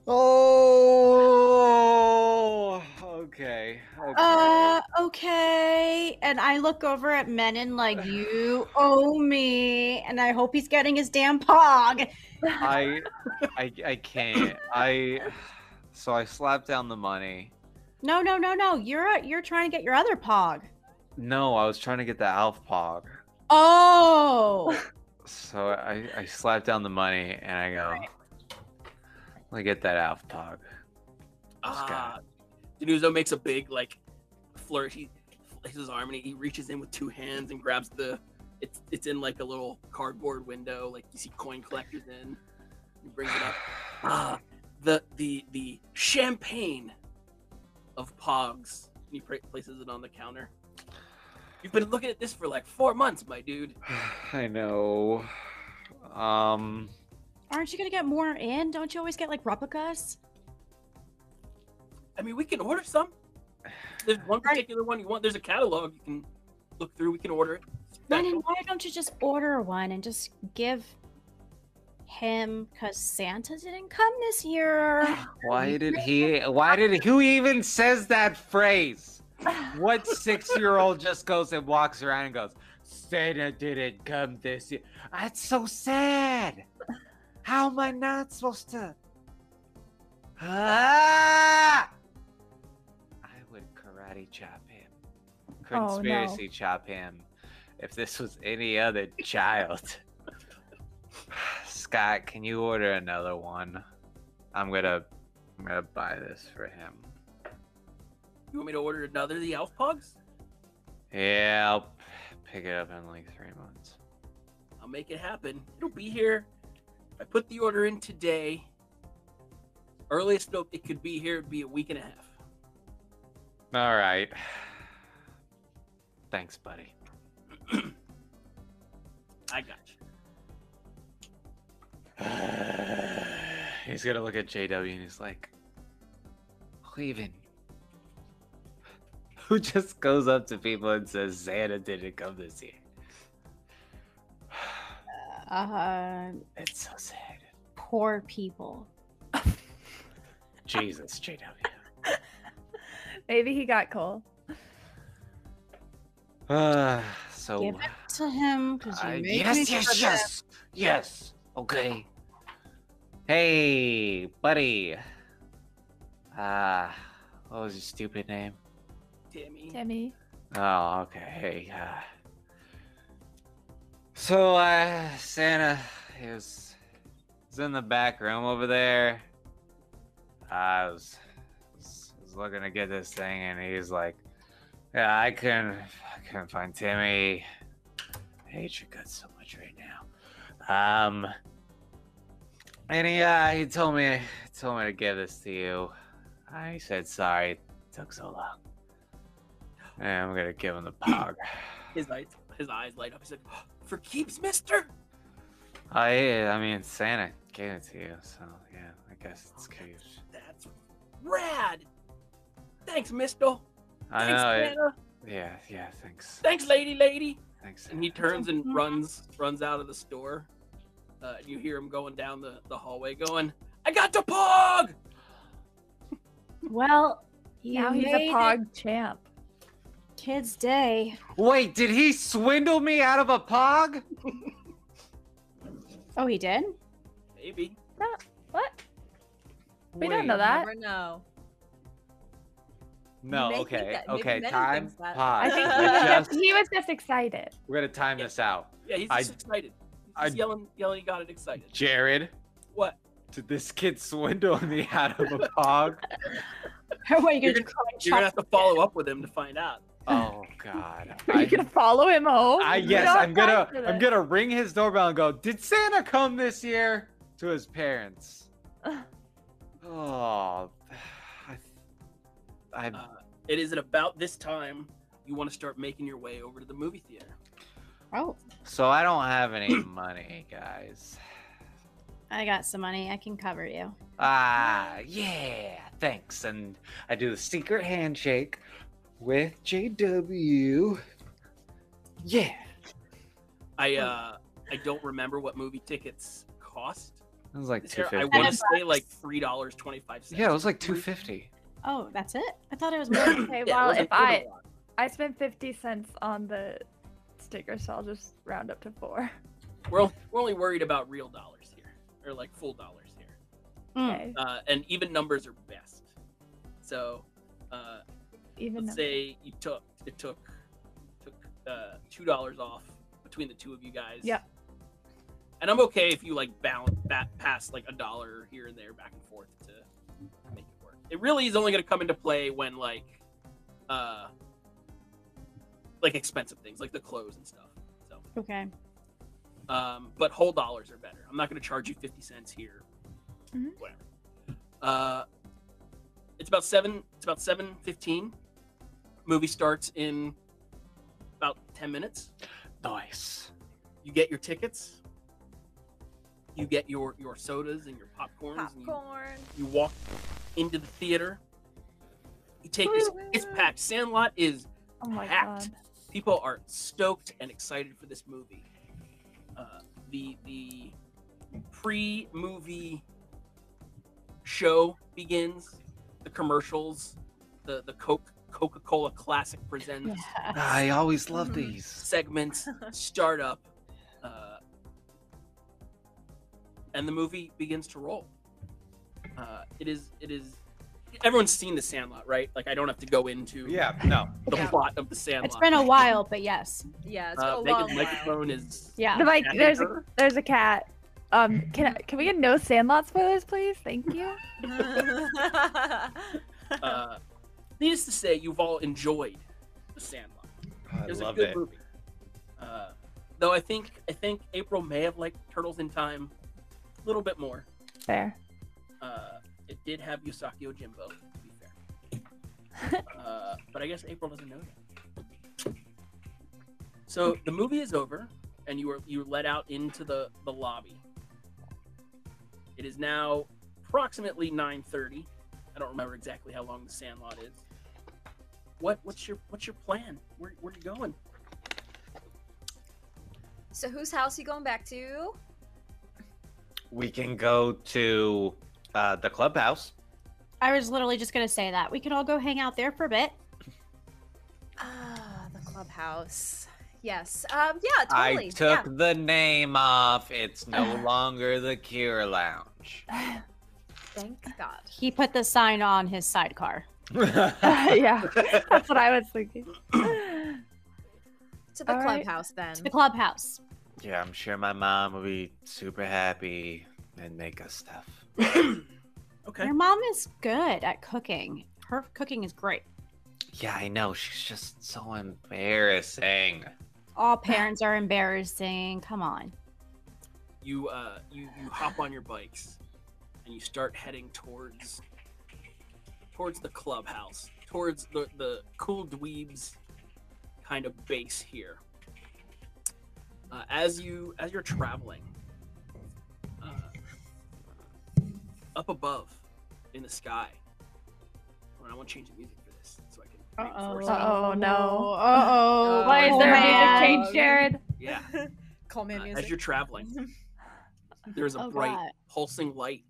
S4: oh. Okay. okay.
S3: Uh, okay. And I look over at Menon like, "You owe me," and I hope he's getting his damn pog.
S4: I, I, I can't. I. So I slapped down the money.
S3: No, no, no, no. You're you're trying to get your other pog.
S4: No, I was trying to get the Alf Pog.
S3: Oh.
S4: So I, I slapped down the money and I go, let me get that Alf Pog. <sighs> Just
S1: Ah,
S4: got
S1: Denuzo makes a big like flourish. He flings his arm and he reaches in with two hands and grabs the. It's it's in like a little cardboard window, like you see coin collectors in. He brings it up. Ah, the the the champagne of pogs. And he pra- places it on the counter. You've been looking at this for like four months, my dude.
S4: I know. Um,
S3: Aren't you gonna get more in? Don't you always get like replicas?
S1: I mean, we can order some. There's one particular one you want. There's a catalog you can look through. We can order it.
S3: Brennan, why don't you just order one and just give him because Santa didn't come this year?
S1: <sighs>
S4: why did he? Why did who even says that phrase?
S5: <laughs>
S4: What six-year-old just goes and walks around and goes, Santa didn't come this year. That's so sad. How am I not supposed to? Ah! I would karate chop him,
S5: Oh, no.
S4: conspiracy chop him, if this was any other child. <sighs> Scott, can you order another one? I'm gonna I'm gonna buy this for him.
S1: You want me to order another of the elf pugs?
S4: Yeah, I'll p- pick it up in like three months.
S1: I'll make it happen. It'll be here. If I put the order in today, earliest it'll- it could be here would be a week and a half.
S4: All right. <sighs> Thanks, buddy.
S1: I got you.
S4: he's gonna look at JW and he's like, Cleven. Who just goes up to people and says Xana didn't come this year?
S3: Uh,
S4: It's so sad.
S3: poor people.
S4: Jesus, JW. <sighs>
S5: Maybe he got coal.
S4: Uh, so
S3: Give it to him because you
S4: I-
S3: make me
S4: yes, yes,
S3: forget.
S4: yes, yes. Okay. Hey, buddy. Ah, what was your stupid name?
S1: Timmy.
S5: Timmy.
S4: Oh, okay. Uh, so, uh, Santa is is in the back room over there. I was, was, was looking to get this thing, and he's like, "Yeah, I couldn't, I couldn't find Timmy. I hate your guts so much right now." Um, and he uh, he told me told me to give this to you. I said sorry. It took so long. Yeah, I'm gonna give him the pog.
S1: His eyes, his eyes light up. He's like, "For keeps, Mister."
S4: I, I mean, Santa gave it to you, so yeah, I guess it's
S1: Okay.
S4: cute.
S1: That's rad. Thanks, Mister.
S4: I
S1: Thanks,
S4: know. It,
S1: Santa.
S4: yeah, yeah. Thanks.
S1: Thanks, lady, lady.
S4: Thanks.
S1: And he
S4: Santa.
S1: turns and runs, runs out of the store. Uh, you hear him going down the, the hallway, going, "I got the pog."
S3: Well, you
S5: Now he's a
S3: made it
S5: pog champ.
S3: Kids' day.
S4: Wait, did he swindle me out of a pog?
S3: Oh, he did. <laughs>
S1: Maybe.
S5: What? We don't know
S4: Wait,
S5: that.
S2: Never know.
S4: No.
S2: may think
S4: Okay.
S2: that- maybe
S4: Okay.
S2: Menon
S4: Time.
S2: thinks that.
S4: Pog.
S5: I think he
S4: we're,
S5: was
S4: just,
S5: just, he was just excited.
S4: we're gonna time
S1: Yeah.
S4: this out.
S1: Yeah, he's
S4: I-
S1: just excited. He's
S4: I-
S1: just yelling, yelling. He got it excited.
S4: Jared,
S1: What?
S4: did this kid <laughs> swindle me out of a pog?
S3: What are you
S1: You're
S3: gonna,
S1: gonna-
S3: try and
S1: You're gonna have
S3: chop-
S1: to follow up with him to find out.
S4: <laughs> Oh God.
S5: <laughs> Are you
S4: I-
S5: gonna follow him home?
S4: I
S5: We
S4: yes,
S5: don't
S4: I'm gonna
S5: have time for
S4: I'm gonna ring his doorbell and go, "Did Santa come this year?" to his parents.
S5: that.
S4: Oh, <sighs> I, I
S1: Uh, It is at about this time you want to start making your way over to the movie theater.
S3: Oh,
S4: so I don't have any money, guys.
S3: I got some money. I can cover you.
S4: Ah, yeah, thanks. And I do the secret handshake with JW. Yeah.
S5: Hmm.
S1: I uh, I don't remember what movie tickets cost.
S4: It was like
S1: This
S4: two
S1: year, I
S4: fifty.
S1: want
S3: wanna-
S1: to say like three dollars twenty five cents.
S4: Yeah, it was like two fifty.
S3: Oh, that's it. I thought it was
S1: <coughs>
S3: more.
S5: Okay, well, if I I spent fifty cents on the sticker, so I'll just round up to four.
S1: we're on- we're only worried about real dollars here, or like full dollars here,
S3: Mm.
S5: Okay,
S1: uh, and even numbers are best. So, uh,
S5: even
S1: let's
S5: though
S1: say you took it took took uh, two dollars off between the two of you guys.
S5: Yep.
S1: And I'm okay if you like balance back pass like a dollar here and there back and forth to make it work. It really is only going to come into play when like uh like expensive things like the clothes and stuff. So
S3: Okay.
S1: um, but whole dollars are better. I'm not going to charge you 50 cents here.
S5: Mhm.
S1: Whatever. Uh, it's about seven. It's about seven fifteen. Movie starts in about 10 minutes.
S4: Nice.
S1: You get your tickets. You get your your sodas and your popcorns. And you,
S2: Popcorn.
S1: you walk into the theater. You take your it's packed. Sandlot is
S5: oh my
S1: packed.
S5: god,
S1: people are stoked and excited for this movie. Uh, the the pre-movie show begins. The commercials, the the Coke Coca-Cola Classic presents
S4: I always love
S5: Mhm.
S4: these.
S2: <laughs>
S1: segments start up, uh, and the movie begins to roll. Uh, it is it is everyone's seen The Sandlot, right? Like I don't have to go into
S6: Yeah, no.
S1: the
S2: Yeah.
S1: plot of The Sandlot.
S3: It's been a while, but yes.
S2: Yeah, it's
S1: Uh,
S2: been a long
S1: Megan
S2: while.
S1: Microphone is.
S3: Yeah.
S5: The mic-
S1: Kathy
S5: there's a,
S1: Turner?
S5: there's a cat. Um, can I, can we get no Sandlot spoilers, please? Thank you.
S2: <laughs>
S1: Uh, needless to say, you've all enjoyed The Sandlot.
S6: I
S1: It was a
S6: love
S1: good
S6: it.
S1: movie. Uh, though I think I think April may have liked Turtles in Time a little bit more.
S5: There.
S1: Uh, it did have Yusaki Ojimbo, to be fair. uh, but I guess April doesn't know that. So the movie is over, and you are you are let out into the the lobby. It is now approximately nine thirty. I don't remember exactly how long the Sandlot is. What what's your what's your plan? Where where are you going?
S2: so whose house you going back to?
S4: We can go to
S6: Uh, the clubhouse.
S3: I was literally just gonna say that. We could all go hang out there for a bit.
S2: Ah, the clubhouse. Yes. Um. Yeah. Totally.
S4: I took the name off. It's
S2: <sighs>
S4: no longer the Cure
S2: <laughs>
S4: Lounge.
S2: Yeah. Thank God.
S3: He put the sign on his sidecar.
S5: <laughs> yeah, that's what I was thinking.
S2: To the
S5: All right.
S2: clubhouse then.
S3: To the clubhouse.
S4: Yeah, I'm sure my mom will be super happy and make us stuff.
S1: Okay.
S3: Your mom is good at cooking. Her cooking is great.
S4: Yeah, I know. She's just so embarrassing.
S3: <sighs> All parents are embarrassing. Come on.
S1: you uh, you you hop on your bikes and you start heading towards towards the clubhouse, towards the the cool dweebs kind of base here. Uh, as you as you're traveling uh, up above in the sky, Hold on, I want to change the music for this so I can reinforce it.
S5: Uh-oh. no.
S3: Uh oh.
S5: Why is there
S2: man.
S5: a music change, Jared?
S1: Yeah,
S2: <laughs> Call me
S1: uh,
S2: music.
S1: as you're traveling, there's a
S3: Oh,
S1: bright
S3: God.
S1: pulsing light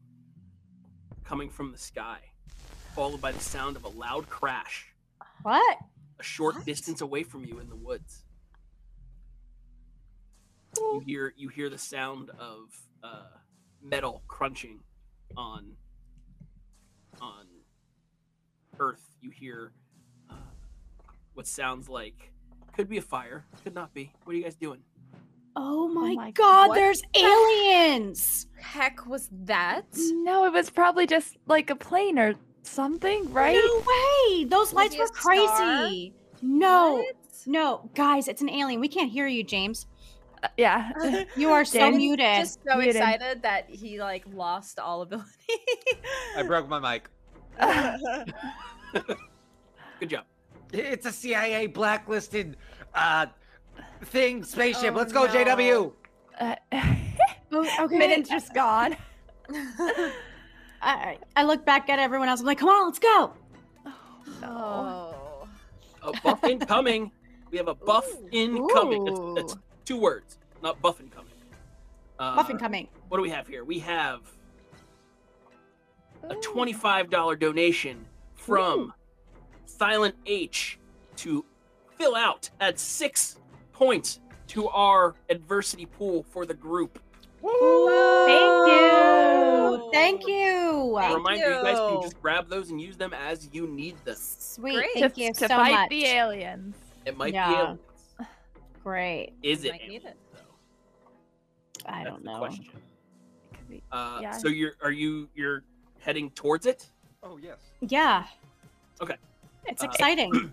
S1: coming from the sky, followed by the sound of a loud crash
S3: What?
S1: a short
S2: What?
S1: distance away from you in the woods. You hear you hear the sound of uh, metal crunching on on earth. You hear uh, what sounds like could be a fire, could not be. What are you guys doing?
S3: Oh my,
S5: my-
S3: god, <laughs>
S2: what
S3: there's aliens.
S2: Heck was that?
S5: No, it was probably just like a plane or something, right?
S3: No way. Those
S2: Was
S3: lights
S2: he a
S3: were crazy. No.
S2: What?
S3: No, guys, it's an alien. We can't hear you, James.
S5: Uh, Yeah. <laughs>
S3: <gasps> You are so
S5: James,
S3: muted.
S2: <laughs> Just so
S5: Muted.
S2: excited that he like lost all ability. <sighs>
S6: I broke my mic.
S2: <laughs>
S5: <laughs>
S1: Good job.
S4: It's a CIA blacklisted uh thing spaceship.
S2: Oh,
S4: Let's go,
S2: no.
S4: JW.
S5: Uh,
S3: Oh, okay.
S5: Minutes just gone.
S3: I, I look back at everyone else. I'm like, come on, let's go.
S2: oh.
S1: A buff
S2: <laughs>
S1: incoming. We have a buff
S2: Ooh.
S1: incoming. That's, that's
S3: Ooh.
S1: two words, not buff incoming. Uh,
S3: Muffin coming.
S1: what do we have here? We have
S5: Mm.
S1: a twenty-five dollar donation from Silent H to fill out at six points to our adversity pool for the group.
S2: Oh.
S3: Ooh,
S2: you.
S3: Thank you.
S1: A
S2: Thank
S1: reminder, you guys can
S2: you.
S1: just grab those and use them as you need them.
S3: Sweet.
S2: Great.
S3: Thank
S5: to,
S3: you
S5: to
S3: so
S5: fight
S3: much.
S5: the aliens. <sighs>
S1: It might be
S3: Yeah.
S1: aliens.
S3: Great.
S1: Is it
S2: Might need
S1: aliens,
S2: it.
S1: though?
S3: I
S1: That's
S3: don't
S1: the
S3: know.
S1: question.
S5: Could be-
S1: Uh,
S5: Yeah.
S1: So you're are you you're heading towards it?
S6: Oh yes.
S3: Yeah.
S1: Okay.
S3: It's
S1: Uh, <clears throat>
S3: exciting.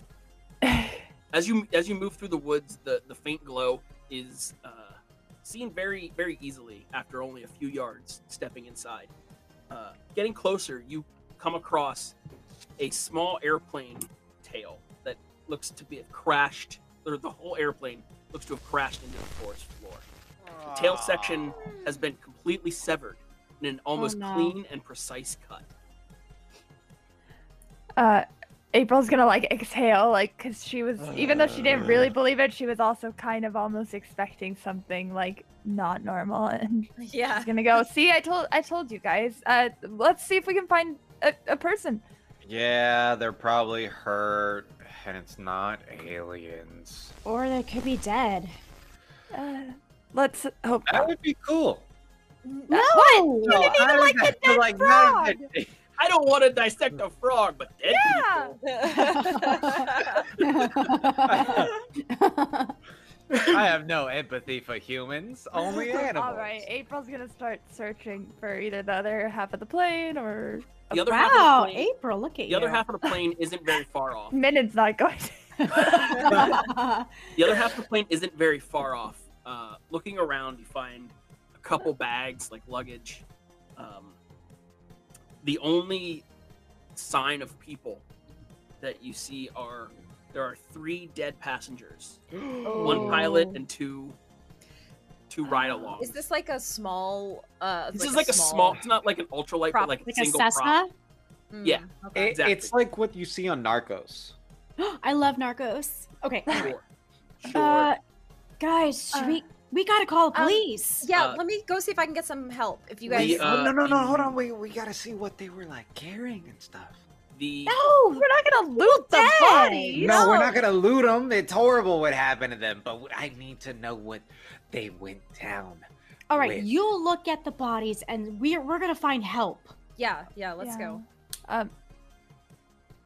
S1: as you as you move through the woods, the the faint glow is uh, seen very very easily after only a few yards stepping inside. Uh, getting closer, you come across a small airplane tail that looks to be have crashed, or the whole airplane looks to have crashed into the forest floor. The tail section has been completely severed in an almost
S3: Oh, no.
S1: clean and precise cut.
S5: Uh, April's gonna like exhale, like, cause she was, even though she didn't really believe it, she was also kind of almost expecting something like not normal, <laughs> and
S2: Yeah.
S5: she's gonna go. See, I told, I told you guys. Uh, let's see if we can find a, a person.
S4: Yeah, they're probably hurt, and it's not aliens.
S3: or they could be dead.
S5: Uh, let's hope.
S4: That
S5: not.
S4: would be cool.
S3: No. What? <laughs>
S4: <laughs> No, I would have to, like, not even-
S1: I don't want to dissect a frog, but dead
S2: Ah!"
S1: <laughs>
S5: Yeah.
S1: people.
S6: I have no empathy for humans,
S4: <laughs>
S6: only animals.
S5: All right, April's gonna start searching for either the other half of the plane or
S1: The other half
S3: wow,
S1: of the plane,
S3: April, look at
S1: the
S3: you.
S1: other half of the plane isn't very far off.
S5: Minion's not going.
S3: <laughs>
S1: The other half <laughs> of the plane isn't very far off. Uh, looking around, you find a couple bags, like luggage. Um, the only sign of people that you see are there are three dead passengers, one pilot
S3: Oh.
S1: and two two ride alongs.
S2: Uh, Is this like a small? uh
S1: This is like a small. It's not like an ultralight,
S2: prop,
S1: but like,
S3: like
S1: a
S3: a
S1: single prop.
S3: Cessna.
S2: Mm,
S1: yeah.
S2: okay.
S4: It-
S1: Exactly.
S4: It's like what you see on Narcos.
S3: <gasps> I love Narcos. Okay,
S1: Sure. Sure.
S3: <laughs> uh, guys, should
S5: Uh,
S3: we we gotta call the
S2: um,
S3: police.
S2: Yeah,
S1: Uh,
S2: let me go see if I can get some help. If you guys,
S1: We, uh,
S4: oh, no, no, no, hold
S1: you-
S4: on. We, we gotta see what they were like carrying and stuff.
S1: the
S3: no,
S5: We're not gonna loot the
S3: Dead.
S5: body.
S4: No, we're not gonna loot them. It's horrible what happened to them, but I need to know what they went down.
S3: All right,
S4: Wait.
S3: you look at the bodies, and we're we're gonna find help. <laughs>
S2: yeah, yeah, let's
S5: Yeah.
S2: go.
S5: Um.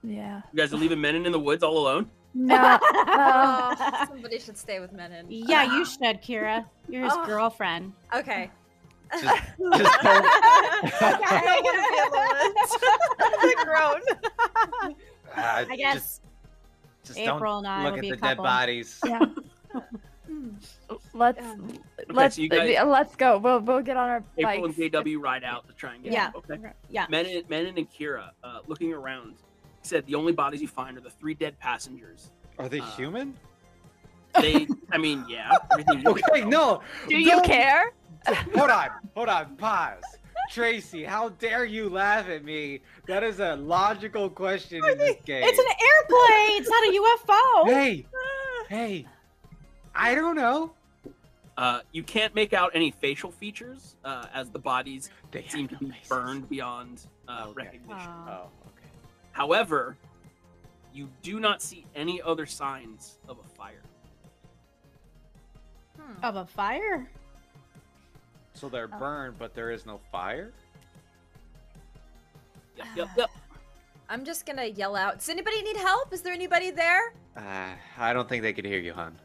S5: Yeah.
S1: you guys are leaving Menon in the woods all alone.
S5: No.
S2: Oh, <laughs> somebody should stay with Menon.
S3: yeah, you should, Kira. You're his
S4: Oh.
S2: Ugh.
S3: girlfriend.
S4: <laughs>
S2: Okay. <laughs>
S4: Just don't-
S2: I don't <laughs> want to be alone. Grown.
S3: <laughs>
S4: uh,
S3: I
S4: just-
S3: guess
S4: just don't
S3: April and I
S4: look
S3: will
S4: at
S3: be
S4: the
S3: a
S4: dead
S1: <laughs>
S3: couple.
S4: bodies.
S5: <laughs> Yeah. Hmm. Um, Let's let's
S1: so you guys-
S5: uh, let's go. We'll we'll get on our
S1: April
S5: bikes.
S1: and JW ride out to try and get
S3: Yeah.
S1: them. Okay.
S3: Yeah.
S1: Menon, Menon and Kira, uh, looking around, said the only bodies you find are the three dead passengers.
S4: Are they
S1: Uh,
S4: human?
S1: They, I mean, yeah, everything. you
S4: <laughs> Okay,
S1: know.
S4: no.
S5: Do you
S4: don't-
S5: care?
S4: Hold on, hold on, pause. Tracy, how dare you laugh at me? That is a logical question in this game.
S3: It's an Ah. airplane. It's not a UFO.
S4: hey, hey, I don't know.
S1: Uh, you can't make out any facial features uh, as the bodies
S4: They
S1: seem
S4: have
S1: to
S4: no
S1: be
S4: faces.
S1: burned beyond uh,
S4: Okay.
S1: recognition.
S3: Aw.
S4: Oh, okay.
S1: However, you do not see any other signs of a fire.
S2: Hmm.
S3: Of a fire?
S4: So they're burned, but there is no fire.
S1: Yep, yep, yep.
S2: I'm just gonna yell out. Does anybody need help? Is there anybody there?
S4: Uh, I don't think they could hear you, hon.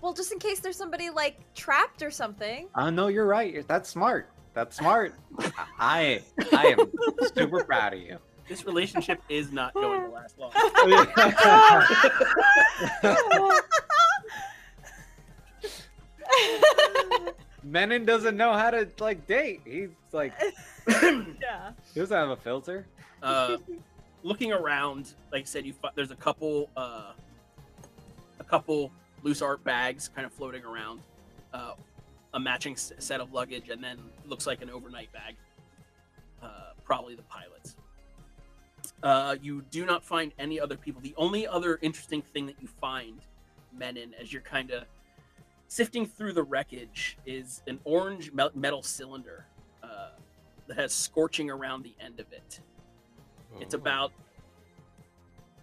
S2: Well, just in case there's somebody like trapped or something.
S4: Oh no, you're right. You're- That's smart. That's smart. <laughs> I I am super proud of you.
S1: This relationship is not going to last long.
S4: Menon doesn't know how to like date. He's like
S2: Yeah.
S4: he doesn't have a filter.
S1: Uh, looking around, like I said, you fi- there's a couple, uh, a couple loose art bags kind of floating around, uh, a matching s- set of luggage, and then looks like an overnight bag, uh, probably the pilot's. Uh, you do not find any other people. The only other interesting thing that you find, Menon, as you're kind of sifting through the wreckage, is an orange mel- metal cylinder uh, that has scorching around the end of it. It's
S4: Oh.
S1: about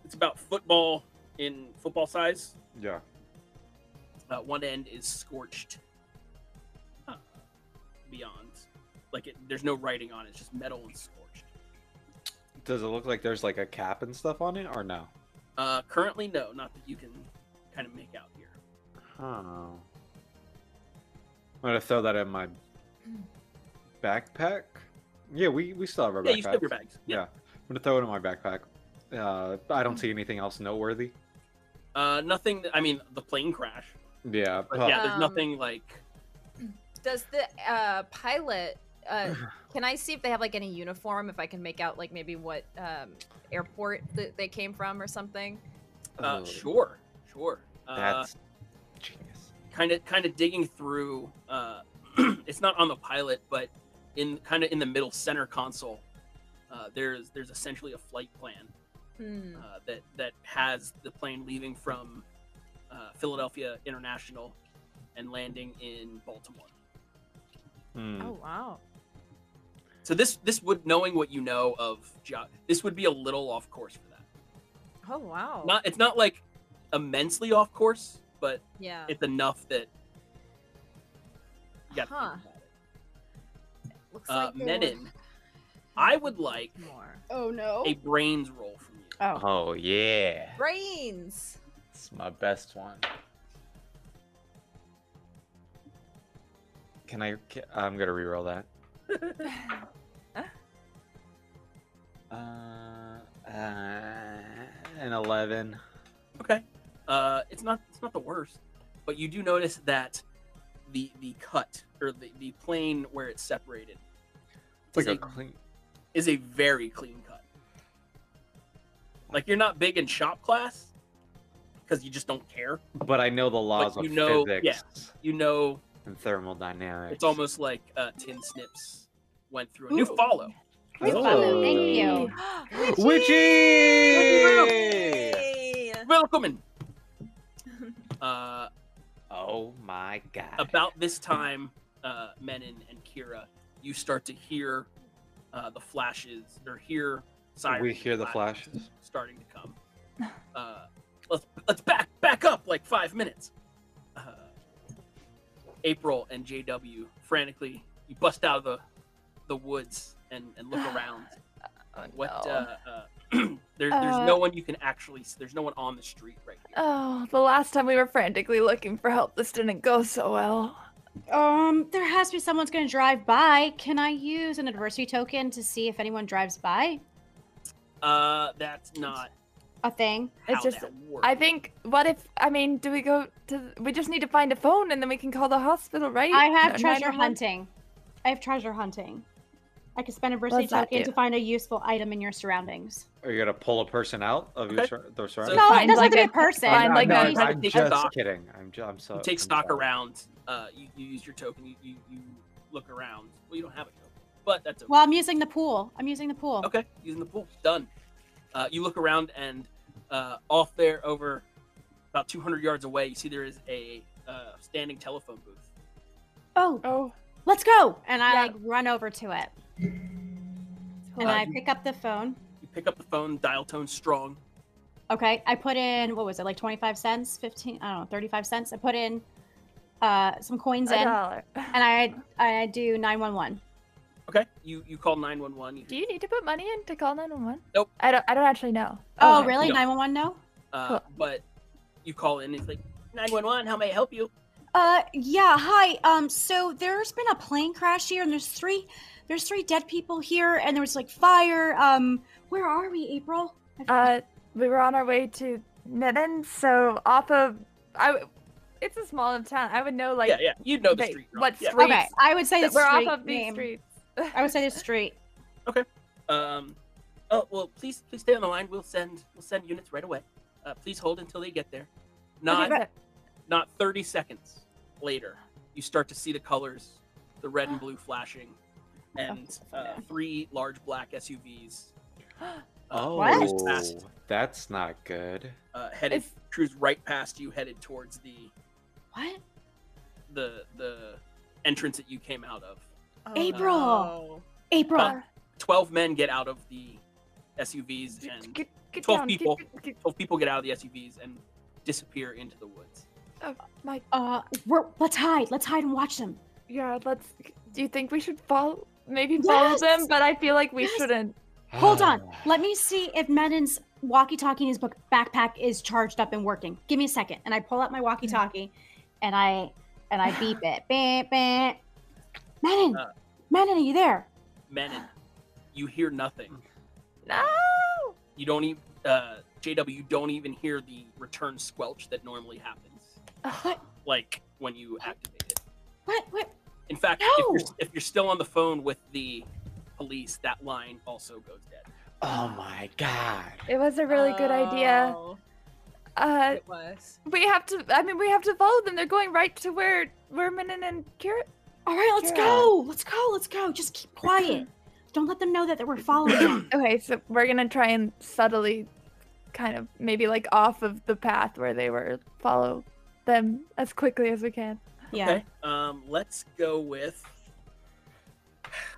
S1: it's about football in football size.
S4: yeah.
S1: Uh, one end is scorched uh, beyond, like it, there's no writing on it. It's just metal and scorched.
S4: Does it look like there's like a cap and stuff on it, or no?
S1: Uh, currently, no, not that you can kind of make out here.
S4: Oh. I'm gonna throw that in my backpack. Yeah, we we still have our
S1: Yeah,
S4: backpack.
S1: you still have your bags.
S4: Yeah. I'm gonna throw it in my backpack. Uh, I don't see anything else noteworthy.
S1: Uh, nothing. that- I mean, the plane crash.
S4: Yeah.
S1: But
S4: uh,
S1: yeah, there's
S2: Um,
S1: nothing like.
S2: Does the uh, pilot?
S4: <clears throat>
S2: Uh, can I see if they have like any uniform? If I can make out like maybe what um, airport that they came from or something.
S1: Uh,
S4: oh,
S1: sure, sure. Uh,
S4: That's genius.
S1: kind of kind of digging through uh <clears throat> it's not on the pilot but in kind of in the middle center console uh, there's there's essentially a flight plan
S2: Hmm.
S1: uh, that that has the plane leaving from uh, Philadelphia International and landing in Baltimore.
S4: Hmm.
S2: Oh wow.
S1: So this this would knowing what you know of geo- this would be a little off course for that.
S2: Oh wow.
S1: Not it's not like immensely off course, but
S2: yeah.
S1: it's enough that you gotta think
S2: Huh.
S1: about it.
S2: Looks
S1: Uh,
S2: they were-
S1: Menon, I would like
S2: more.
S3: Oh no.
S1: a brains roll from you.
S3: Oh.
S6: Oh
S2: <gasps>
S6: yeah,
S2: Brains.
S6: it's my best one. Can I? ca- I'm gonna
S1: <laughs>
S6: reroll that. Uh, uh, an eleven.
S1: Okay. Uh, it's not it's not the worst, but you do notice that the the cut or the, the plane where it's separated
S6: It's like
S1: is,
S6: a
S1: a,
S6: clean.
S1: is a very clean cut. Like you're not big in shop class because you just don't care.
S6: But I know the laws
S1: you
S6: of
S1: know-
S6: physics
S1: yeah. You know,
S6: and thermodynamics.
S1: it's almost like uh, Tin Snips went through a new follow.
S3: Please follow, thank you.
S6: Witchy!
S2: Yay!
S1: Welcome. Uh,
S6: Oh my god.
S1: about this time, uh, Menon and Kira, you start to hear uh, the flashes or hear sirens.
S6: we hear the
S1: flash-
S6: flashes.
S1: starting to come. Uh, let's let's back back up like five minutes. Uh, April and JW frantically you bust out of the the woods and, and
S5: <sighs>
S1: look around.
S5: Oh,
S1: What
S5: no.
S1: uh, uh, <clears throat> there, there's
S5: Uh,
S1: no one you can actually s- there's no one on the street right here.
S5: Oh, the last time we were frantically looking for help, this didn't go so well.
S3: Um, there has to be someone's going to drive by. Can I use an adversity token to see if anyone drives by?
S1: Uh, that's not
S3: A thing.
S1: how
S5: It's just,
S1: that works.
S5: I think, what if, I mean, do we go to, we just need to find a phone and then we can call the hospital, right?
S3: I have
S5: No,
S3: treasure
S5: 911?
S3: hunting. I have treasure hunting. I can spend adversity
S5: does that
S3: token
S5: do?
S3: to find a useful item in your surroundings.
S6: Are you gonna pull a person out of your
S1: Okay.
S6: sur- the
S1: So
S6: surroundings?
S3: No, it
S5: find
S3: doesn't
S5: like
S3: have to be
S5: a-
S3: a person.
S5: find like
S6: no,
S5: a-
S6: I'm,
S1: you have to
S6: I'm
S1: take
S6: just
S1: stock.
S6: kidding. I'm, ju- I'm
S4: Uh,
S6: so.
S1: you take
S6: I'm
S1: stock
S6: sorry.
S1: around. Uh, you, you use your token. You, you you look around. Well, you don't have a token, but that's okay.
S3: Well, I'm using the pool. I'm using the pool.
S1: Okay, using the pool. Done. Uh, you look around and uh, off there, over about 200 yards away, you see there is a uh, standing telephone booth.
S3: Oh,
S5: Oh,
S3: let's go! And I
S5: Yeah.
S3: like run over to it, and
S1: Uh,
S3: I
S1: you-
S3: pick up the phone.
S1: You pick up the phone, dial tone strong.
S3: Okay, I put in what was it like twenty five cents, fifteen? I don't know, thirty five cents. I put in uh some coins
S5: a
S3: in,
S5: dollar.
S3: and I I do nine one one.
S1: Okay, you you call 911. You,
S5: Do you need to put money in to call 911?
S1: Nope.
S5: I don't, I don't actually know.
S3: Oh,
S5: Okay.
S3: really?
S1: No.
S3: Nine one one? No.
S1: uh, But you call in. It's like 911. How may I help you?
S3: Uh, yeah. Hi. Um, so there's been a plane crash here, and there's three, there's three dead people here, and there was like fire. Um, where are we, April? I forgot.
S5: Uh, we were on our way to Menin, so off of, I, w- it's a small enough town. I would know, like,
S1: yeah, yeah. You know the
S5: they-
S1: street. you're on.
S5: what
S1: yeah.
S5: street-
S3: okay.
S5: streets.
S3: I would say the
S5: that we're
S3: street
S5: off of these
S3: name.
S5: streets.
S3: I would say the street.
S1: Um. Oh well, please please stay on the line. We'll send we'll send units right away. Uh, please hold until they get there. Not
S5: Okay,
S1: not 30 seconds later, you start to see the colors, the red and blue flashing, and uh, three large black
S5: <gasps>
S1: SUVs uh,
S6: Oh,
S3: What?
S1: cruise past,
S6: that's not good.
S1: uh, headed
S5: It's-
S1: cruise right past you, headed towards the
S3: What?
S1: the the entrance that you came out of.
S2: Oh,
S3: April.
S2: no.
S3: April.
S1: Uh, Twelve men get out of the SUVs,
S5: but-
S1: and
S5: get- get
S1: 12
S5: down, get-
S1: people.
S5: get- get-
S1: twelve people get out of the SUVs and disappear into the woods.
S5: My
S3: Uh, we're, let's hide. Let's hide and watch them.
S5: Yeah, let's. Do you think we should follow? Maybe follow
S3: Yes!
S5: them, but I feel like we
S3: Yes!
S5: shouldn't.
S3: Hold
S4: Oh,
S3: on.
S5: Ah.
S3: Let me see if Menon's walkie-talkie in his book backpack is charged up and working. Give me a second. And I pull out my walkie-talkie, and I and I beep
S5: <sighs>
S3: it. Beep, beep. Menon,
S5: Ah.
S1: Uh.
S3: Menon, are you there?
S1: Menon, you hear nothing.
S5: No.
S1: You don't even uh, JW. You don't even hear the return squelch that normally happens.
S3: What?
S1: like when you activate it.
S3: What? What?
S1: In fact, if,
S3: No!
S1: you're, if you're still on the phone with the police, that line also goes dead.
S6: Oh my god.
S5: It was a really good idea.
S2: Oh,
S5: Uh,
S2: It was.
S5: we have to. I mean, we have to follow them. They're going right to where where Menon and Kira.
S3: All right, let's
S5: Yeah.
S3: go. Let's go. Let's go. Just keep
S5: <clears throat>
S3: quiet. Don't let them know that we're following them.
S5: Okay, so we're gonna try and subtly, kind of maybe like off of the path where they were. Follow them as quickly as we can.
S3: Yeah.
S1: Okay. Um, let's go with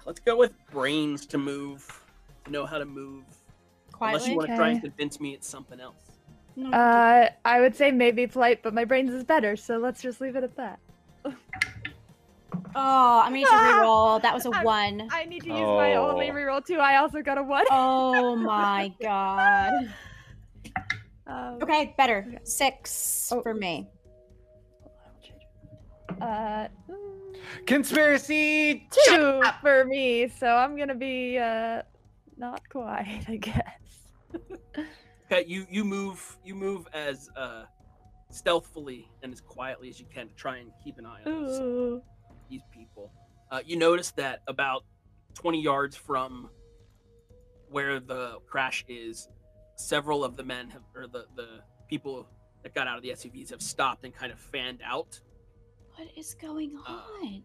S1: let's go with brains to move, to know how to move. Unless
S3: Quietly.
S1: you want to try and
S5: Okay.
S1: convince me it's something else.
S3: No,
S5: Uh, I would say maybe polite, but my brain's is better, so let's just leave it at that.
S3: Oh, I'm gonna <laughs> need to
S5: Ah!
S3: reroll. That was a
S5: I'm-
S3: one.
S5: I need to use my only
S4: Oh.
S5: reroll too. I also got a one.
S3: Oh <laughs> my god.
S5: Um,
S3: Okay, better. Six
S5: Oh.
S3: for me.
S5: Uh,
S4: Conspiracy.
S5: two for me, so I'm gonna be uh not quiet, I guess.
S1: Okay, you you move you move as uh, stealthfully and as quietly as you can to try and keep an eye on these,
S5: Ooh.
S1: these people. Uh, you notice that about twenty yards from where the crash is, several of the men have, or the the people that got out of the SUVs have stopped and kind of fanned out.
S3: What is going on?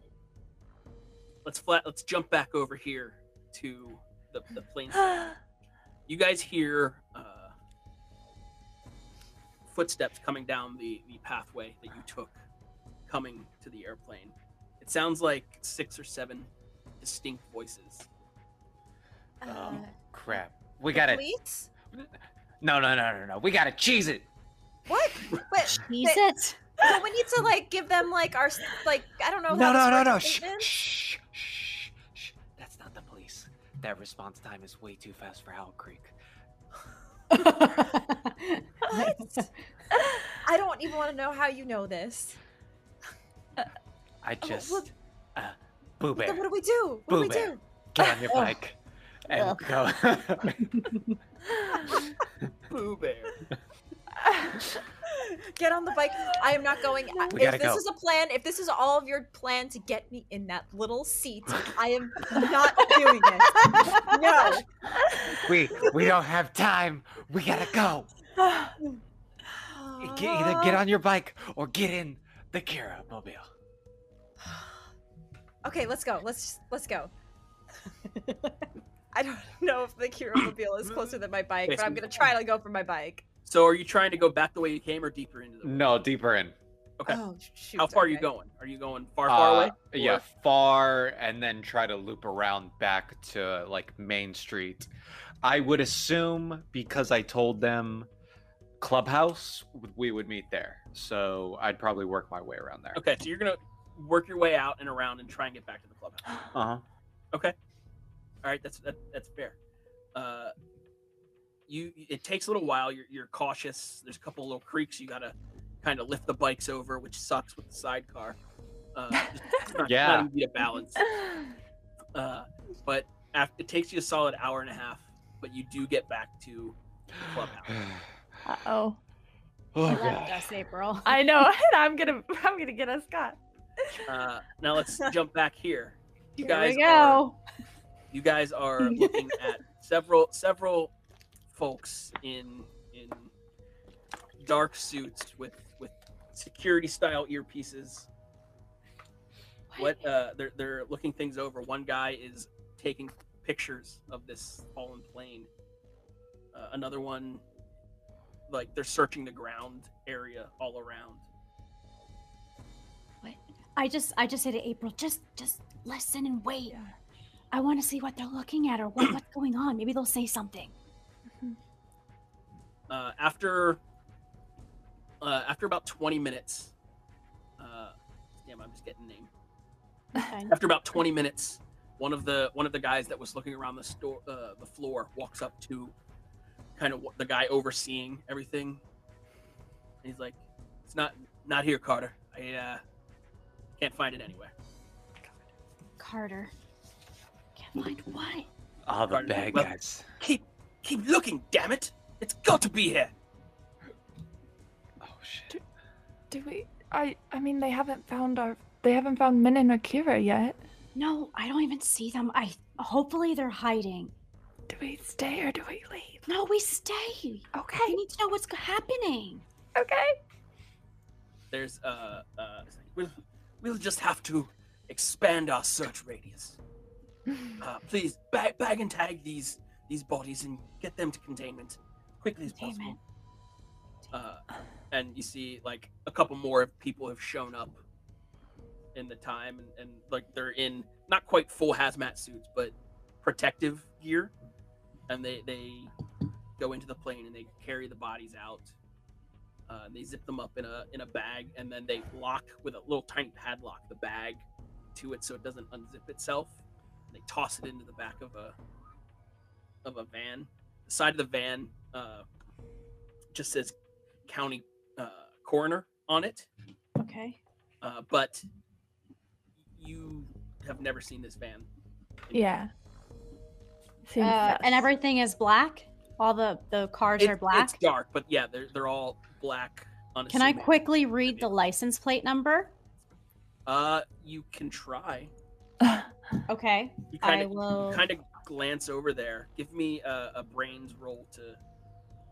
S1: Let's flat. Let's jump back over here to the the plane. you guys hear uh, footsteps coming down the, the pathway that you took coming to the airplane. It sounds like six or seven distinct voices.
S2: Uh,
S4: Oh crap. We gotta.
S2: Police?
S4: No, no, no, no, no. We gotta cheese it.
S2: What? But,
S3: Cheese <laughs> it.
S2: but we need to like give them like our s- like I don't know.
S4: No,
S2: how
S4: no,
S2: this
S4: no, no.
S2: works,
S4: Shh, <laughs>
S2: statements.
S4: shh, shh, shh. That's not the police. That response time is way too fast for Owl Creek.
S2: What? <laughs> I don't even want to know how you know this.
S4: I
S2: Oh,
S4: just.
S2: look.
S4: uh, Boo
S2: Then
S4: Bear,
S2: what do we do? What do we
S4: Boo Bear.
S2: do?
S4: get on your bike and
S3: Ugh.
S4: go. <laughs>
S1: Boo Bear.
S2: Get on the bike. I am not going. I-
S4: We
S2: If
S4: gotta
S2: this
S4: go.
S2: is a plan, if this is all of your plan to get me in that
S4: <laughs>
S2: little seat, I am not doing it. No.
S4: we we don't have time. We gotta go. Get, either
S2: Ah.
S4: get on your bike or get in the Kira mobile.
S2: Okay, let's go. Let's just,
S4: <laughs>
S2: let's go. I don't know if the Kira mobile is closer than my bike,
S1: Okay,
S2: but
S1: so
S2: I'm
S1: we-
S2: gonna try to go for my bike.
S1: So are you trying to go back the way you came or deeper into the
S6: No, deeper in.
S1: Okay.
S2: Oh shoot!
S1: How far are you
S2: okay.
S1: going? Are you going far, far away?
S6: Uh, Yeah,
S1: Or-
S6: far, and then try to loop around back to like Main Street. I would assume because I told them clubhouse, we would meet there. So I'd
S4: <gasps>
S6: probably work my way around there.
S1: Okay, so you're gonna work your way out and around and try and get back to the clubhouse.
S6: Uh huh.
S1: All right, that's that, that's fair. Uh, you it takes a little while. You're, you're cautious. There's a couple little creeks you gotta kind of lift the bikes over, which sucks with the sidecar. Uh, just- it's not,
S6: Yeah.
S1: not easy to balance. Uh, but after, it takes you a solid hour and a half, but you do get back to the clubhouse.
S5: Uh oh.
S3: You left us, April.
S5: I know, <laughs> and I'm gonna I'm gonna get us got.
S1: Uh, now let's jump back
S3: <laughs>
S1: here. You
S3: Here
S1: guys
S3: we
S1: are
S3: go.
S1: you guys are
S3: <laughs>
S1: looking at several several folks in in dark suits with with security style earpieces what uh they're they're looking things over one guy is taking pictures of this fallen plane uh, another one like they're searching the ground area all around
S3: I just I just said to April, just just listen and wait.
S5: Yeah.
S3: I want to see what they're looking at or what, what's going on. Maybe they'll say something.
S1: uh, after uh, after about 20 minutes uh, damn i'm just getting name after about 20 minutes one of the one of the guys that was looking around the store uh, the floor walks up to kind of the guy overseeing everything and he's like it's not not here carter i uh, can't find it anywhere
S3: Carter. Can't find what?
S4: All the
S1: Pardon me,
S4: bad
S1: well-
S4: guys.
S1: keep keep looking damn it it's got to be here
S4: Oh shit.
S5: Do we I I mean they haven't found our they haven't found Min and Akira yet.
S3: No, I don't even see them. I hopefully they're hiding.
S5: Do we stay or do we leave?
S3: No, we stay. We
S5: Okay.
S3: need to know what's happening.
S5: Okay.
S1: there's uh, uh we'll we'll just have to expand our search radius Uh, please bag, bag and tag these these bodies and get them to containment quickly as possible.
S3: Containment.
S1: Uh, and you see like a couple more people have shown up in the time, and, and like they're in not quite full hazmat suits, but protective gear, and they they go into the plane and they carry the bodies out. Uh, and they zip them up in a in a bag, and then they lock with a little tiny padlock the bag to it so it doesn't unzip itself. They toss it into the back of a of a van. The side of the van uh, just says county uh, coroner on it,
S3: Okay.
S1: uh, but you have never seen this van. in your
S5: Yeah. Seems
S3: Uh,
S5: sus.
S3: and everything is black. All the the cars
S1: It-
S3: are black.
S1: It's dark, but yeah, they're they're all black.
S3: Can I
S1: unassuming.
S3: quickly read the license plate number?
S1: Uh, you can try.
S3: Okay.
S1: You
S3: I
S1: kind of
S3: will-
S1: kind of glance over there. Give me a, a brains roll to,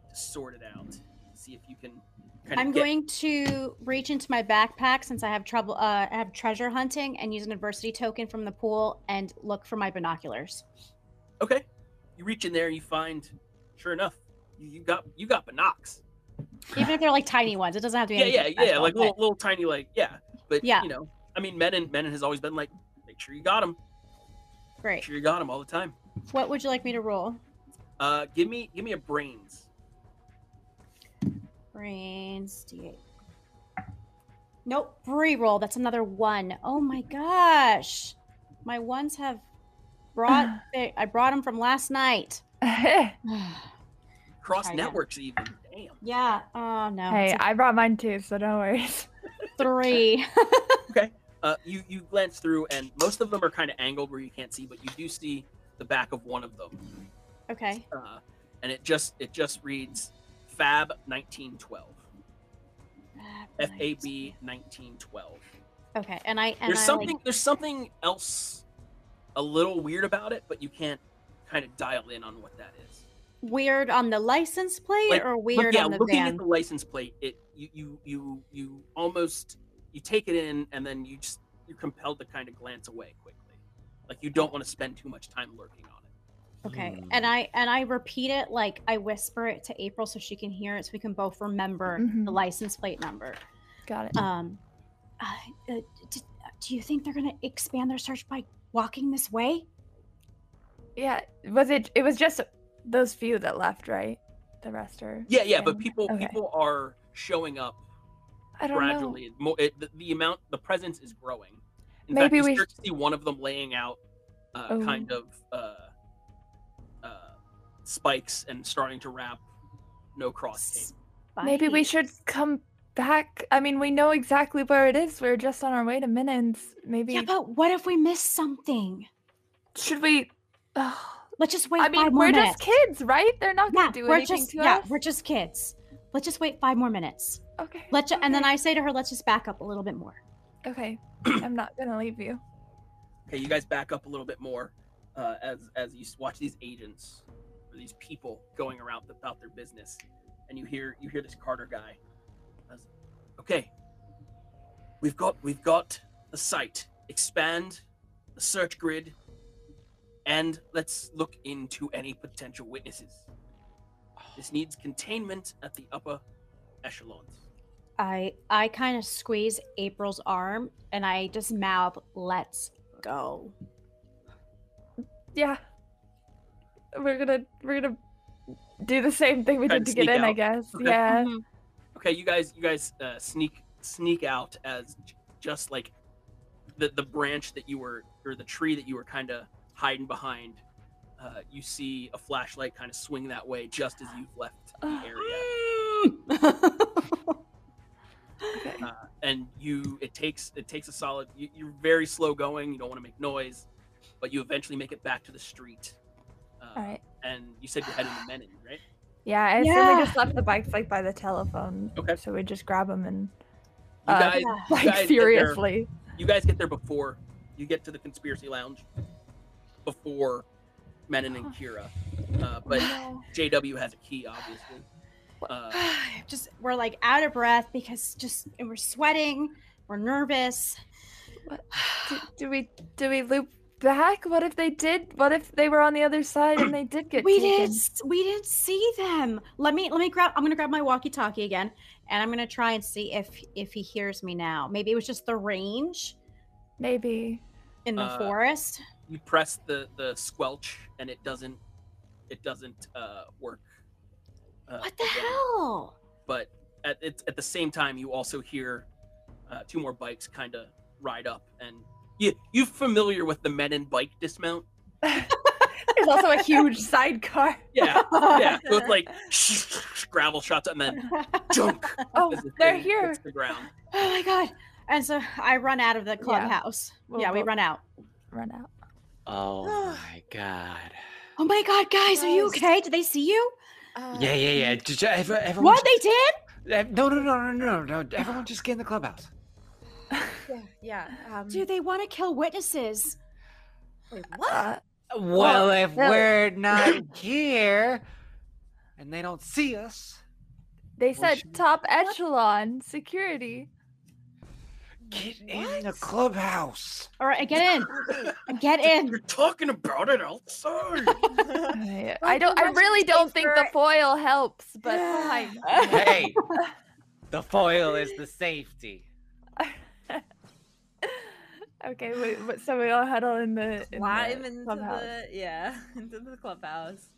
S1: to sort it out. See if you can. Kind
S3: I'm going to reach into my backpack since I have trouble. Uh, I have treasure hunting and use an adversity token from the pool and look for my binoculars.
S1: Okay. You reach in there, you find. Sure enough, you, you got you got binocs.
S3: Even if they're like tiny ones, it doesn't have to be.
S1: Yeah, yeah,
S3: anything
S1: yeah.
S3: special,
S1: Like
S3: but-
S1: little, little tiny, like yeah. But
S3: Yeah.
S1: you know, I mean, Menon Menon has always been like, make sure you got them. Make
S3: Great.
S1: sure you got them all the time.
S3: What would you like me to roll?
S1: Uh, give me give me a brains.
S3: Brains d8. Nope, re-roll. That's another one. Oh my gosh, my ones have brought. they- I brought them from last night.
S5: <laughs> hey,
S1: Cross
S3: Try again.
S1: networks even. Damn.
S3: yeah. Oh no. it's a
S5: I brought mine too, so no <laughs> worries.
S3: three. <laughs>
S1: Uh, you you glance through, and most of them are kind of angled where you can't see, but you do see the back of one of them,
S3: okay.
S1: uh, and it just it just reads Fab nineteen twelve. F A B nineteen twelve.
S3: Okay, and I and
S1: There's
S3: I
S1: something
S3: like,
S1: there's something else a little weird about it, but you can't kind of dial in on what that is.
S3: weird on the license plate
S1: Like,
S3: or
S1: Look-
S3: weird
S1: yeah,
S3: on the
S1: looking
S3: van.
S1: at the license plate, it you you you you almost you take it in, and then you just you're compelled to kind of glance away quickly, like you don't want to spend too much time lurking on it.
S3: Okay,
S4: Hmm.
S3: and I and I repeat it like I whisper it to April so she can hear it, so we can both remember the
S5: Mhm.
S3: license plate number.
S5: Got it.
S3: Um, uh, uh, d- do you think they're gonna expand their search by walking this way?
S5: Yeah. Was it? It was just those few that left, right? The rest are.
S1: Yeah, yeah, but
S5: family.
S1: people
S5: Okay.
S1: people are showing up
S5: I don't
S1: gradually. More, it, the, the amount, the presence is growing. In fact,
S5: Maybe
S1: you
S5: we
S1: start to see one of them laying out uh,
S5: Oh.
S1: kind of uh, uh, spikes and starting to wrap no cross tape.
S5: know. Maybe we
S3: Spikes.
S5: should come back. I mean, we know exactly where it is. We're just on our way to Minans. Maybe
S3: Yeah, but what if we miss something?
S5: should we?
S3: Let's just wait.
S5: I mean,
S3: five more
S5: we're
S3: minutes.
S5: just kids, right? They're not
S3: Yeah,
S5: gonna do
S3: we're
S5: anything
S3: just
S5: to
S3: yeah,
S5: us.
S3: we're just kids. Let's just wait five more minutes.
S5: Okay.
S3: Let's ju- and then
S5: okay,
S3: I say to her, let's just back up a little bit more.
S5: Okay,
S3: <clears throat>
S5: I'm not gonna leave you.
S1: Okay, you guys back up a little bit more uh, as as you s- watch these agents or these people going around about their business, and you hear you hear this Carter guy. as, okay, we've got we've got the site. Expand the search grid, and let's look into any potential witnesses. This needs containment at the upper echelons.
S3: I I kind of squeeze April's arm and I just mouth, "Let's go."
S5: Yeah. We're gonna we're gonna do the same thing we
S1: Try
S5: did
S1: to
S5: to get
S1: sneak
S5: in, I
S1: out.
S5: guess.
S1: Okay.
S5: Yeah.
S3: Mm-hmm.
S5: <laughs>
S3: <laughs>
S1: Okay, you guys, you guys uh, sneak sneak out as j- just like the the branch that you were or the tree that you were kind of hiding behind. Uh, you see a flashlight kind of swing that way just as you've left the
S5: Ugh.
S1: area,
S5: Okay.
S1: and you it takes it takes a solid. You, you're very slow going. You don't want to make noise, but you eventually make it back to the street. Uh,
S5: All right.
S1: And you said you're heading to Menin, right?
S5: Yeah, I assume
S3: Yeah.
S5: we just left the bikes like by the telephone.
S1: Okay.
S5: So we just grab them and
S1: You
S5: Uh, <laughs>
S1: guys,
S3: yeah.
S1: you guys
S5: like
S1: get there-
S5: furiously.
S1: you guys get there before you get to the conspiracy lounge before Menon and Kira. Uh, but JW has a key, obviously. Uh,
S3: <sighs> just we're like out of breath because just and we're sweating, we're nervous.
S5: Do, do we do we loop back? What if they did? What if they were on the other side and they did get
S3: we
S5: taken?
S3: didn't s- we didn't see them. Let me let me grab I'm going to grab my walkie-talkie again and I'm going to try and see if if he hears me now. Maybe it was just the range
S5: Maybe.
S3: in the
S1: Uh,
S3: forest.
S1: you press the the squelch, and it doesn't it doesn't uh, work. Uh,
S3: What the
S1: again.
S3: hell?
S1: But at it's, at the same time, you also hear uh, two more bikes kind of ride up, and You you familiar with the men in bike dismount?
S5: There's also a huge sidecar.
S1: Yeah, <laughs> yeah. So it's
S5: <laughs>
S1: like gravel shots and then junk.
S5: Oh,
S1: as the
S5: they're
S1: thing
S5: here.
S1: hits The
S5: <laughs>
S1: ground.
S3: <laughs> Oh my god. And so I run out of the clubhouse. Yeah,
S5: Well,
S3: we
S5: well-
S3: run out.
S5: Run out.
S6: Oh my god.
S3: Oh my god, guys, are you
S2: Guys.
S3: okay? Did they see you?
S2: <sighs> Uh,
S6: Yeah, yeah, yeah. Did you, ever, everyone
S3: What they did?
S6: Eh, No, no, no, no, no, no. Everyone just get in the clubhouse.
S2: Yeah. yeah. Um,
S3: Do they want to kill witnesses?
S2: wait, what? <laughs>
S5: Uh,
S6: Well, if
S5: no.
S6: we're not here and they don't see us,
S5: they
S6: Well,
S5: said
S6: she-
S5: top echelon security.
S6: get in the clubhouse.
S3: All right, <laughs> get in. Get in.
S1: You're talking about it
S5: <laughs>
S1: outside.
S5: I
S2: Well,
S5: I don't. I
S2: congrats
S5: really
S2: on
S5: don't think the
S2: safer-
S5: foil helps, but
S2: <laughs>
S5: fine.
S6: Hey, the foil is the safety.
S5: Okay, wait, wait, so we all huddle in the in
S2: Climb
S5: the
S2: into
S5: clubhouse.
S2: the yeah <laughs> into the clubhouse.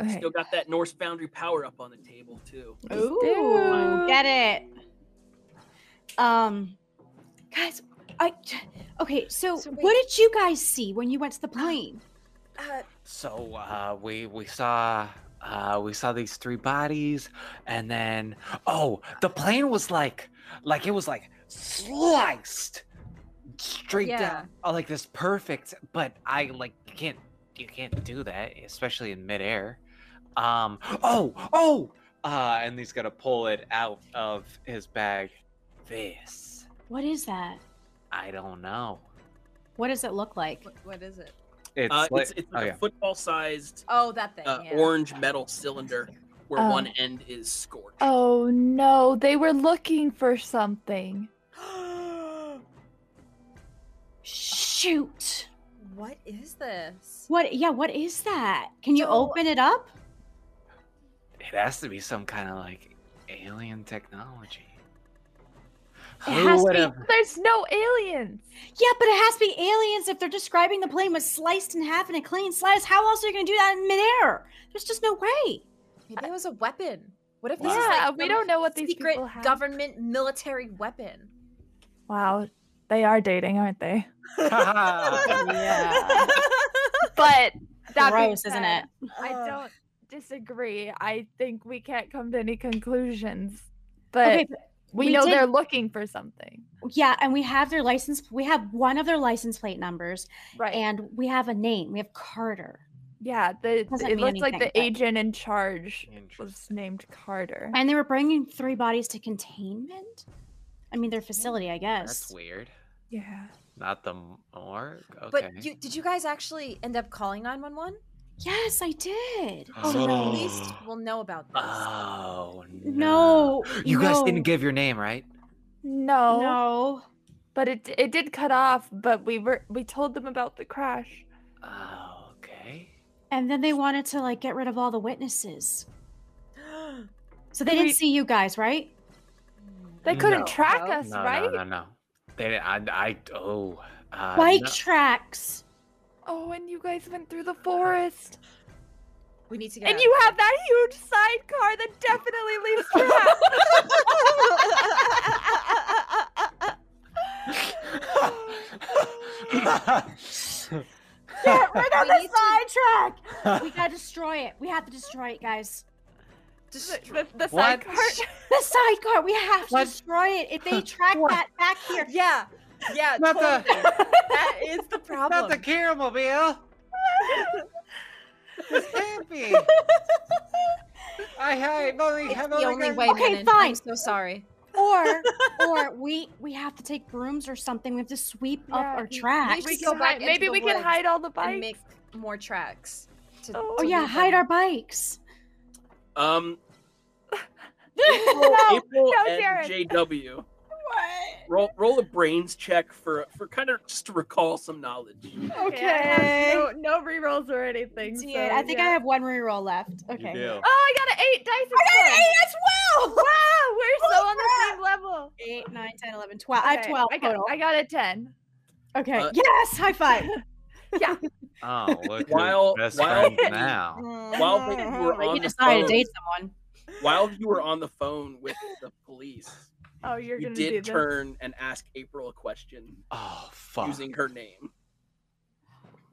S5: Okay.
S1: Still got that Norse boundary power up on the table too.
S3: Ooh, get it. Um, guys, I. Okay, so,
S2: So
S3: what
S2: wait.
S3: did you guys see when you went <gasps> to the plane?
S2: Uh,
S6: So uh, we we saw uh, we saw these three bodies, and then oh, the plane was like like it was like sliced straight
S2: Yeah.
S6: down, uh, like this perfect. But I like you can't you can't do that, especially in midair. Um. Oh. Oh.
S4: Uh, and he's gonna pull it out of his bag.
S6: This.
S3: What is that?
S6: I don't know.
S3: What does it look like?
S2: what, what is it?
S4: It's,
S1: Uh,
S4: like,
S1: it's it's
S4: oh,
S1: like
S4: yeah.
S1: a football-sized
S2: Oh, that thing.
S1: uh,
S2: yeah.
S1: orange metal cylinder where
S5: Oh.
S1: one end is scorched.
S5: Oh no, they were looking for something.
S3: Shoot.
S2: <gasps> what is this?
S3: What? Yeah, what is that? Can you
S2: So-
S3: open it up?
S6: It has to be some kind of like alien technology.
S3: It has to be-
S6: <laughs> would've-
S5: There's no aliens.
S3: Yeah, but it has to be aliens if they're describing the plane was sliced in half in a clean slice. How else are you going to do that in midair? There's just no way.
S2: Maybe it was a weapon. What if this is
S5: Yeah,
S2: like
S5: we
S2: some
S5: don't know what these
S2: secret
S5: people have.
S2: government military weapon?
S5: Wow, they are dating, aren't they?
S2: <laughs>
S3: Yeah.
S5: <laughs> But that being
S3: Gross, isn't
S5: said,
S3: it?
S5: I
S2: Ugh.
S5: don't disagree. I think we can't come to any conclusions, but
S3: okay,
S5: we,
S3: we
S5: know
S3: did-
S5: they're looking for something.
S3: Yeah, and we have their license. We have one of their license plate numbers,
S5: Right.
S3: and we have a name. We have Carter.
S5: yeah, the it looks
S3: Doesn't mean
S5: like the
S3: anything, but-
S5: agent in charge was
S6: Interesting.
S5: named Carter.
S3: And they were bringing three bodies to containment. I mean, their facility, I
S6: That's
S3: guess.
S6: weird.
S5: yeah.
S6: Not the morgue. Okay.
S2: But you, did you guys actually end up calling 911?
S3: yes, I
S6: <gasps>
S3: did.
S2: So at least we'll know about this.
S6: Oh no!
S3: No.
S6: You guys
S3: no,
S6: didn't give your name, right?
S5: No,
S3: No.
S5: but it it did cut off. But we were we told them about the crash.
S6: Oh, okay.
S3: And then they wanted to like get rid of all the witnesses. So they
S5: Did
S3: didn't
S5: we-
S3: see you guys, right?
S5: They couldn't
S6: Mm, No.
S5: track
S2: No.
S5: us,
S6: No,
S5: right?
S6: no, no, no. They didn't. I, I oh. Uh,
S3: Bike
S6: no.
S3: tracks.
S6: <laughs>
S5: Oh, and you guys went through the forest.
S2: <gasps> We need to get
S5: And
S2: out.
S5: you have that huge sidecar that definitely
S2: <laughs>
S5: leaves <laughs> tracks.
S3: <laughs> Get rid of
S2: We need to-
S3: the sidetrack.
S6: <laughs>
S3: we gotta destroy it. We have to destroy it, guys.
S5: the, the, the
S6: What?
S5: sidecar.
S3: The sidecar. We have to
S6: What?
S3: destroy it. If
S6: <laughs>
S3: they track
S6: What?
S3: that back here,
S2: yeah, yeah,
S6: <laughs> Not
S2: totally.
S6: the-
S2: that is the problem.
S6: <laughs> Not the caramobile. this can't be. I have only
S2: it's
S6: have
S2: the only
S6: got-
S2: way.
S3: Okay,
S2: Menon. I'm
S3: fine.
S2: so sorry.
S5: <laughs>
S3: or or we we have to take brooms or something. We have to sweep
S5: Yeah,
S3: up our
S5: we- we <laughs>
S3: tracks.
S5: We
S2: Just go
S5: can
S2: back
S5: hide,
S2: into
S5: maybe
S2: the
S5: we can
S2: woods
S5: hide all the
S2: And
S5: bikes.
S2: make more tracks. To,
S5: Oh.
S3: oh
S2: to
S3: yeah,
S2: leave
S3: hide
S2: them.
S3: our bikes.
S1: Um,
S2: <laughs>
S3: No.
S1: April
S5: Oh, no,
S1: and
S5: Jared. <laughs>
S1: JW. Roll roll a brains check for for kind of just to recall some knowledge.
S5: <laughs> I have no, no rerolls or anything.
S3: Dude,
S5: so,
S3: I think I
S5: yeah.
S3: have one reroll left. Okay.
S4: do.
S5: Oh, I got an eight dice.
S3: I got an
S5: again.
S3: eight as well.
S5: Wow, we're so
S3: Holy
S5: on the same level.
S3: <laughs> Eight, nine, ten, eleven, twelve. I have
S5: Okay,
S3: twelve
S5: I got,
S3: total.
S5: I got a ten.
S3: okay.
S1: Uh,
S3: yes. High
S5: <laughs>
S3: five.
S6: Oh, look
S1: While-
S6: while, best
S1: while- <laughs>
S6: friends now.
S1: While they
S2: Mm-hmm.
S1: were
S3: Like,
S1: on
S3: you
S1: the
S3: decided to
S1: phone-
S3: date someone.
S1: While you were on the phone with the police,
S5: Oh, you're
S1: You
S5: gonna do
S1: did
S5: this.
S1: turn and ask April a question
S6: Oh fuck.
S1: using her name.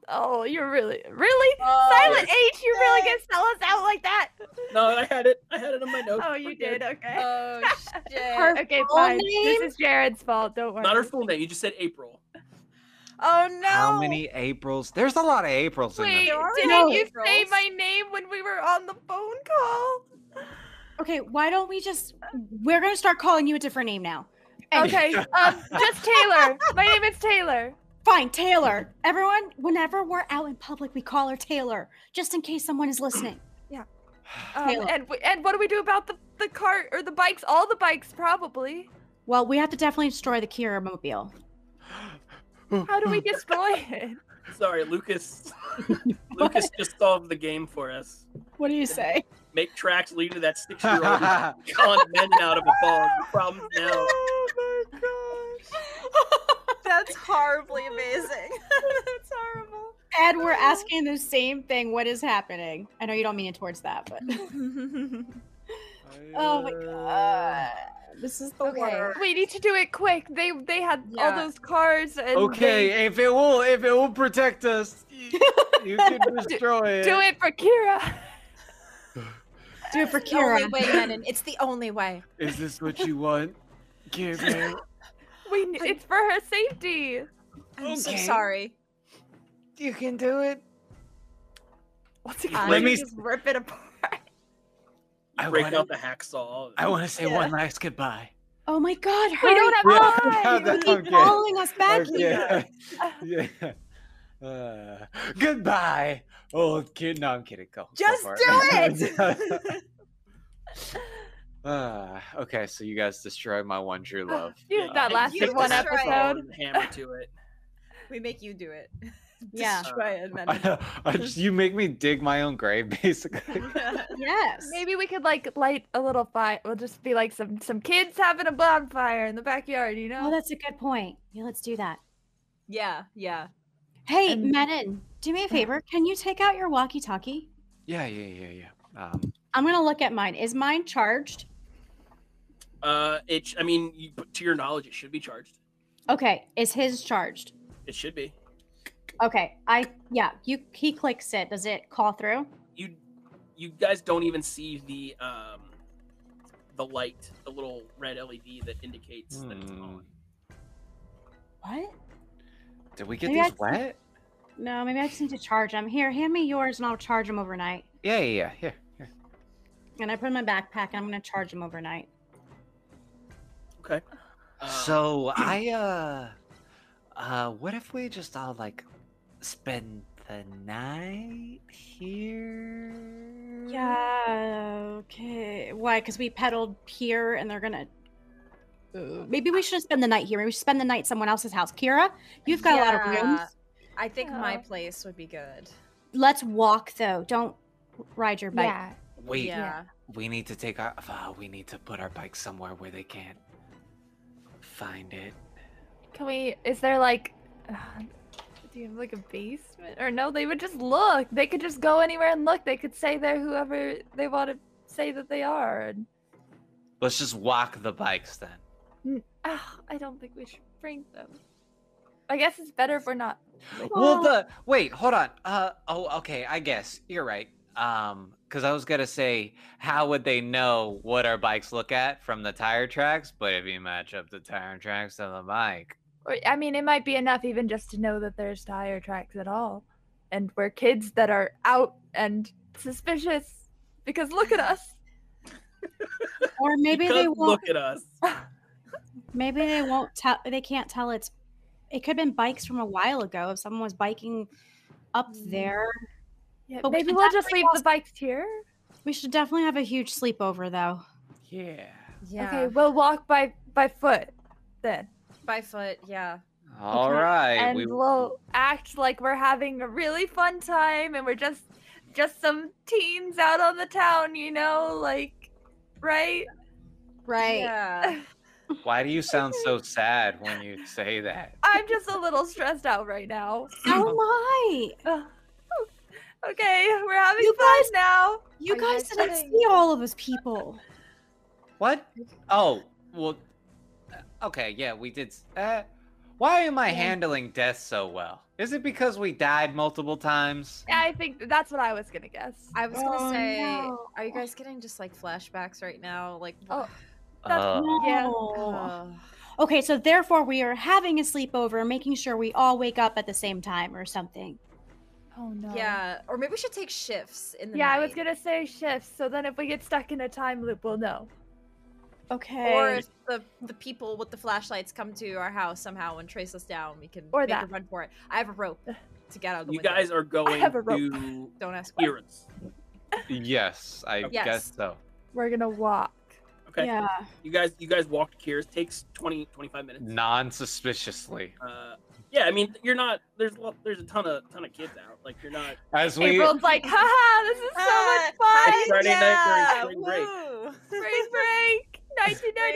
S5: Oh, you're really, really
S2: Oh,
S5: silent H. You really gonna sell us out like that?
S1: No, I had it. I had it on my notes.
S5: Oh,
S1: We're
S5: you
S1: good.
S5: did. Okay.
S2: Oh shit.
S3: Her
S5: okay,
S3: full
S5: fine.
S3: name?
S5: This is Jared's fault. Don't worry.
S1: Not her full name. You just said April.
S2: Oh no.
S4: How
S2: <laughs>
S4: many Aprils? There's a lot of Aprils in
S5: Wait,
S4: this.
S2: There are
S5: didn't
S2: no
S5: you say
S2: Aprils.
S5: my name when we were on the phone call?
S3: Okay, why don't we just? We're gonna start calling you a different name now. And-
S5: Okay, um, just Taylor. My name is Taylor.
S3: Fine, Taylor. Everyone, whenever we're out in public, we call her Taylor, just in case someone is listening.
S5: Um,
S3: Taylor.
S5: and w- and what do we do about the the cart or the bikes? All the bikes, probably.
S3: Well, we have to definitely destroy the Kira mobile.
S5: How
S6: <laughs>
S5: do we destroy it?
S1: Sorry, Lucas. <laughs> Lucas just solved the game for us.
S3: What do you say?
S1: Make tracks lead to that six-year-old
S6: <laughs>
S1: con men out of a fog. The problem's now.
S2: Oh, <laughs> That's horribly amazing. <laughs> That's horrible.
S3: And we're asking the same thing. What is happening? I know you don't mean it towards that, <laughs> but
S2: <laughs>
S3: oh my god, this is the
S2: Okay.
S3: worst.
S5: We need to do it quick. They they had all
S2: Yeah.
S5: those cars and they-
S6: Okay, if it will, if it will protect us, y- you can destroy it.
S5: do it for Kira.
S3: Do <laughs> it for
S2: It's the only
S3: Kira.
S2: way, Lennon. It's the only way.
S6: Is this what you want? Give it.
S5: We n- it's for her safety.
S2: I'm so
S6: Okay.
S2: sorry.
S6: You can do it.
S5: What's it
S6: Let gonna me-
S5: just rip it apart?
S6: I
S1: Break
S6: wanna-
S1: out the hacksaw.
S6: I want to say
S5: Yeah.
S6: one last goodbye.
S3: Oh my god,
S5: We
S3: hurry!
S5: don't have
S6: We don't
S5: time.
S6: have that
S3: Keep
S6: Okay.
S3: calling us back
S6: Okay.
S3: <laughs> here.
S6: yeah. <laughs> Uh, goodbye, old kid. No, I'm kidding. Go. go
S2: Just
S6: for
S2: do
S6: <laughs> uh, okay, so you guys destroy my
S3: <laughs>
S6: one true love. <laughs>
S5: You-
S6: Yeah.
S5: that
S1: You
S5: lasted
S1: take
S5: one
S1: the hacksaw
S5: episode.
S1: and Hammer to it.
S2: We make you do it. <laughs>
S3: Yeah.
S2: Destroy it, Lennon.
S6: I, I just, you make me dig my own grave, <laughs> basically.
S3: Yes.
S5: Maybe we could like light a little fire. We'll just be like some some kids having a bonfire in the backyard, you know?
S3: Oh, that's a good point. Yeah, let's do that.
S2: <laughs>
S3: Um,
S2: yeah, yeah.
S3: Hey,
S5: And-
S3: Menon, do me a favor. Can you take out your walkie-talkie?
S6: yeah, yeah, yeah, yeah. Um,
S3: I'm gonna look at mine. Is mine charged?
S1: Uh, it. sh- I mean, you, to your knowledge, it should be charged.
S3: Okay. Is his charged?
S1: It should be.
S3: Okay. I yeah. You he clicks it. Does it call through?
S1: You, you guys don't even see the um, the light, the little red LED that indicates that it's
S6: Hmm.
S1: on.
S3: What?
S6: did we get
S3: Maybe I
S6: these wet?
S3: No. Maybe I just need to charge them. Here, hand me yours, and I'll charge them overnight.
S6: Yeah, yeah, yeah. Here, here.
S3: And I put 'em in my backpack, and I'm gonna charge them overnight.
S1: Okay. Um,
S4: So I uh uh what if we just all like spend the night here?
S2: Mm.
S3: Yeah. Okay. Why? Because we pedaled here, and they're gonna. Uh, maybe we should spend the night here. Maybe we should spend the night at someone else's house. Kira, you've got a lot of rooms.
S2: Yeah. I think my
S5: Yeah.
S2: place would be good.
S3: Let's walk though. Don't ride your bike.
S5: yeah.
S4: Wait,
S2: yeah.
S4: we need to take our uh, we need to put our bike somewhere where they can't find it.
S5: Can we? Is there like? Uh, do you have like a basement? Or no, they would just look. They could just go anywhere and look. They could say they're whoever they want to say that they are. And
S4: Let's just walk the bikes then.
S5: Ah, I don't think we should bring them. I guess it's better if we're not.
S4: Well, the wait, hold on. Uh oh, okay. I guess you're right. Um, because I was gonna say, how would they know what our bikes look at from the tire tracks? But if you match up the tire tracks of the bike,
S5: Or I mean, it might be enough even just to know that there's tire tracks at all, and we're kids that are out and suspicious because look at us.
S3: Or maybe
S1: because
S3: they won't.
S1: look at us.
S3: Maybe they won't tell. They can't tell. It's. It could have been bikes from a while ago. If someone was biking up
S5: Mm.
S3: there,
S5: Yeah,
S3: But we
S5: maybe
S3: should
S5: we'll just
S3: definitely
S5: leave the
S3: also-
S5: bikes here.
S3: we should definitely have a huge sleepover though.
S6: Yeah.
S2: Yeah.
S5: Okay, we'll walk by by foot then.
S2: By foot, yeah.
S6: All right.
S5: and
S6: we,
S5: we'll act like we're having a really fun time and we're just just some teens out on the town you know like right
S3: Right.
S2: Yeah.
S6: Why do you sound so sad when you say that?
S5: i'm just a little stressed out right now <laughs>
S3: So am I.
S5: Ugh. okay we're having
S3: You
S5: fun
S3: guys-
S5: now
S3: You
S5: Are you
S3: guys
S5: guys
S3: didn't
S5: kidding?
S3: see all of us people.
S4: What? Oh, well, Okay, yeah, we did. s- Uh, why am I handling death so well? Is it because we died multiple times?
S5: Yeah, I think that's what I was gonna guess.
S2: I was gonna
S3: Oh,
S2: say,
S3: no.
S2: are you guys getting just like flashbacks right now? Like, <sighs>
S5: Oh,
S4: Uh,
S5: yeah.
S3: No.
S2: ugh.
S3: Okay, so therefore we are having a sleepover, making sure we all wake up at the same time or something.
S5: Oh no.
S2: yeah. Or maybe we should take shifts in the
S5: Yeah, I was
S2: night.
S5: gonna say shifts. So then, if we get stuck in a time loop, we'll know.
S3: Okay.
S2: Or if the, the people with the flashlights come to our house somehow and trace us down, we can
S5: Or
S2: make a
S5: that.
S2: run for it. I have a rope to get out of the
S1: You
S2: window.
S1: guys are going
S5: have a rope.
S1: to
S2: don't ask. <laughs> why.
S1: Irons.
S6: Yes, I
S2: Yes.
S6: guess so.
S5: We're gonna walk.
S1: Okay.
S3: Yeah.
S1: You guys you guys walk to Kira's. Takes 20 25 minutes.
S6: Non-suspiciously,
S1: Uh, yeah, I mean, you're not there's lo- there's a ton of ton of kids out. Like you're not
S6: as we
S5: April's like, haha, this is so
S2: <laughs>
S5: much
S2: Ah,
S5: fun.
S1: It's Friday night during spring break.
S2: woo.
S5: Spring break,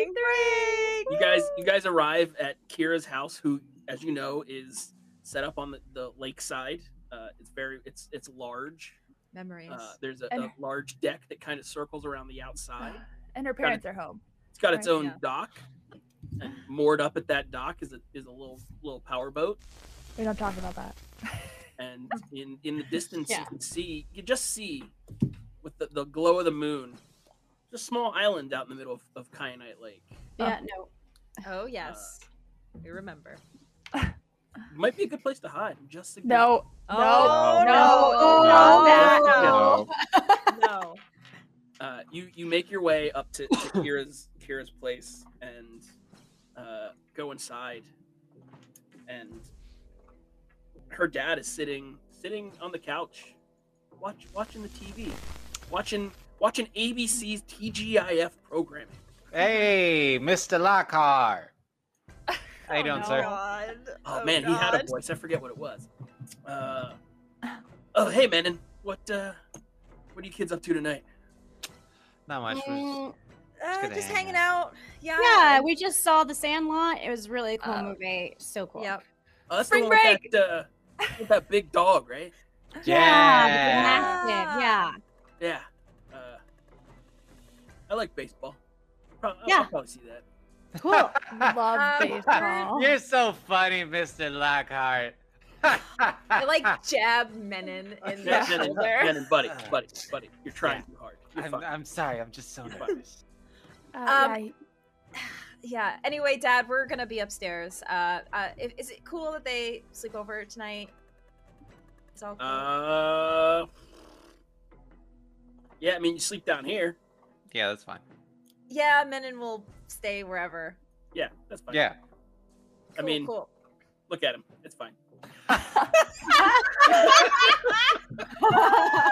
S5: 1993.
S1: you guys you guys arrive at Kira's house, who, as you know, is set up on the, the lakeside. Uh, it's very it's it's large.
S2: Memories.
S1: Uh, there's a,
S5: And-
S1: a large deck that kind of circles around the outside.
S5: And her parents are home.
S1: It's got its
S5: Right,
S1: own
S2: yeah.
S1: dock. And moored up at that dock is a is a little little power boat.
S5: We don't talk about that.
S1: and
S5: Mm.
S1: in in the distance
S3: Yeah.
S1: you can see you just see with the, the glow of the moon just a small island out in the middle of, of Kyanite Lake.
S3: Yeah, no.
S2: oh yes,
S1: Uh,
S2: we remember.
S1: Might be a good place to hide. I'm just suggesting.
S5: No,
S2: Oh,
S5: no,
S2: no,
S5: no,
S2: Oh, no, no.
S1: Uh, you you make your way up to, to Kira's Kira's place and uh, go inside, and her dad is sitting sitting on the couch, watch watching the TV, watching watching ABC's TGIF programming.
S4: hey, Mr. Lockhart. How you
S5: Oh,
S4: doing,
S5: no.
S4: sir?
S2: God.
S1: Oh, man, he had a voice. I forget what it was. Uh, oh, hey, Manon, what uh, what are you kids up to tonight?
S4: Not much. we're just-
S3: Mm,
S4: Just
S2: Uh,
S4: gonna
S2: just
S4: hang
S2: hanging out.
S4: out.
S2: Yeah.
S3: yeah, we just saw The Sandlot. It was really a cool
S4: Oh.
S2: Uh,
S3: movie. So cool.
S2: Yep.
S1: Oh, that's
S5: Spring
S1: the one With that, uh, with that big dog, right?
S3: Yeah. with the
S4: Yeah.
S3: mastiff, yeah.
S1: Yeah. Uh, I like baseball. Pro- I'll-
S3: Yeah.
S1: I'll probably see that.
S3: Cool.
S5: <laughs> Love
S3: <laughs>
S2: Um,
S5: baseball.
S3: Oh,
S4: You're so funny, Mr. Lockhart. <laughs>
S2: I
S1: <laughs>
S2: like jab Menon in the
S1: Yeah, Manon,
S2: shoulder.
S1: Manon, buddy, buddy, buddy, you're trying too hard. You're
S4: I'm,
S1: fine.
S4: I'm sorry. I'm just so
S1: You're fine.
S4: nervous.
S5: Uh,
S2: Um,
S5: yeah,
S2: Yeah. Anyway, Dad, we're gonna be upstairs. Uh, uh, i- is it cool that they sleep over tonight? It's all cool.
S1: Uh, yeah, I mean, you sleep down here.
S6: yeah, that's fine.
S2: yeah, Menon will stay wherever.
S1: Yeah, that's fine.
S6: Yeah,
S1: I
S2: Cool,
S1: mean,
S2: cool.
S1: look at him. It's fine.
S3: <laughs>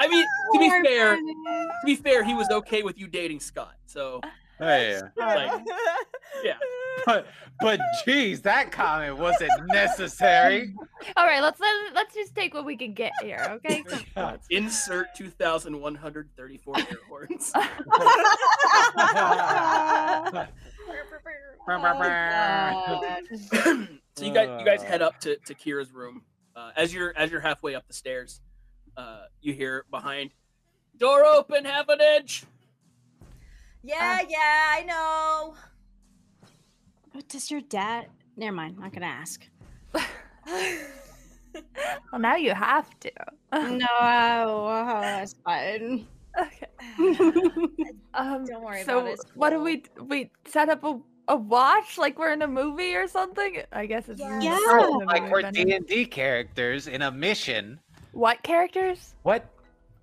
S1: I mean, to be
S3: Poor
S1: fair,
S3: Brennan.
S1: to be fair, he was okay with you dating Scott. So
S6: hey,
S2: <laughs>
S1: like, <laughs> yeah.
S6: but but geez, that comment
S4: <laughs>
S6: wasn't <laughs> necessary.
S5: All right, let's let, let's just take what we can get here,
S3: <laughs>
S5: okay?
S6: God.
S1: insert 2,134 air horns.
S2: Oh,
S1: so you guys, you guys head up to, to Kira's room. Uh, as you're as you're halfway up the stairs, uh, you hear behind, door open, half an inch.
S2: yeah,
S5: Um,
S2: yeah, I
S5: <sighs>
S2: know.
S3: What does your dad? Never mind. Not gonna ask.
S5: well, now you have to.
S3: No, oh, that's fine. <laughs>
S5: Okay. Um,
S2: Don't worry
S5: so
S2: about it, it's
S5: What do
S2: cool.
S5: we d- we set up a, a watch like we're in a movie or something? I guess it's
S2: Yeah.
S5: not
S3: Yeah.
S5: in a
S4: like
S5: movie,
S4: we're
S5: but-
S4: D and D characters in a mission.
S5: What characters?
S4: What?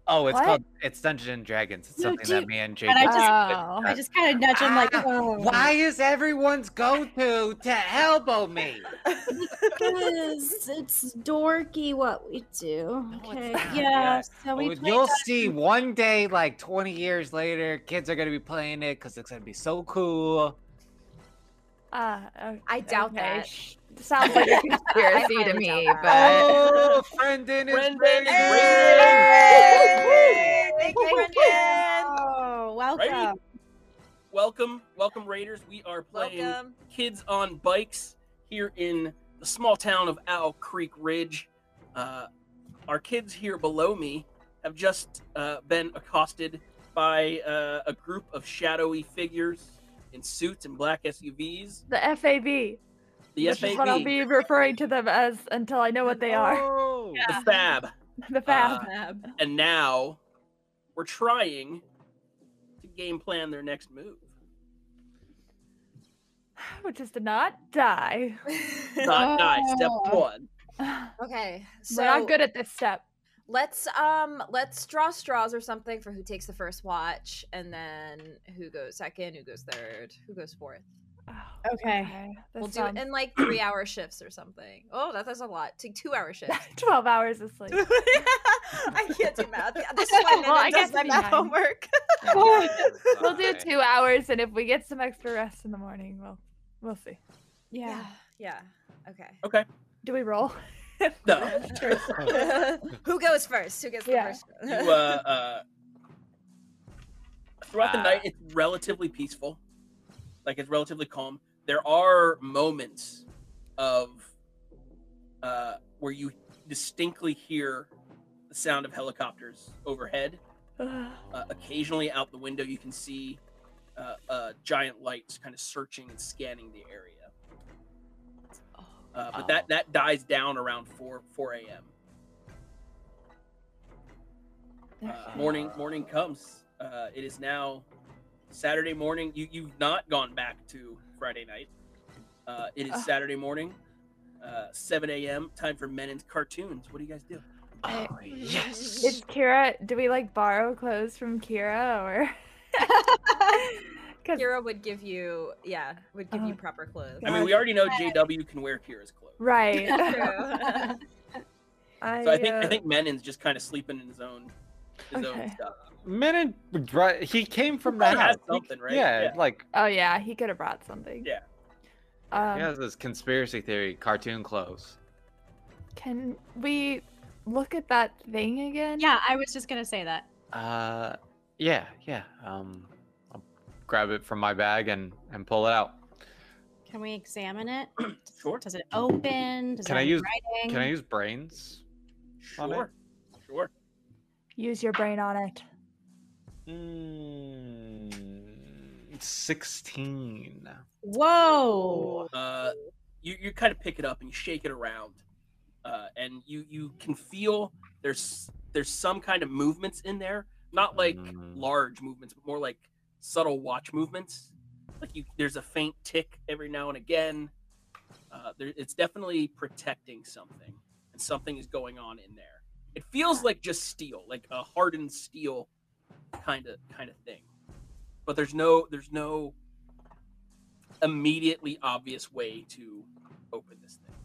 S4: Oh, it's
S5: What?
S4: called it's Dungeons and Dragons. It's
S3: No,
S4: something that
S3: dude,
S4: me and Jake.
S5: <laughs>
S3: but I just-
S5: Oh.
S3: <laughs> I just kind of nudge him like,
S4: Ah,
S3: oh,
S4: Why is everyone's go-to to elbow me?
S3: Because it's dorky what we do.
S4: it's
S3: Okay.
S4: not.
S3: yeah,
S4: Yeah.
S3: So we
S4: Well,
S3: play
S4: Oh, You'll see one day, like 20 years later, kids are gonna be playing it because it's gonna be so cool.
S5: Ah, o-
S2: I doubt
S5: okay. <laughs>
S2: that.
S5: Sh- Sounds like a conspiracy to
S2: highly
S5: me,
S2: doubt
S5: but
S4: Oh, Brendan is
S1: Brendan
S4: Brendan.
S1: is
S2: Hey! Thank you, Brendan.
S3: Oh, welcome.
S1: Right? Welcome, welcome Raiders. We are playing
S2: Welcome.
S1: Kids on Bikes here in the small town of Owl Creek Ridge. Uh, our kids here below me have just uh, been accosted by uh, a group of shadowy figures in suits and black SUVs.
S5: The FAB.
S1: The
S5: which is what I'll
S1: FAB,
S5: be referring to them as until I know what they are.
S4: Oh, <laughs>
S1: the Fab,
S2: Oh.
S5: The Fab.
S2: Fab.
S1: and now we're trying to game plan their next move.
S5: which is to not die. <sighs>
S1: Not die. Step
S3: Oh.
S1: one.
S5: We're
S2: <laughs> okay, so
S5: not good at this step. <sighs>
S2: let's um let's draw straws or something for who takes the first watch, and then who goes second, who goes third, who goes fourth.
S5: Oh,
S3: Okay.
S5: that
S2: we'll
S5: sounds-
S2: do it in like three hour shifts or something. Oh, that, that's a lot. Take
S5: <laughs>
S2: two hour shifts.
S5: 12 hours of <laughs>
S2: <laughs>
S5: sleep.
S2: I can't do math. This is why
S5: <laughs> Well, I
S2: Nana does
S5: guess
S2: my
S5: be
S2: math
S5: nine.
S2: homework. <laughs>
S5: We'll do two hours, and if we get some extra rest in the morning, we'll we'll see.
S3: Yeah.
S2: Yeah. Okay.
S5: Do we roll? <sighs>
S1: No.
S2: <laughs> Who goes first? Who gets the
S5: Yeah.
S2: first?
S1: You, uh, uh, throughout the night, it's relatively peaceful. Like it's relatively calm. There are moments of uh, where you distinctly hear the sound of helicopters overhead. Uh, occasionally, out the window, you can see uh, uh, giant lights kind of searching and scanning the area. Uh, but that that dies down around four four a.m. Uh, morning morning comes. Uh, it is now Saturday morning. You you've not gone back to Friday night. Uh, it is
S5: Ugh.
S1: Saturday morning, uh, seven a.m. Time for Menon's cartoons. What do you guys do?
S5: I-
S4: Oh, yes.
S5: Did Kira? Do we like borrow clothes from Kira
S2: <laughs>
S5: or? <laughs> Because
S2: <laughs> Kira would give you, yeah, would give you
S5: Oh,
S2: proper clothes.
S1: I mean, we
S5: Gosh.
S1: already know JW can wear Kira's clothes,
S5: right.
S2: True.
S5: <laughs>
S2: <laughs>
S5: I,
S1: so I think I
S5: uh,
S1: think Menon's just kind of sleeping in his own his own
S5: Okay.
S1: stuff.
S6: Minute, dri- he came from
S1: probably
S6: that.
S1: has something, right?
S6: Yeah,
S1: Yeah.
S6: like
S5: Oh yeah, he could have brought something.
S1: Yeah.
S5: Um,
S6: he has this conspiracy theory cartoon clothes.
S5: Can we look at that thing again?
S3: Yeah, I was just gonna say that.
S6: Uh, yeah, yeah. Um, I'll grab it from my bag and and pull it out.
S3: Can we examine it?
S1: Sure.
S3: Does it open? Does
S6: Can
S3: it
S6: I
S3: have
S6: use-
S3: writing?
S6: Can I use brains? On it?
S1: Sure, sure.
S5: Use your brain on it.
S6: Mm, Sixteen.
S3: Whoa!
S1: uh, you, you kind of pick it up and you shake it around, uh, and you you can feel there's there's some kind of movements in there, not like
S6: Mm.
S1: large movements, but more like subtle watch movements. Like you, there's a faint tick every now and again. Uh, there, it's definitely protecting something, and something is going on in there. It feels like just steel, like a hardened steel kind of kind of thing, but there's no there's no immediately obvious way to open this thing.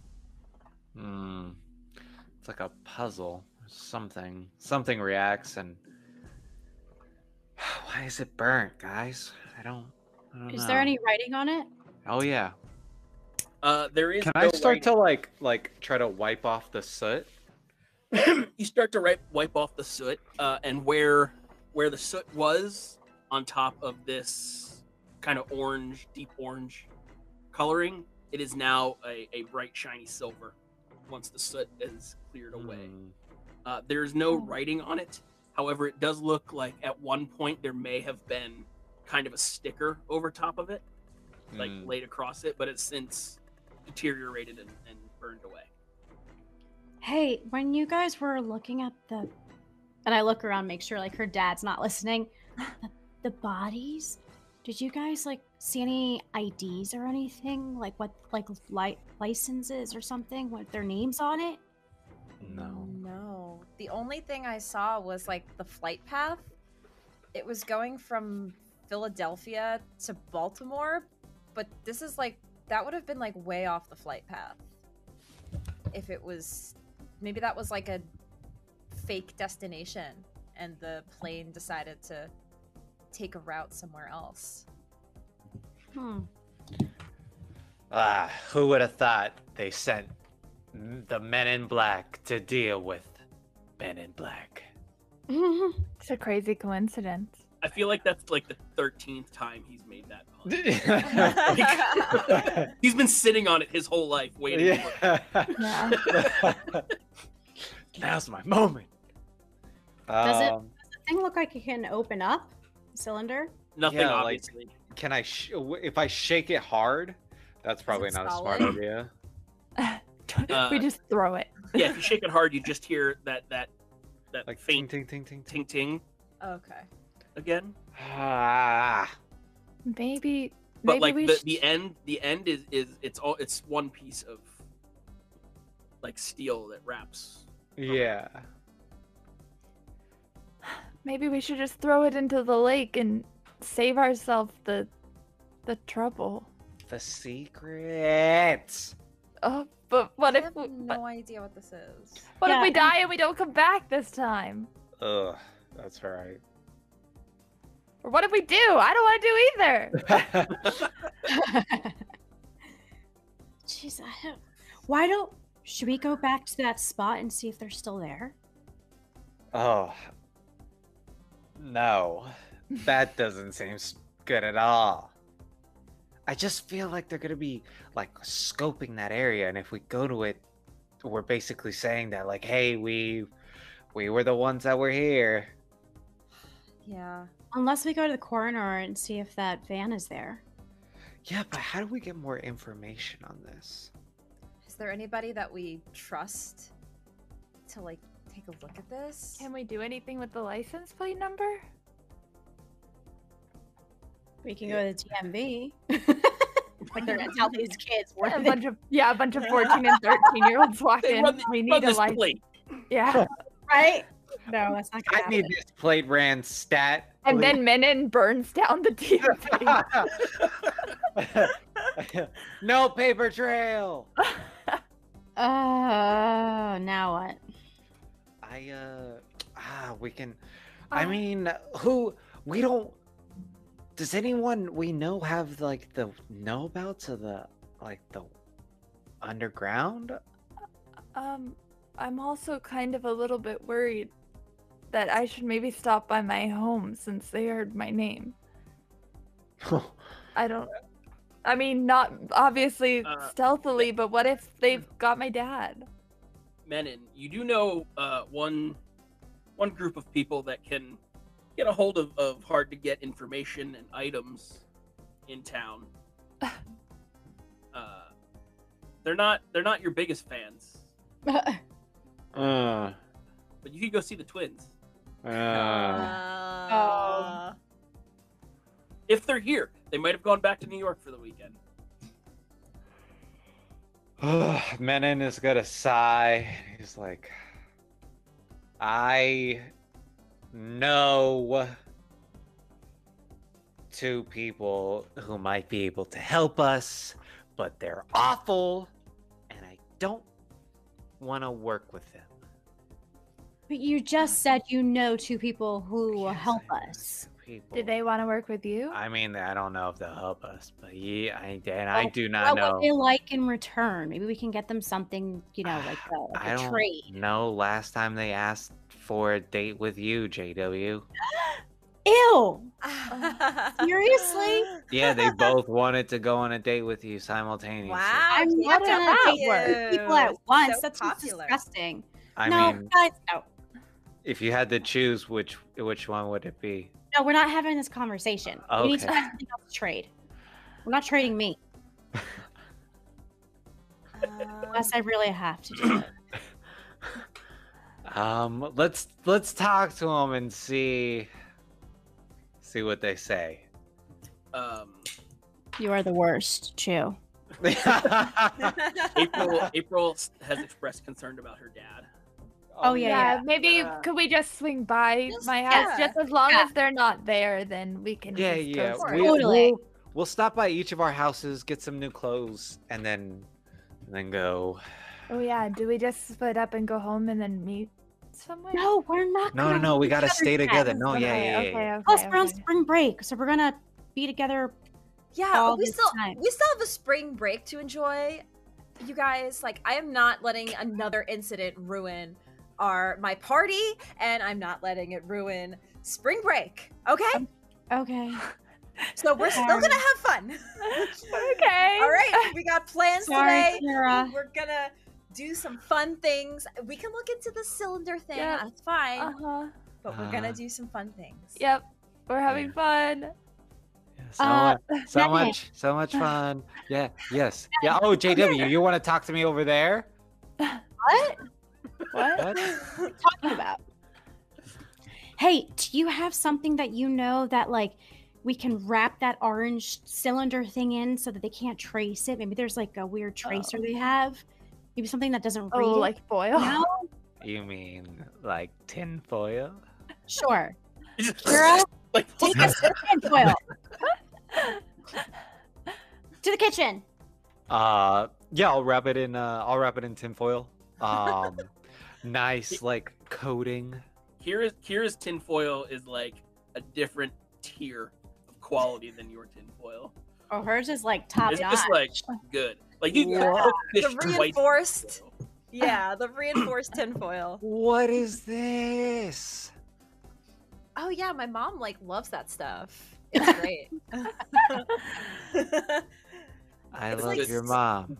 S6: Mm. It's like a puzzle. Something. Something reacts and. <sighs> Why is it burnt, guys? I don't. I don't
S3: Is there
S6: know.
S3: any writing on it?
S6: Oh yeah.
S1: Uh, there is.
S6: Can
S1: no
S6: I start to
S1: writing.
S6: like like try to wipe off the soot?
S1: you start to wipe, wipe off the soot, uh, and where where the soot was on top of this kind of orange, deep orange coloring, it is now a, a bright, shiny silver. Once the soot is cleared away,
S6: Mm.
S1: uh, there is no
S5: Oh.
S1: writing on it. However, it does look like at one point there may have been kind of a sticker over top of it. like
S6: Mm.
S1: laid across it, but it's since deteriorated and, and burned away.
S3: Hey, when you guys were looking at the, and I look around, make sure like her dad's not listening. The, the bodies. Did you guys like see any IDs or anything? Like what, like li- licenses or something? What their names on it?
S6: no.
S2: No. The only thing I saw was like the flight path. It was going from Philadelphia to Baltimore, but this is like that would have been like way off the flight path. If it was maybe that was like a fake destination and the plane decided to take a route somewhere else. <laughs>
S3: Hmm. <laughs>
S7: Ah, who would have thought they sent the men in black to deal with men in black?
S5: It's a crazy coincidence.
S1: I feel like that's like the thirteenth time he's made that pun.
S6: yeah.
S1: he's been sitting on it his whole life, <laughs> waiting. For it.
S2: <laughs>
S5: Yeah.
S7: Now's my moment.
S6: Does Um,
S3: it- Thing look like it can open up cylinder.
S1: Nothing,
S6: Yeah, like-
S1: obviously.
S6: Can I, sh- w- if I shake it hard, that's probably
S2: it
S6: not a smart
S2: solid?
S6: idea.
S1: Uh,
S5: <laughs> we just throw it.
S1: yeah, if you shake it hard, you just hear that that that
S6: Like ting
S1: faint
S6: ting ting ting
S1: ting
S6: ting.
S1: ting
S2: Okay.
S1: again.
S6: Ah,
S5: Maybe,
S1: But
S5: maybe
S1: like
S5: we
S1: the, e
S5: should...
S1: the end, the end is is it's all it's one piece of like steel that wraps.
S6: yeah.
S5: maybe we should just throw it into the lake and save ourselves the the trouble.
S4: The secret.
S5: Oh, but what
S2: I
S5: if
S2: have
S5: we,
S2: no idea what this is.
S5: what
S3: Yeah,
S5: if we
S3: and-
S5: die and we don't come back this time?
S6: Ugh, that's all right.
S2: <laughs>
S5: Or what if we do? I don't want to do
S1: <laughs>
S5: either.
S3: Jeez, I don't. Why don't? Should we go back to that spot and see if they're still there?
S6: Oh, no. That doesn't seem s- good at all.
S4: I just feel like they're gonna be like scoping that area, and if we go to it, we're basically saying that like, hey, we we were the ones that were here.
S2: Yeah.
S3: Unless we go to the coroner and see if that van is there.
S4: Yeah, but how do we get more information on this?
S2: Is there anybody that we trust to like take a look at this?
S5: Can we do anything with the license plate number?
S3: We can go to <laughs> the DMV. like they're gonna tell these kids where
S5: A
S3: they
S5: bunch of yeah, a bunch
S2: <laughs>
S5: of fourteen and thirteen year olds walk
S1: They
S5: in.
S1: run-
S5: we
S1: Love
S5: need a
S1: this
S5: license.
S1: plate.
S5: Yeah,
S3: <laughs> right. <laughs> No, that's not gonna
S4: I need
S3: happen.
S4: this plate ran stat.
S5: and then Menon burns down
S4: <laughs>
S5: the DMV.
S4: no paper trail.
S3: Oh, now what?
S4: I uh ah we can
S5: Uh,
S4: I
S3: Uh,
S4: mean who we don't does anyone we know have like the know about to the like the underground? <laughs>
S5: Um, I'm also kind of a little bit worried that I should maybe stop by my home since they heard my name. I don't. I mean, not obviously
S1: Uh,
S5: stealthily, but what if they've
S4: hmm.
S5: got my dad?
S1: Menon, you do know uh, one one group of people that can get a hold of, of hard to get information and items in town. uh, they're not they're not your biggest fans,
S3: <laughs>
S6: Uh,
S1: but you could go see the twins
S6: uh,
S2: Uh,
S1: if they're here. They might have gone back to New York for the weekend.
S6: Menon is gonna sigh. He's like, I know
S4: Two people who might be able to help us, but they're awful and I don't want to work with them.
S3: But you just said you know two people who will
S4: Yes,
S3: help
S4: I know
S3: us.
S4: two people.
S5: Did they want to work with you?
S4: I mean, I don't know if they'll help us, but yeah, I, and
S3: Oh,
S4: I do
S3: What
S4: not
S3: would
S4: know.
S3: they like in return? Maybe we can get them something, you know, like a, like
S4: I
S3: a
S4: don't
S3: trade.
S4: know. Last time they asked for a date with you, JW.
S3: Ew! Oh.
S2: uh,
S3: Seriously? <laughs>
S4: Yeah, they both wanted to go on a date with you simultaneously.
S2: Wow.
S3: I'm
S2: Katie,
S3: not
S2: how
S3: gonna
S2: about
S3: date two people at
S2: you?
S3: once.
S2: So
S3: That's just
S2: popular.
S3: disgusting.
S4: I
S3: no,
S4: mean,
S3: guys, no,
S4: if you had to choose, which which one would it be?
S3: no, we're not having this conversation. We need to
S4: Uh, Okay.
S3: find something else to trade. We're not trading me unless I really have to do it.
S4: Um, let's let's talk to them and see see what
S3: <laughs>
S4: they say. <laughs>
S1: Um,
S3: <clears throat> You are the worst, Chew.
S1: April April has expressed concern about her dad.
S3: Oh, yeah,
S5: Yeah,
S3: yeah.
S5: maybe
S4: Uh,
S5: could we just swing by
S2: Just-
S5: my house?
S2: yeah.
S5: Just as long
S3: Yeah.
S5: as they're not there, then we can.
S4: yeah,
S5: just go
S4: yeah.
S5: see-
S2: we-
S3: Totally.
S4: We'll, we'll stop by each of our houses, get some new clothes, and then and then go.
S5: Oh yeah. Do we just split up and go home and then meet somewhere?
S3: No, we're not.
S4: No, no,
S3: gonna
S4: no. We
S3: each
S4: gotta
S3: other's
S4: stay
S3: heads.
S4: together. No,
S5: Okay,
S4: yeah, yeah, yeah.
S5: okay,
S4: yeah.
S5: okay,
S3: Plus, we're on
S5: okay.
S3: spring break, so we're gonna be together.
S2: <laughs> yeah,
S3: all
S2: we
S3: this
S2: still
S3: time.
S2: we still have a spring break to enjoy. You guys, like I am not letting another incident ruin our my party and I'm not letting it ruin spring break. Okay?
S3: Okay.
S2: So we're still going to have fun.
S3: <laughs>
S2: <laughs>
S5: okay.
S2: All right, we got plans
S3: Sorry,
S2: today.
S3: Kira.
S2: We're going to do some fun things. We can look into the cylinder thing.
S5: Yeah.
S2: That's fine.
S5: Uh huh.
S3: Uh-huh.
S2: but we're going to
S4: Uh-huh.
S2: do some fun things.
S5: Yep. We're having fun.
S4: Yeah. So,
S3: Uh,
S4: mu- so
S3: Megan.
S4: much, so much fun. Yeah, yes, yeah. Oh, JW, you want to talk to me over there?
S3: What?
S5: What?
S4: What?
S3: talking about? Hey, do you have something that you know that like we can wrap that orange cylinder thing in so that they can't trace it? Maybe there's like a weird tracer they have. Maybe something that doesn't read.
S5: Oh,
S3: it?
S5: like
S3: <laughs>
S5: foil.
S3: no?
S4: You mean like tin foil?
S3: Sure.
S1: Just-
S3: Kira,
S1: <laughs> like,
S3: take us to the tinfoil. <laughs> to the kitchen.
S6: Uh, yeah, I'll wrap it in. Uh, I'll wrap it in tinfoil. Um, nice like coating.
S1: Kira's Kira's tinfoil is like a different tier of quality than your tinfoil.
S3: Oh, hers is like top
S1: It's
S3: notch.
S1: just like good. Like you
S2: Yeah.
S1: cook
S2: The
S1: fish twice.
S2: <laughs> reinforced- Yeah, the reinforced tinfoil.
S4: What is this?
S2: Oh yeah, my mom like loves that stuff. <laughs> It's great.
S4: I
S2: It's
S4: love
S1: like
S4: your
S1: s-
S4: mom.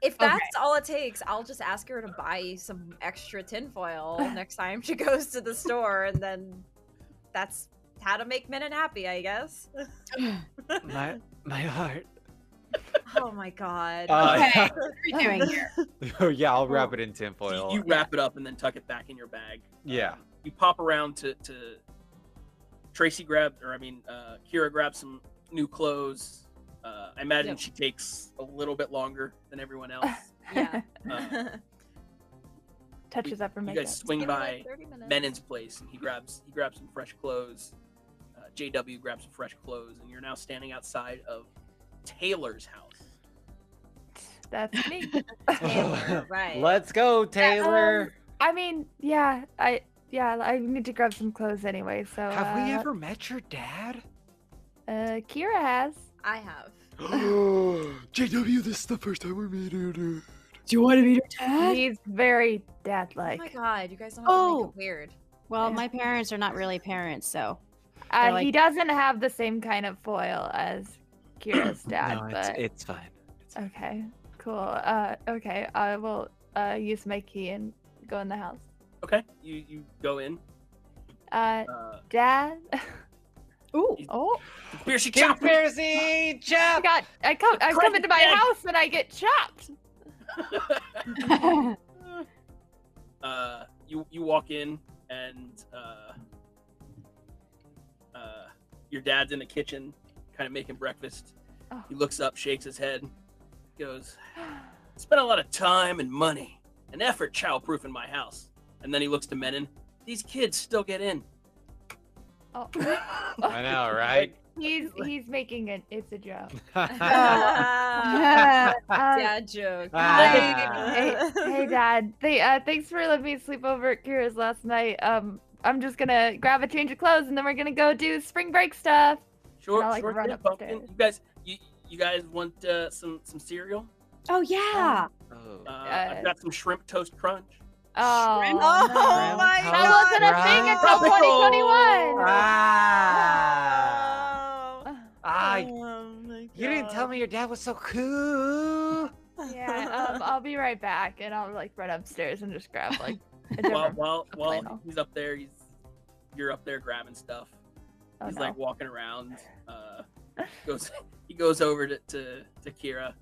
S2: if that's all it takes, I'll just ask her to buy some extra <laughs> tinfoil next time she goes to the store, and then that's how to make Minute happy, I guess.
S4: My my heart.
S2: Oh my god.
S6: Uh,
S3: Okay. What are you doing <laughs> here?
S4: Uh, <laughs>
S6: yeah, I'll wrap
S2: Oh.
S6: it in
S1: You-
S6: tinfoil.
S1: You wrap it up and then tuck it back in your bag.
S6: Yeah.
S1: Um, you pop around to, to Tracy grabbed, or I mean, uh, Kira grabbed some new clothes. Uh, I imagine
S2: Yep.
S1: she takes a little bit longer than everyone
S3: <laughs>
S1: else.
S2: yeah. <laughs>
S1: Uh,
S5: <laughs> Touches up her
S1: you
S5: makeup.
S1: guys swing
S2: Give her,
S1: by
S2: like, 30 minutes. <laughs>
S1: Menon's place, and he grabs he grabs some fresh clothes. Uh, JW grabs some fresh clothes, and you're now standing outside of Taylor's house.
S5: That's me.
S4: <laughs>
S2: Taylor,
S5: <laughs>
S2: right.
S4: Let's go, Taylor.
S5: I mean, yeah, I yeah, I need to grab some clothes anyway. So
S4: Have we
S5: uh,
S4: ever met your dad? <gasps>
S5: Uh, Kira has.
S2: I have. Oh
S4: JW, this is the first time we meet you.
S3: Do you want to meet your dad?
S5: He's very
S2: Oh
S5: dad-like.
S2: my god, you guys don't have to
S3: Oh.
S2: make
S5: <laughs>
S2: it weird.
S3: Well, my parents are not really parents, so
S5: uh,
S3: like-
S5: He doesn't have the same kind of foil as Kira's
S4: <clears throat>
S5: dad,
S4: no, it's,
S5: but
S4: it's fine. It's fine.
S5: okay, cool. Uh, okay, I will uh use my key and go in the house.
S1: Okay, you you go in.
S5: Uh,
S1: Uh,
S5: dad. <laughs>
S3: ooh.
S5: Oh,
S1: Piercy Chopper.
S5: I got. I come. I come into my
S1: Dad.
S5: house and I get chopped.
S1: uh, you you walk in and uh, uh, your dad's in the kitchen, kind of making breakfast.
S5: Oh.
S1: He looks up, shakes his head, goes, "Spent a lot of time and money and effort childproofing my house." And then he looks to Menon. These kids still get in.
S5: Oh.
S4: <laughs>
S6: I know, right?
S5: <laughs> He's he's making it. It's a joke. Oh,
S2: <laughs> yeah, joke.
S4: Ah.
S5: hey,
S2: <laughs>
S5: hey, Dad. They, uh, thanks for letting me sleep over at Kira's last night. Um, I'm just gonna grab a change of clothes and then we're gonna go do spring break stuff. <laughs>
S1: Short,
S5: And I'll, like,
S1: short
S5: run
S1: trip, pumpkin.
S5: upstairs.
S1: You guys, you, you guys want uh, some some cereal?
S3: <laughs> oh yeah.
S4: Oh.
S1: Uh,
S5: Uh,
S1: I've got some shrimp toast crunch.
S5: Oh,
S3: Shrimp.
S5: <laughs>
S2: Oh
S5: no.
S2: my
S4: Shrimp.
S5: that wasn't a thing until
S2: Tropical.
S5: 2021.
S4: Ah.
S2: Oh,
S4: Ah,
S2: oh my
S4: you didn't tell
S2: God.
S4: me your dad was so cool.
S5: <laughs> Yeah, um, I'll be right back, and I'll like run upstairs and just grab like a
S1: <laughs> While
S5: different.
S1: while
S5: flannel.
S1: while he's up there, he's you're up there grabbing stuff.
S5: oh,
S1: he's
S5: no.
S1: like walking around.
S5: <laughs>
S1: Uh, goes he goes over to to, to Kira.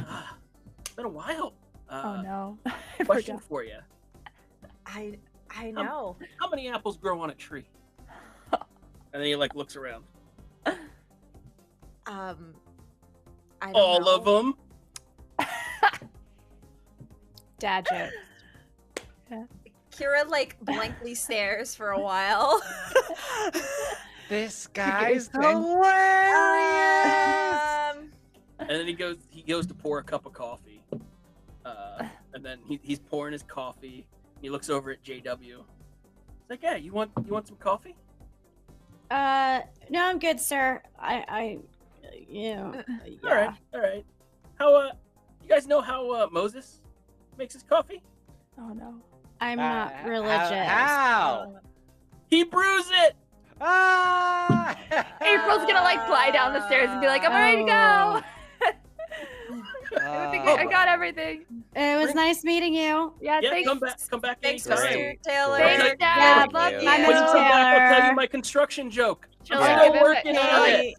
S1: Ah, it's been a while. Uh,
S5: oh no. <laughs> I
S1: Question
S5: forgot.
S1: for you:
S2: I
S5: Um,
S2: I know.
S1: How many apples grow on a
S5: <laughs>
S1: tree? And then he like looks around.
S2: Um, I don't
S1: All
S2: know.
S1: of them.
S3: Dad joke.
S2: Kira like blankly stares for a
S5: <laughs>
S2: while. <laughs>
S4: This guy's
S5: friend.
S4: hilarious.
S2: um,
S1: and then he goes he goes to pour a cup of coffee uh, and then he, he's pouring his coffee he looks over at jw he's like yeah you want you want some coffee
S3: Uh, no, I'm good, sir. I, I, yeah,
S1: all right all right how uh you guys know how uh, moses makes his coffee
S5: Oh no.
S3: I'm
S4: Uh,
S3: not
S4: how-
S3: religious.
S5: Oh.
S4: How?
S1: he brews it
S4: Ah!
S5: April's gonna like fly down the stairs and be like, "I'm ready
S3: Oh.
S5: to go." <laughs> I,
S4: <laughs> Oh.
S5: think I got everything.
S3: Uh, It was
S1: Bring-
S3: nice meeting you.
S5: Yeah,
S1: yeah
S5: thanks.
S1: come back come back
S2: thanks,
S1: anytime
S2: Mr. Taylor.
S5: Thanks,
S1: Okay.
S5: Dad.
S3: Yeah,
S5: Love
S3: my
S5: you.
S1: when you
S3: Mr.
S1: come back i'll tell you
S3: Taylor.
S1: my construction joke
S5: Shall
S6: Yeah.
S5: I give him
S1: Working
S5: a,
S1: on it.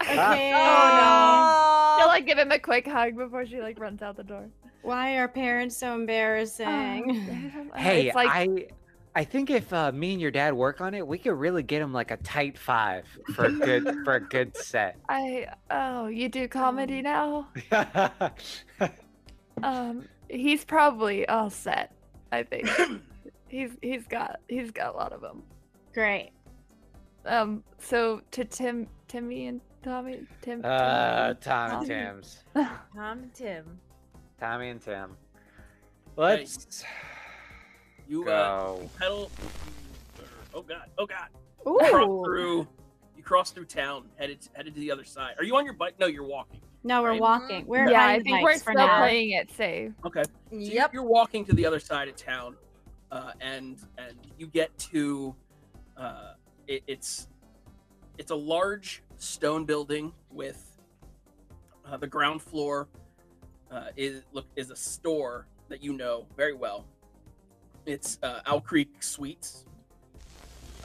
S5: Oh,
S3: Okay.
S2: Oh, Aw.
S5: Shall I give him a quick hug before she like runs out the door?
S3: <laughs>
S5: Oh,
S3: Why are parents so
S5: Um,
S3: embarrassing?
S4: <laughs> Hey,
S5: it's like
S4: I I think if uh, me and your dad work on it, we could really get him like a tight five for a good for a good set.
S5: I oh, you do comedy now?
S4: Uh,
S5: Um he's probably all set,
S3: <coughs>
S5: I think. he's he's got he's got a lot of them.
S3: <laughs> Great.
S5: Um so to Tim Timmy and Tommy Tim
S4: Uh, Tom
S5: Tommy.
S4: and Tim's.
S2: Tom and Tim.
S4: Tommy and Tim. Let's
S1: You uh,
S4: go.
S1: pedal. Oh god! Oh god! Cross
S3: Ooh.
S1: through. You cross through town, headed headed to the other side. Are you on your bike? No, you're walking.
S3: No, we're
S1: Right.
S3: walking. We're
S5: yeah, I
S3: hiding
S5: think
S3: the
S5: we're
S3: bikes for
S5: still
S3: now.
S5: playing it safe.
S1: Okay. So you-
S2: Yep.
S1: You're walking to the other side of town, uh, and and you get to, uh, it, it's, it's a large stone building with, uh, the ground floor, uh, is look is a store that you know very well. It's uh, Owl Creek Sweets.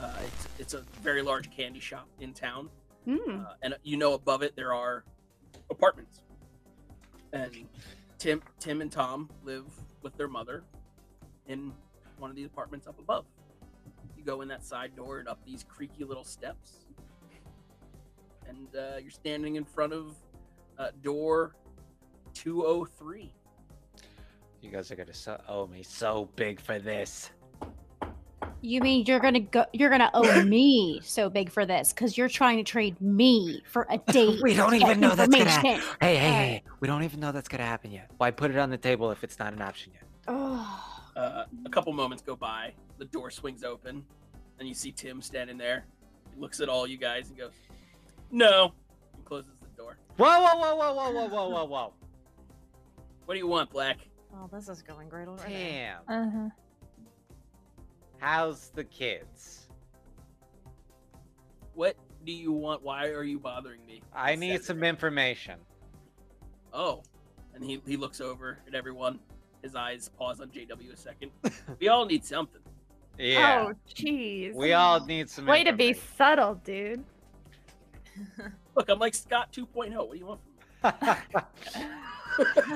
S1: Uh, it's, it's a very large candy shop in town
S3: Mm.
S1: uh, and you know above it there are apartments and tim tim and tom live with their mother in one of the apartments up above you go in that side door and up these creaky little steps and uh, you're standing in front of uh, door 203
S4: You guys are gonna so- owe me so big for this.
S3: You mean you're gonna go? You're gonna owe me so big for this because you're trying to trade me for a date?
S4: We don't
S3: to
S4: even
S3: get
S4: know that's gonna happen.
S3: information.
S4: Hey, hey,
S3: Alright.
S4: hey! We don't even know that's gonna happen yet. Why put it on the table if it's not an option yet?
S3: Oh,
S1: uh, a couple moments go by the door swings open and you see tim standing there he looks at all you guys and goes no and closes the door
S6: Whoa, whoa, whoa, whoa, whoa, whoa, whoa, whoa,
S4: <laughs>
S6: whoa.
S1: what do you want black
S2: Oh, this is going great already.
S4: Damn.
S5: Uh-huh.
S4: How's the kids?
S1: What do you want? Why are you bothering me?
S4: I
S1: It's
S4: need some
S1: Saturday.
S4: information.
S1: Oh. And he, he looks over at everyone. His eyes pause on JW a second. we all need something.
S4: Yeah.
S5: Oh jeez.
S4: we all need some
S5: Way to be
S4: information.
S5: subtle, dude.
S1: Look, I'm like Scott 2.0. What do you want from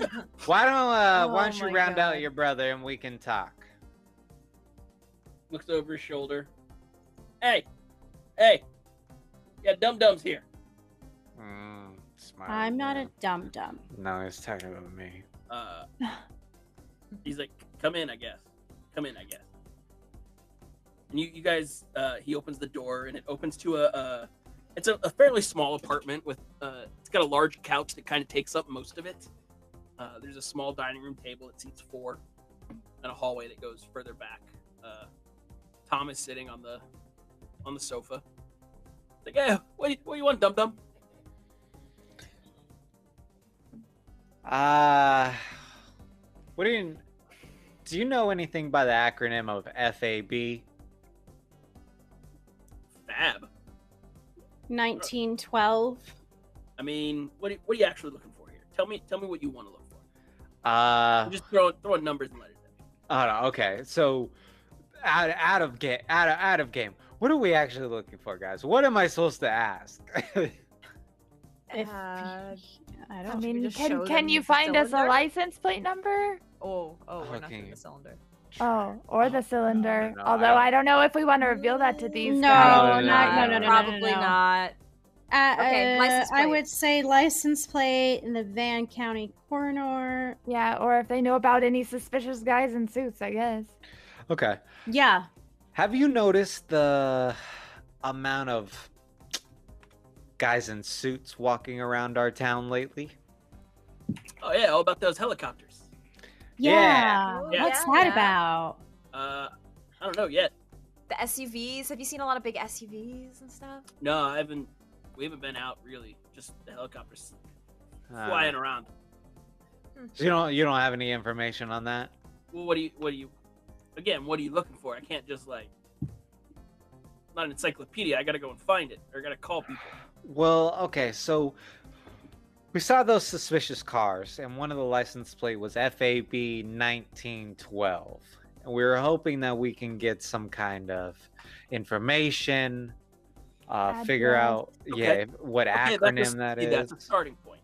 S1: me?
S4: <laughs> Why don't uh,
S2: Oh
S4: why don't you
S2: my
S4: round
S2: God.
S4: out your brother and we can talk?
S1: Looks over his shoulder. Hey. Hey. Yeah, Dum Dum's here.
S4: Mm, smart.
S3: I'm not
S4: yeah.
S3: a dum dum.
S4: No, he's talking about me.
S1: Uh, he's like, come in, I guess. Come in, I guess. And you, you guys, uh, he opens the door and it opens to a, a it's a, a fairly small apartment with, uh, it's got a large couch that kind of takes up most of it. Uh, there's a small dining room table that seats four and a hallway that goes further back. Uh, Tom is sitting on the, on the sofa. It's like, hey, what do you, what do you want, Dum Dum?
S4: Uh what do you do you know anything by the acronym of FAB?
S1: Fab.
S3: 1912.
S1: I mean, what, do- what are you actually looking for here? Tell me, tell me what you want to look for.
S4: Uh
S1: I'm just throwing throwing numbers and letters. at you.
S4: oh, no, okay. So out out of game out of out of game. What are we actually looking for, guys? What am I supposed to ask?
S3: If
S2: Uh,
S3: I
S5: I
S3: don't.
S2: we
S5: mean,
S2: just show
S5: can can
S2: them
S5: you
S2: the
S5: find us a
S2: cylinder?
S5: license plate number?
S2: Oh, oh, we're not doing
S4: Okay.
S2: the cylinder.
S5: Oh, or the cylinder.
S4: no, I
S5: Although
S4: don't-
S5: I don't know if we want to reveal that to these
S3: No,
S5: guys.
S4: no, no, no, no, no,
S3: no,
S2: Probably
S3: no.
S2: not.
S3: Uh,
S2: Okay, license
S3: uh, I
S2: plate.
S3: would say license plate in the Van County coroner.
S5: Yeah, or if they know about any suspicious guys in suits, I guess.
S4: okay.
S3: Yeah.
S4: Have you noticed the amount of guys in suits walking around our town lately?
S1: Oh yeah, all about those helicopters.
S3: Yeah.
S4: Yeah.
S2: Yeah.
S3: What's
S2: Yeah.
S3: that
S2: Yeah.
S3: about?
S1: Uh, I don't know yet.
S2: The SUVs. Have you seen a lot of big SUVs and stuff?
S1: No, I haven't. We haven't been out really. Just the helicopters
S4: Uh,
S1: flying around.
S4: so you don't you don't have any information on that?
S1: Well, what do you? What do you? Again, what are you looking for? I can't just like. Not an encyclopedia. I gotta go and find it, or I gotta call people.
S4: Well, okay, so we saw those suspicious cars, and one of the license plate was FAB 1912. And we were hoping that we can get some kind of information Uh, figure out,
S1: Okay.
S4: yeah, what
S1: Okay,
S4: acronym
S1: that's a-
S4: that
S1: see,
S4: is.
S1: That's a starting point.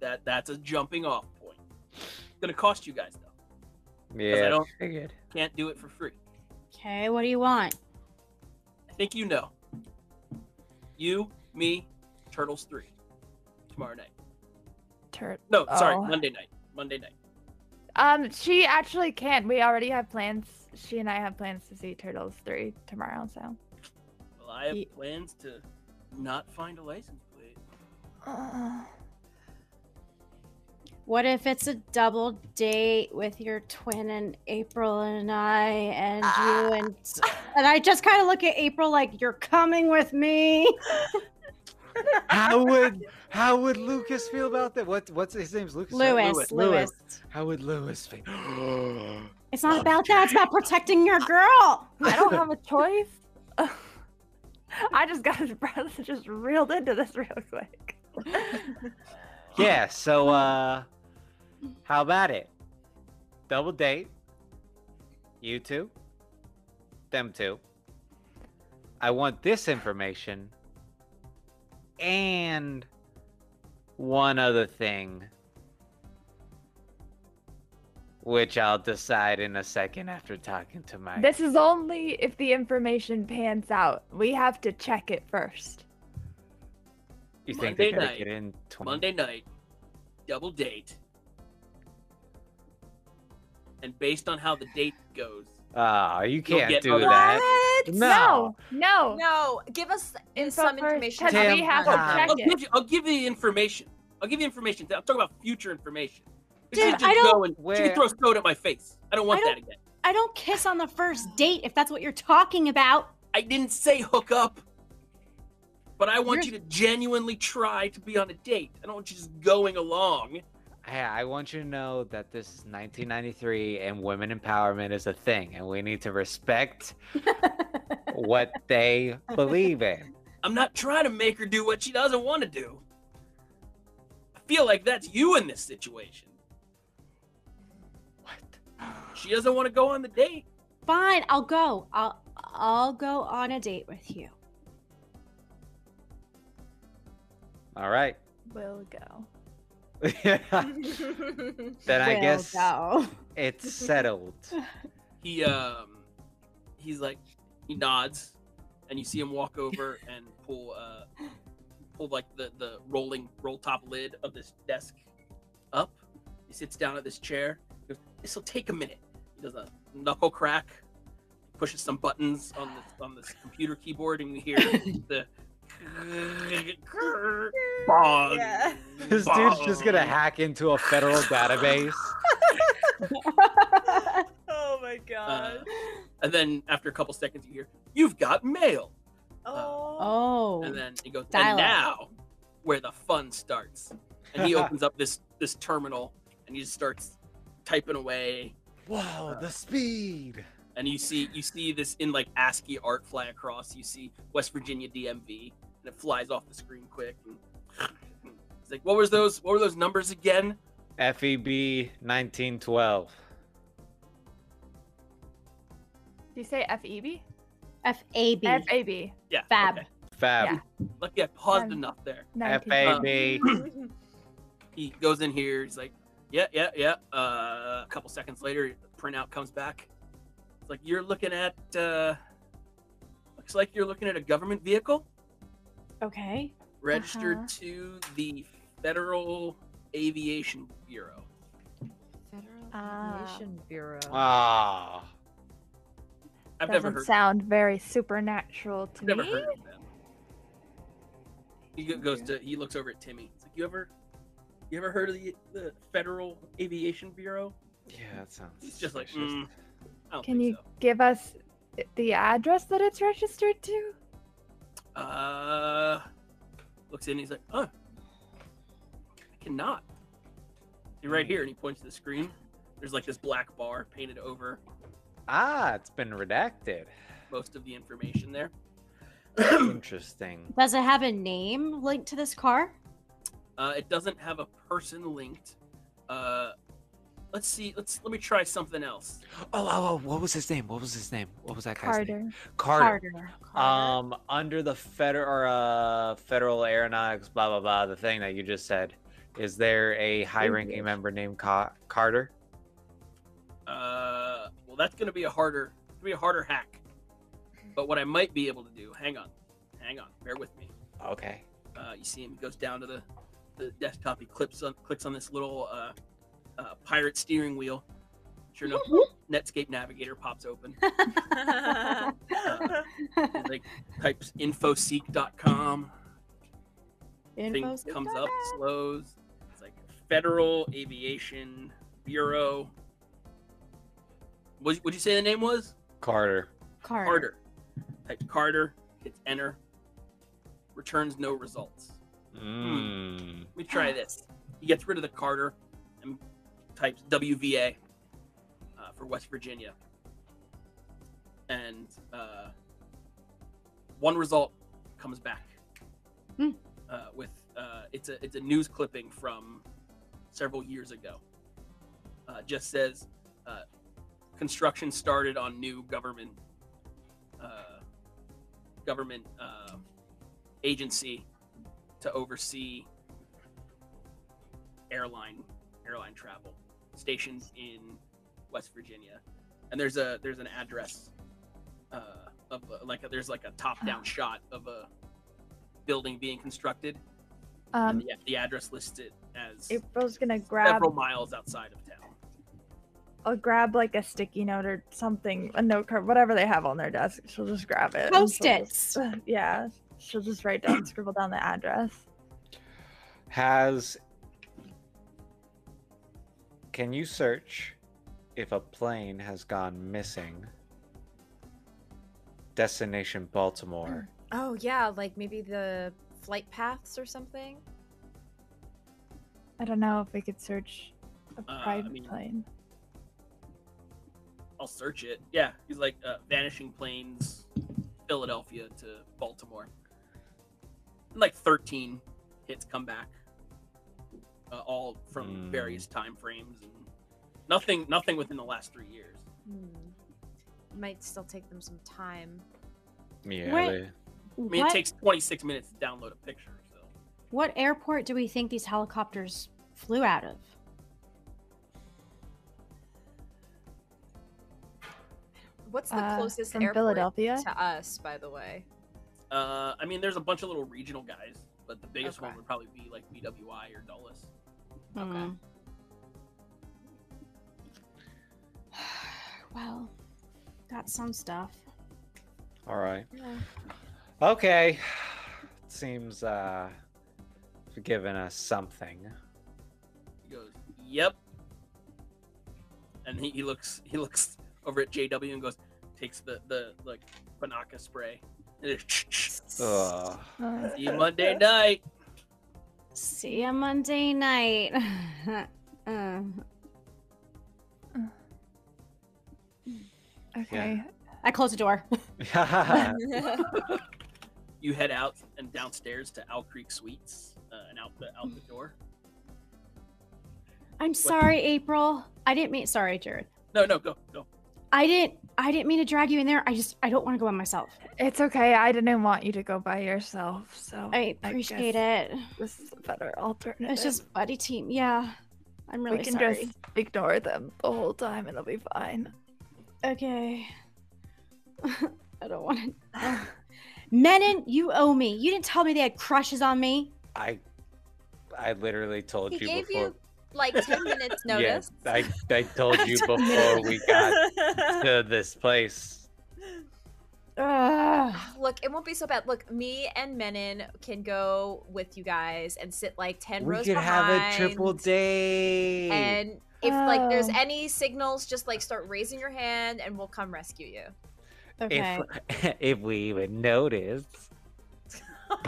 S1: That that's a jumping off point. It's gonna cost you guys though.
S4: yeah,
S1: I don't-
S4: figured.
S1: Can't do it for free.
S3: Okay, what do you want?
S1: I think you know. You, me, Turtles three, tomorrow night.
S5: Tur-
S1: No, sorry,
S5: Oh.
S1: Monday night. Monday night.
S5: Um, she actually can't. We already have plans. She and I have plans to see Turtles three tomorrow. So
S1: Well, I have
S5: Ye-
S1: plans to not find a license plate.
S3: What if it's a double date with your twin and April and I and you and and I just kind of look at April like you're coming with <laughs> me.
S1: <laughs>
S8: How would how would Lucas feel about that? What what's his name's Lucas? right?
S3: Lewis,
S8: Lewis.
S3: Lewis, Oh,
S8: How would Lewis feel?
S3: It's not about that. It's about protecting your girl.
S5: I don't have a choice. <laughs> I just got just reeled into this real quick.
S4: Yeah, so uh how about it? Double date. You two. Them two. I want this information and one other thing which I'll decide in a second after talking to my
S5: This is only if the information pans out. We have to check it first.
S4: You think they're
S1: Monday
S4: going
S1: night.
S4: to get in 20?
S1: Monday night, double date. And based on how the date goes,
S4: Oh, you can't
S1: get
S4: do
S1: other-
S4: that.
S2: What?
S4: No.
S5: No.
S2: No, give us in
S5: Info
S2: some
S5: first,
S2: information.
S5: 'cause
S2: up
S5: we have to
S2: front.
S4: Damn
S5: check
S1: I'll
S5: it.
S1: give, you, I'll give you the information. I'll give you information. I'm talking about future information. She
S3: Dude,
S1: could
S3: I don't-
S1: go and- she
S4: Where-
S1: could throw soda at my face. I don't want
S3: I don't-
S1: that again.
S3: I don't kiss on the first date if that's what you're talking about.
S1: I didn't say hook up, but I want
S3: You're-
S1: you to genuinely try to be on a date. I don't want you just going along.
S4: Hey, I want you to know that this is 1993 and women empowerment is a thing, and we need to respect what they believe in.
S1: I'm not trying to make her do what she doesn't want to do. I feel like that's you in this situation. What? She doesn't want to go on the date.
S3: Fine, I'll go. I'll I'll go on a date with you.
S4: All right. <laughs>
S5: We'll go.
S4: then
S2: <laughs>
S4: I
S3: We'll
S4: guess
S3: go.
S4: it's settled.
S1: He um, he's like, he nods, and you see him walk over and pull uh, pull like the the rolling roll top lid of this desk up. He sits down at this chair. He goes, this will take a minute. He does a knuckle crack, pushes some buttons on the on this computer keyboard, and you hear the. Bong.
S2: Yeah.
S4: This dude's just gonna
S1: Bong.
S4: hack into a federal database.
S2: Oh my
S1: Uh, and then after a couple seconds, you hear, "You've got mail."
S2: oh.
S3: oh.
S1: And then he goes,
S3: Dial-up.
S1: "And now, where the fun starts." And he opens up this this terminal, and he just starts typing away.
S4: Wow, the speed!
S1: And you see you see this in like ASCII art fly across. You see West Virginia DMV, and it flies off the screen quick. And it's like, "What was those? What were those numbers again?"
S4: E FEB 1912.
S5: Do you say F E B?
S3: F A B.
S5: F A B.
S1: Yeah,
S3: Fab.
S1: okay.
S4: Fab.
S1: Lucky I paused
S5: Um,
S1: enough there.
S4: FAB.
S5: Oh.
S1: he goes in here. He's like, yeah, yeah, yeah. Uh, a couple seconds later, the printout comes back. It's like you're looking at. Uh, looks like you're looking at a government vehicle
S3: Okay.
S1: registered
S5: Uh-huh.
S1: to the Federal Aviation Bureau.
S2: <laughs> Federal
S5: Ah.
S2: Aviation Bureau.
S4: Ah.
S1: I've never
S5: Doesn't
S1: heard.
S5: sound very supernatural to
S1: I've never
S5: me.
S1: heard of them. He go- goes to. He looks over at Timmy. It's like you ever. You ever heard of the, the Federal Aviation Bureau?
S4: Yeah, that sounds.
S1: He's just like,
S4: suspicious.
S1: mm, I don't
S5: Can
S1: think
S5: you
S1: so.
S5: give us the address that it's registered to?
S1: Uh, looks in. He's like, "Oh, I cannot." You're right here, and he points to the screen. There's like this black bar painted over
S4: Ah, it's
S1: <clears throat>
S4: been redacted.
S1: most of the information there.
S4: Interesting.
S3: Does it have a name linked to this car?
S1: Uh, it doesn't have a person linked. Uh, let's see. Let's let me try something else.
S4: Oh, oh, oh, what was his name? What was his name? What was that guy's name?
S5: Carter.
S6: Carter.
S1: Uh,
S6: Um, under the federal uh, federal aeronautics, blah blah blah, the thing that you just said, is there a high-ranking member named Ca- Carter?
S1: Uh, well, that's gonna be a harder, gonna be a harder hack. But what I might be able to do, hang on, hang on, bear with me.
S4: Okay.
S1: Uh, you see him. He goes down to the, the desktop. He clips on, clicks on this little uh, uh, pirate steering wheel. Sure enough, Netscape Navigator pops open. Uh, He, like types infoseek.com. Thing
S3: Infoseek
S1: comes
S3: dot
S1: up, slows. It's like Federal Aviation Bureau. What would you say the name was?
S6: Carter.
S3: Carter.
S1: Carter. Type Carter. Hits enter. Returns no results.
S4: Hmm.
S6: Mm.
S1: Let me try this. He gets rid of the Carter and types WVA uh, for West Virginia. And uh, one result comes back
S3: Hmm.
S1: uh, with uh, it's a it's a news clipping from several years ago. Uh, just says uh, construction started on new government uh, government uh, agency to oversee airline airline travel stations in West Virginia, and there's a there's an address uh, of uh, like a, there's like a top
S5: Ah.
S1: down shot of a building being constructed, and
S5: Um,
S1: the, the address lists it as
S5: April's gonna grab.
S1: several miles outside of town.
S5: I'll grab like a sticky note or something, a note card, whatever they have on their desk. She'll just grab it. and she'll
S3: Post-its.
S5: just- <laughs> Yeah, she'll just write down, scribble down the address.
S6: Has can you search if a plane has gone missing? Destination Baltimore. <laughs>
S2: Oh yeah, like maybe the flight paths or something.
S5: I don't know if we could search a
S1: Uh, I
S5: private
S1: mean-
S5: plane.
S1: I'll search it. Yeah, he's like uh, vanishing planes, Philadelphia to Baltimore. And like thirteen hits come back, uh, all from
S6: Hmm.
S1: various time frames and nothing, nothing within the last three years.
S6: Hmm.
S2: Might still take them some time.
S6: Yeah.
S3: Wait.
S6: they-
S1: I mean,
S3: what,
S1: it takes twenty six minutes to download a picture. So
S3: what airport do we think these helicopters flew out of?
S2: What's the
S5: Uh,
S2: closest
S5: from
S2: airport
S5: Philadelphia?
S2: to us, by the way?
S1: Uh, I mean, there's a bunch of little regional guys, but the biggest
S2: Okay.
S1: one would probably be like BWI or Dulles.
S5: Hmm.
S3: Okay. <sighs> Well, got some stuff.
S6: All right.
S2: Yeah.
S6: Okay. <sighs> Seems uh you've given us something.
S1: He goes, "Yep," and he, he looks he looks over at JW and goes, takes the the like banaka spray. And it's,
S6: Ugh. <laughs>
S5: Uh, <laughs>
S1: See you Monday night.
S3: See ya Monday night. <laughs> Uh,
S5: okay.
S3: I close the door.
S1: You head out and downstairs to Owl Creek Suites uh, and out the out the door.
S3: I'm sorry, April. I didn't mean. Sorry, Jared.
S1: No, no, go go.
S3: I didn't. I didn't mean to drag you in there. I just. I don't want to go by myself.
S5: It's okay. I didn't want you to go by yourself, so
S3: I appreciate it.
S5: this is a better alternative.
S3: It's just buddy team. Yeah. I'm really
S5: we can
S3: sorry.
S5: just ignore them the whole time and they'll be
S3: <laughs>
S5: fine.
S3: Okay. <laughs> I don't want to. Menon, you owe me. You didn't tell me they had crushes on me.
S6: I I literally told
S2: He
S6: you
S2: gave
S6: before.
S2: you <laughs> like ten minutes notice.
S6: <laughs>
S2: <laughs>
S6: Yeah, I, I told you before we got to this place.
S3: Ugh.
S2: Look, it won't be so bad. Look, me and Menon can go with you guys and sit like ten
S6: we
S2: rows
S6: could
S2: behind.
S6: have a triple date.
S2: And if like there's
S5: Oh.
S2: any signals, just like start raising your hand, and we'll come rescue you.
S3: <laughs> Okay.
S6: if, <laughs> if we even notice.
S2: <laughs>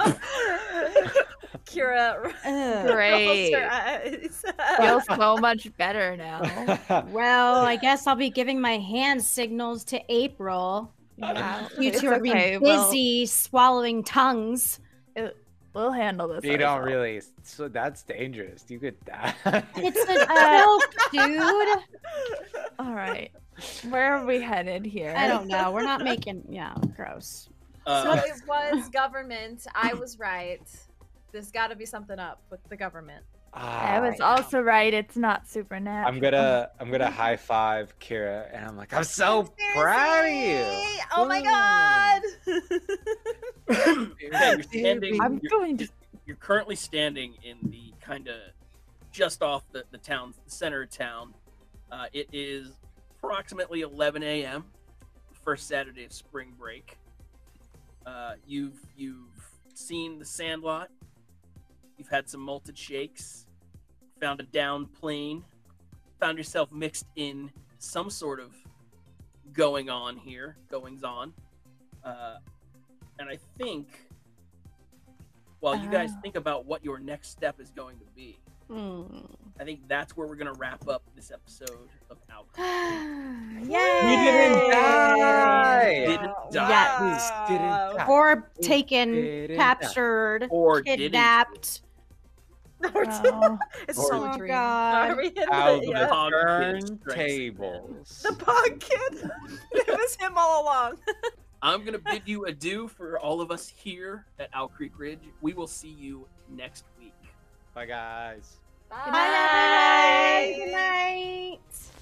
S2: Kira
S3: Ugh.
S5: Great.
S2: rolls her eyes. <laughs>
S5: Feels so much better
S3: <laughs>
S2: Oh,
S6: <laughs>
S5: now.
S3: Well, I guess I'll be giving my hand signals to April.
S5: Yeah,
S3: You
S5: it's
S3: two are being
S5: okay,
S3: <laughs>
S5: well,
S3: busy swallowing tongues.
S5: We'll handle this.
S4: They don't
S5: ourselves.
S4: really. So that's dangerous. You
S6: <laughs>
S2: <laughs>
S4: could die.
S3: It's an elk, dude.
S5: All right. Where are we headed here?
S3: I don't know. We're not making. Yeah, gross.
S2: So
S1: Uh,
S2: it was government. I was right. There's got to be something up with the government.
S5: I
S4: Ah,
S5: was also right. It's not supernatural.
S4: I'm gonna I'm gonna high five Kira, and I'm like, I'm so Oh, proud of you.
S2: Conspiracy! Oh my god!
S1: yeah, <coughs> you're standing.
S4: <laughs>
S5: I'm
S1: you're-
S5: going
S3: <sighs>
S5: to.
S1: you're currently standing in the kind of just off the, the town, the center of town. Uh, it is approximately 11 a.m., first Saturday of spring break. Uh, you've you've seen the Sandlot. You've had some malted shakes. Found a down plane. Found yourself mixed in some sort of going on here, goings on. Uh, and I think while you guys
S5: Oh.
S1: think about what your next step is going to be, I think that's where we're going to wrap up this episode of Alchemy.
S3: Yay!
S4: didn't die!
S1: Didn't die.
S3: Yes.
S4: Please didn't die.
S3: Or taken,
S4: Didn't die.
S3: captured,
S1: Or didn't.
S3: kidnapped.
S5: Oh.
S2: It's
S4: Or-
S2: all
S3: Oh,
S2: a dream.
S3: God.
S2: Are we in
S4: Out of
S2: the, yeah.
S1: Pog kid
S4: the
S1: strikes
S4: turntables.
S2: the pog kid? <laughs> it was him all along.
S1: I'm going to bid you adieu for all of us here at Owl Creek Ridge. We will see you next week.
S4: Bye guys.
S3: Good night. Good night.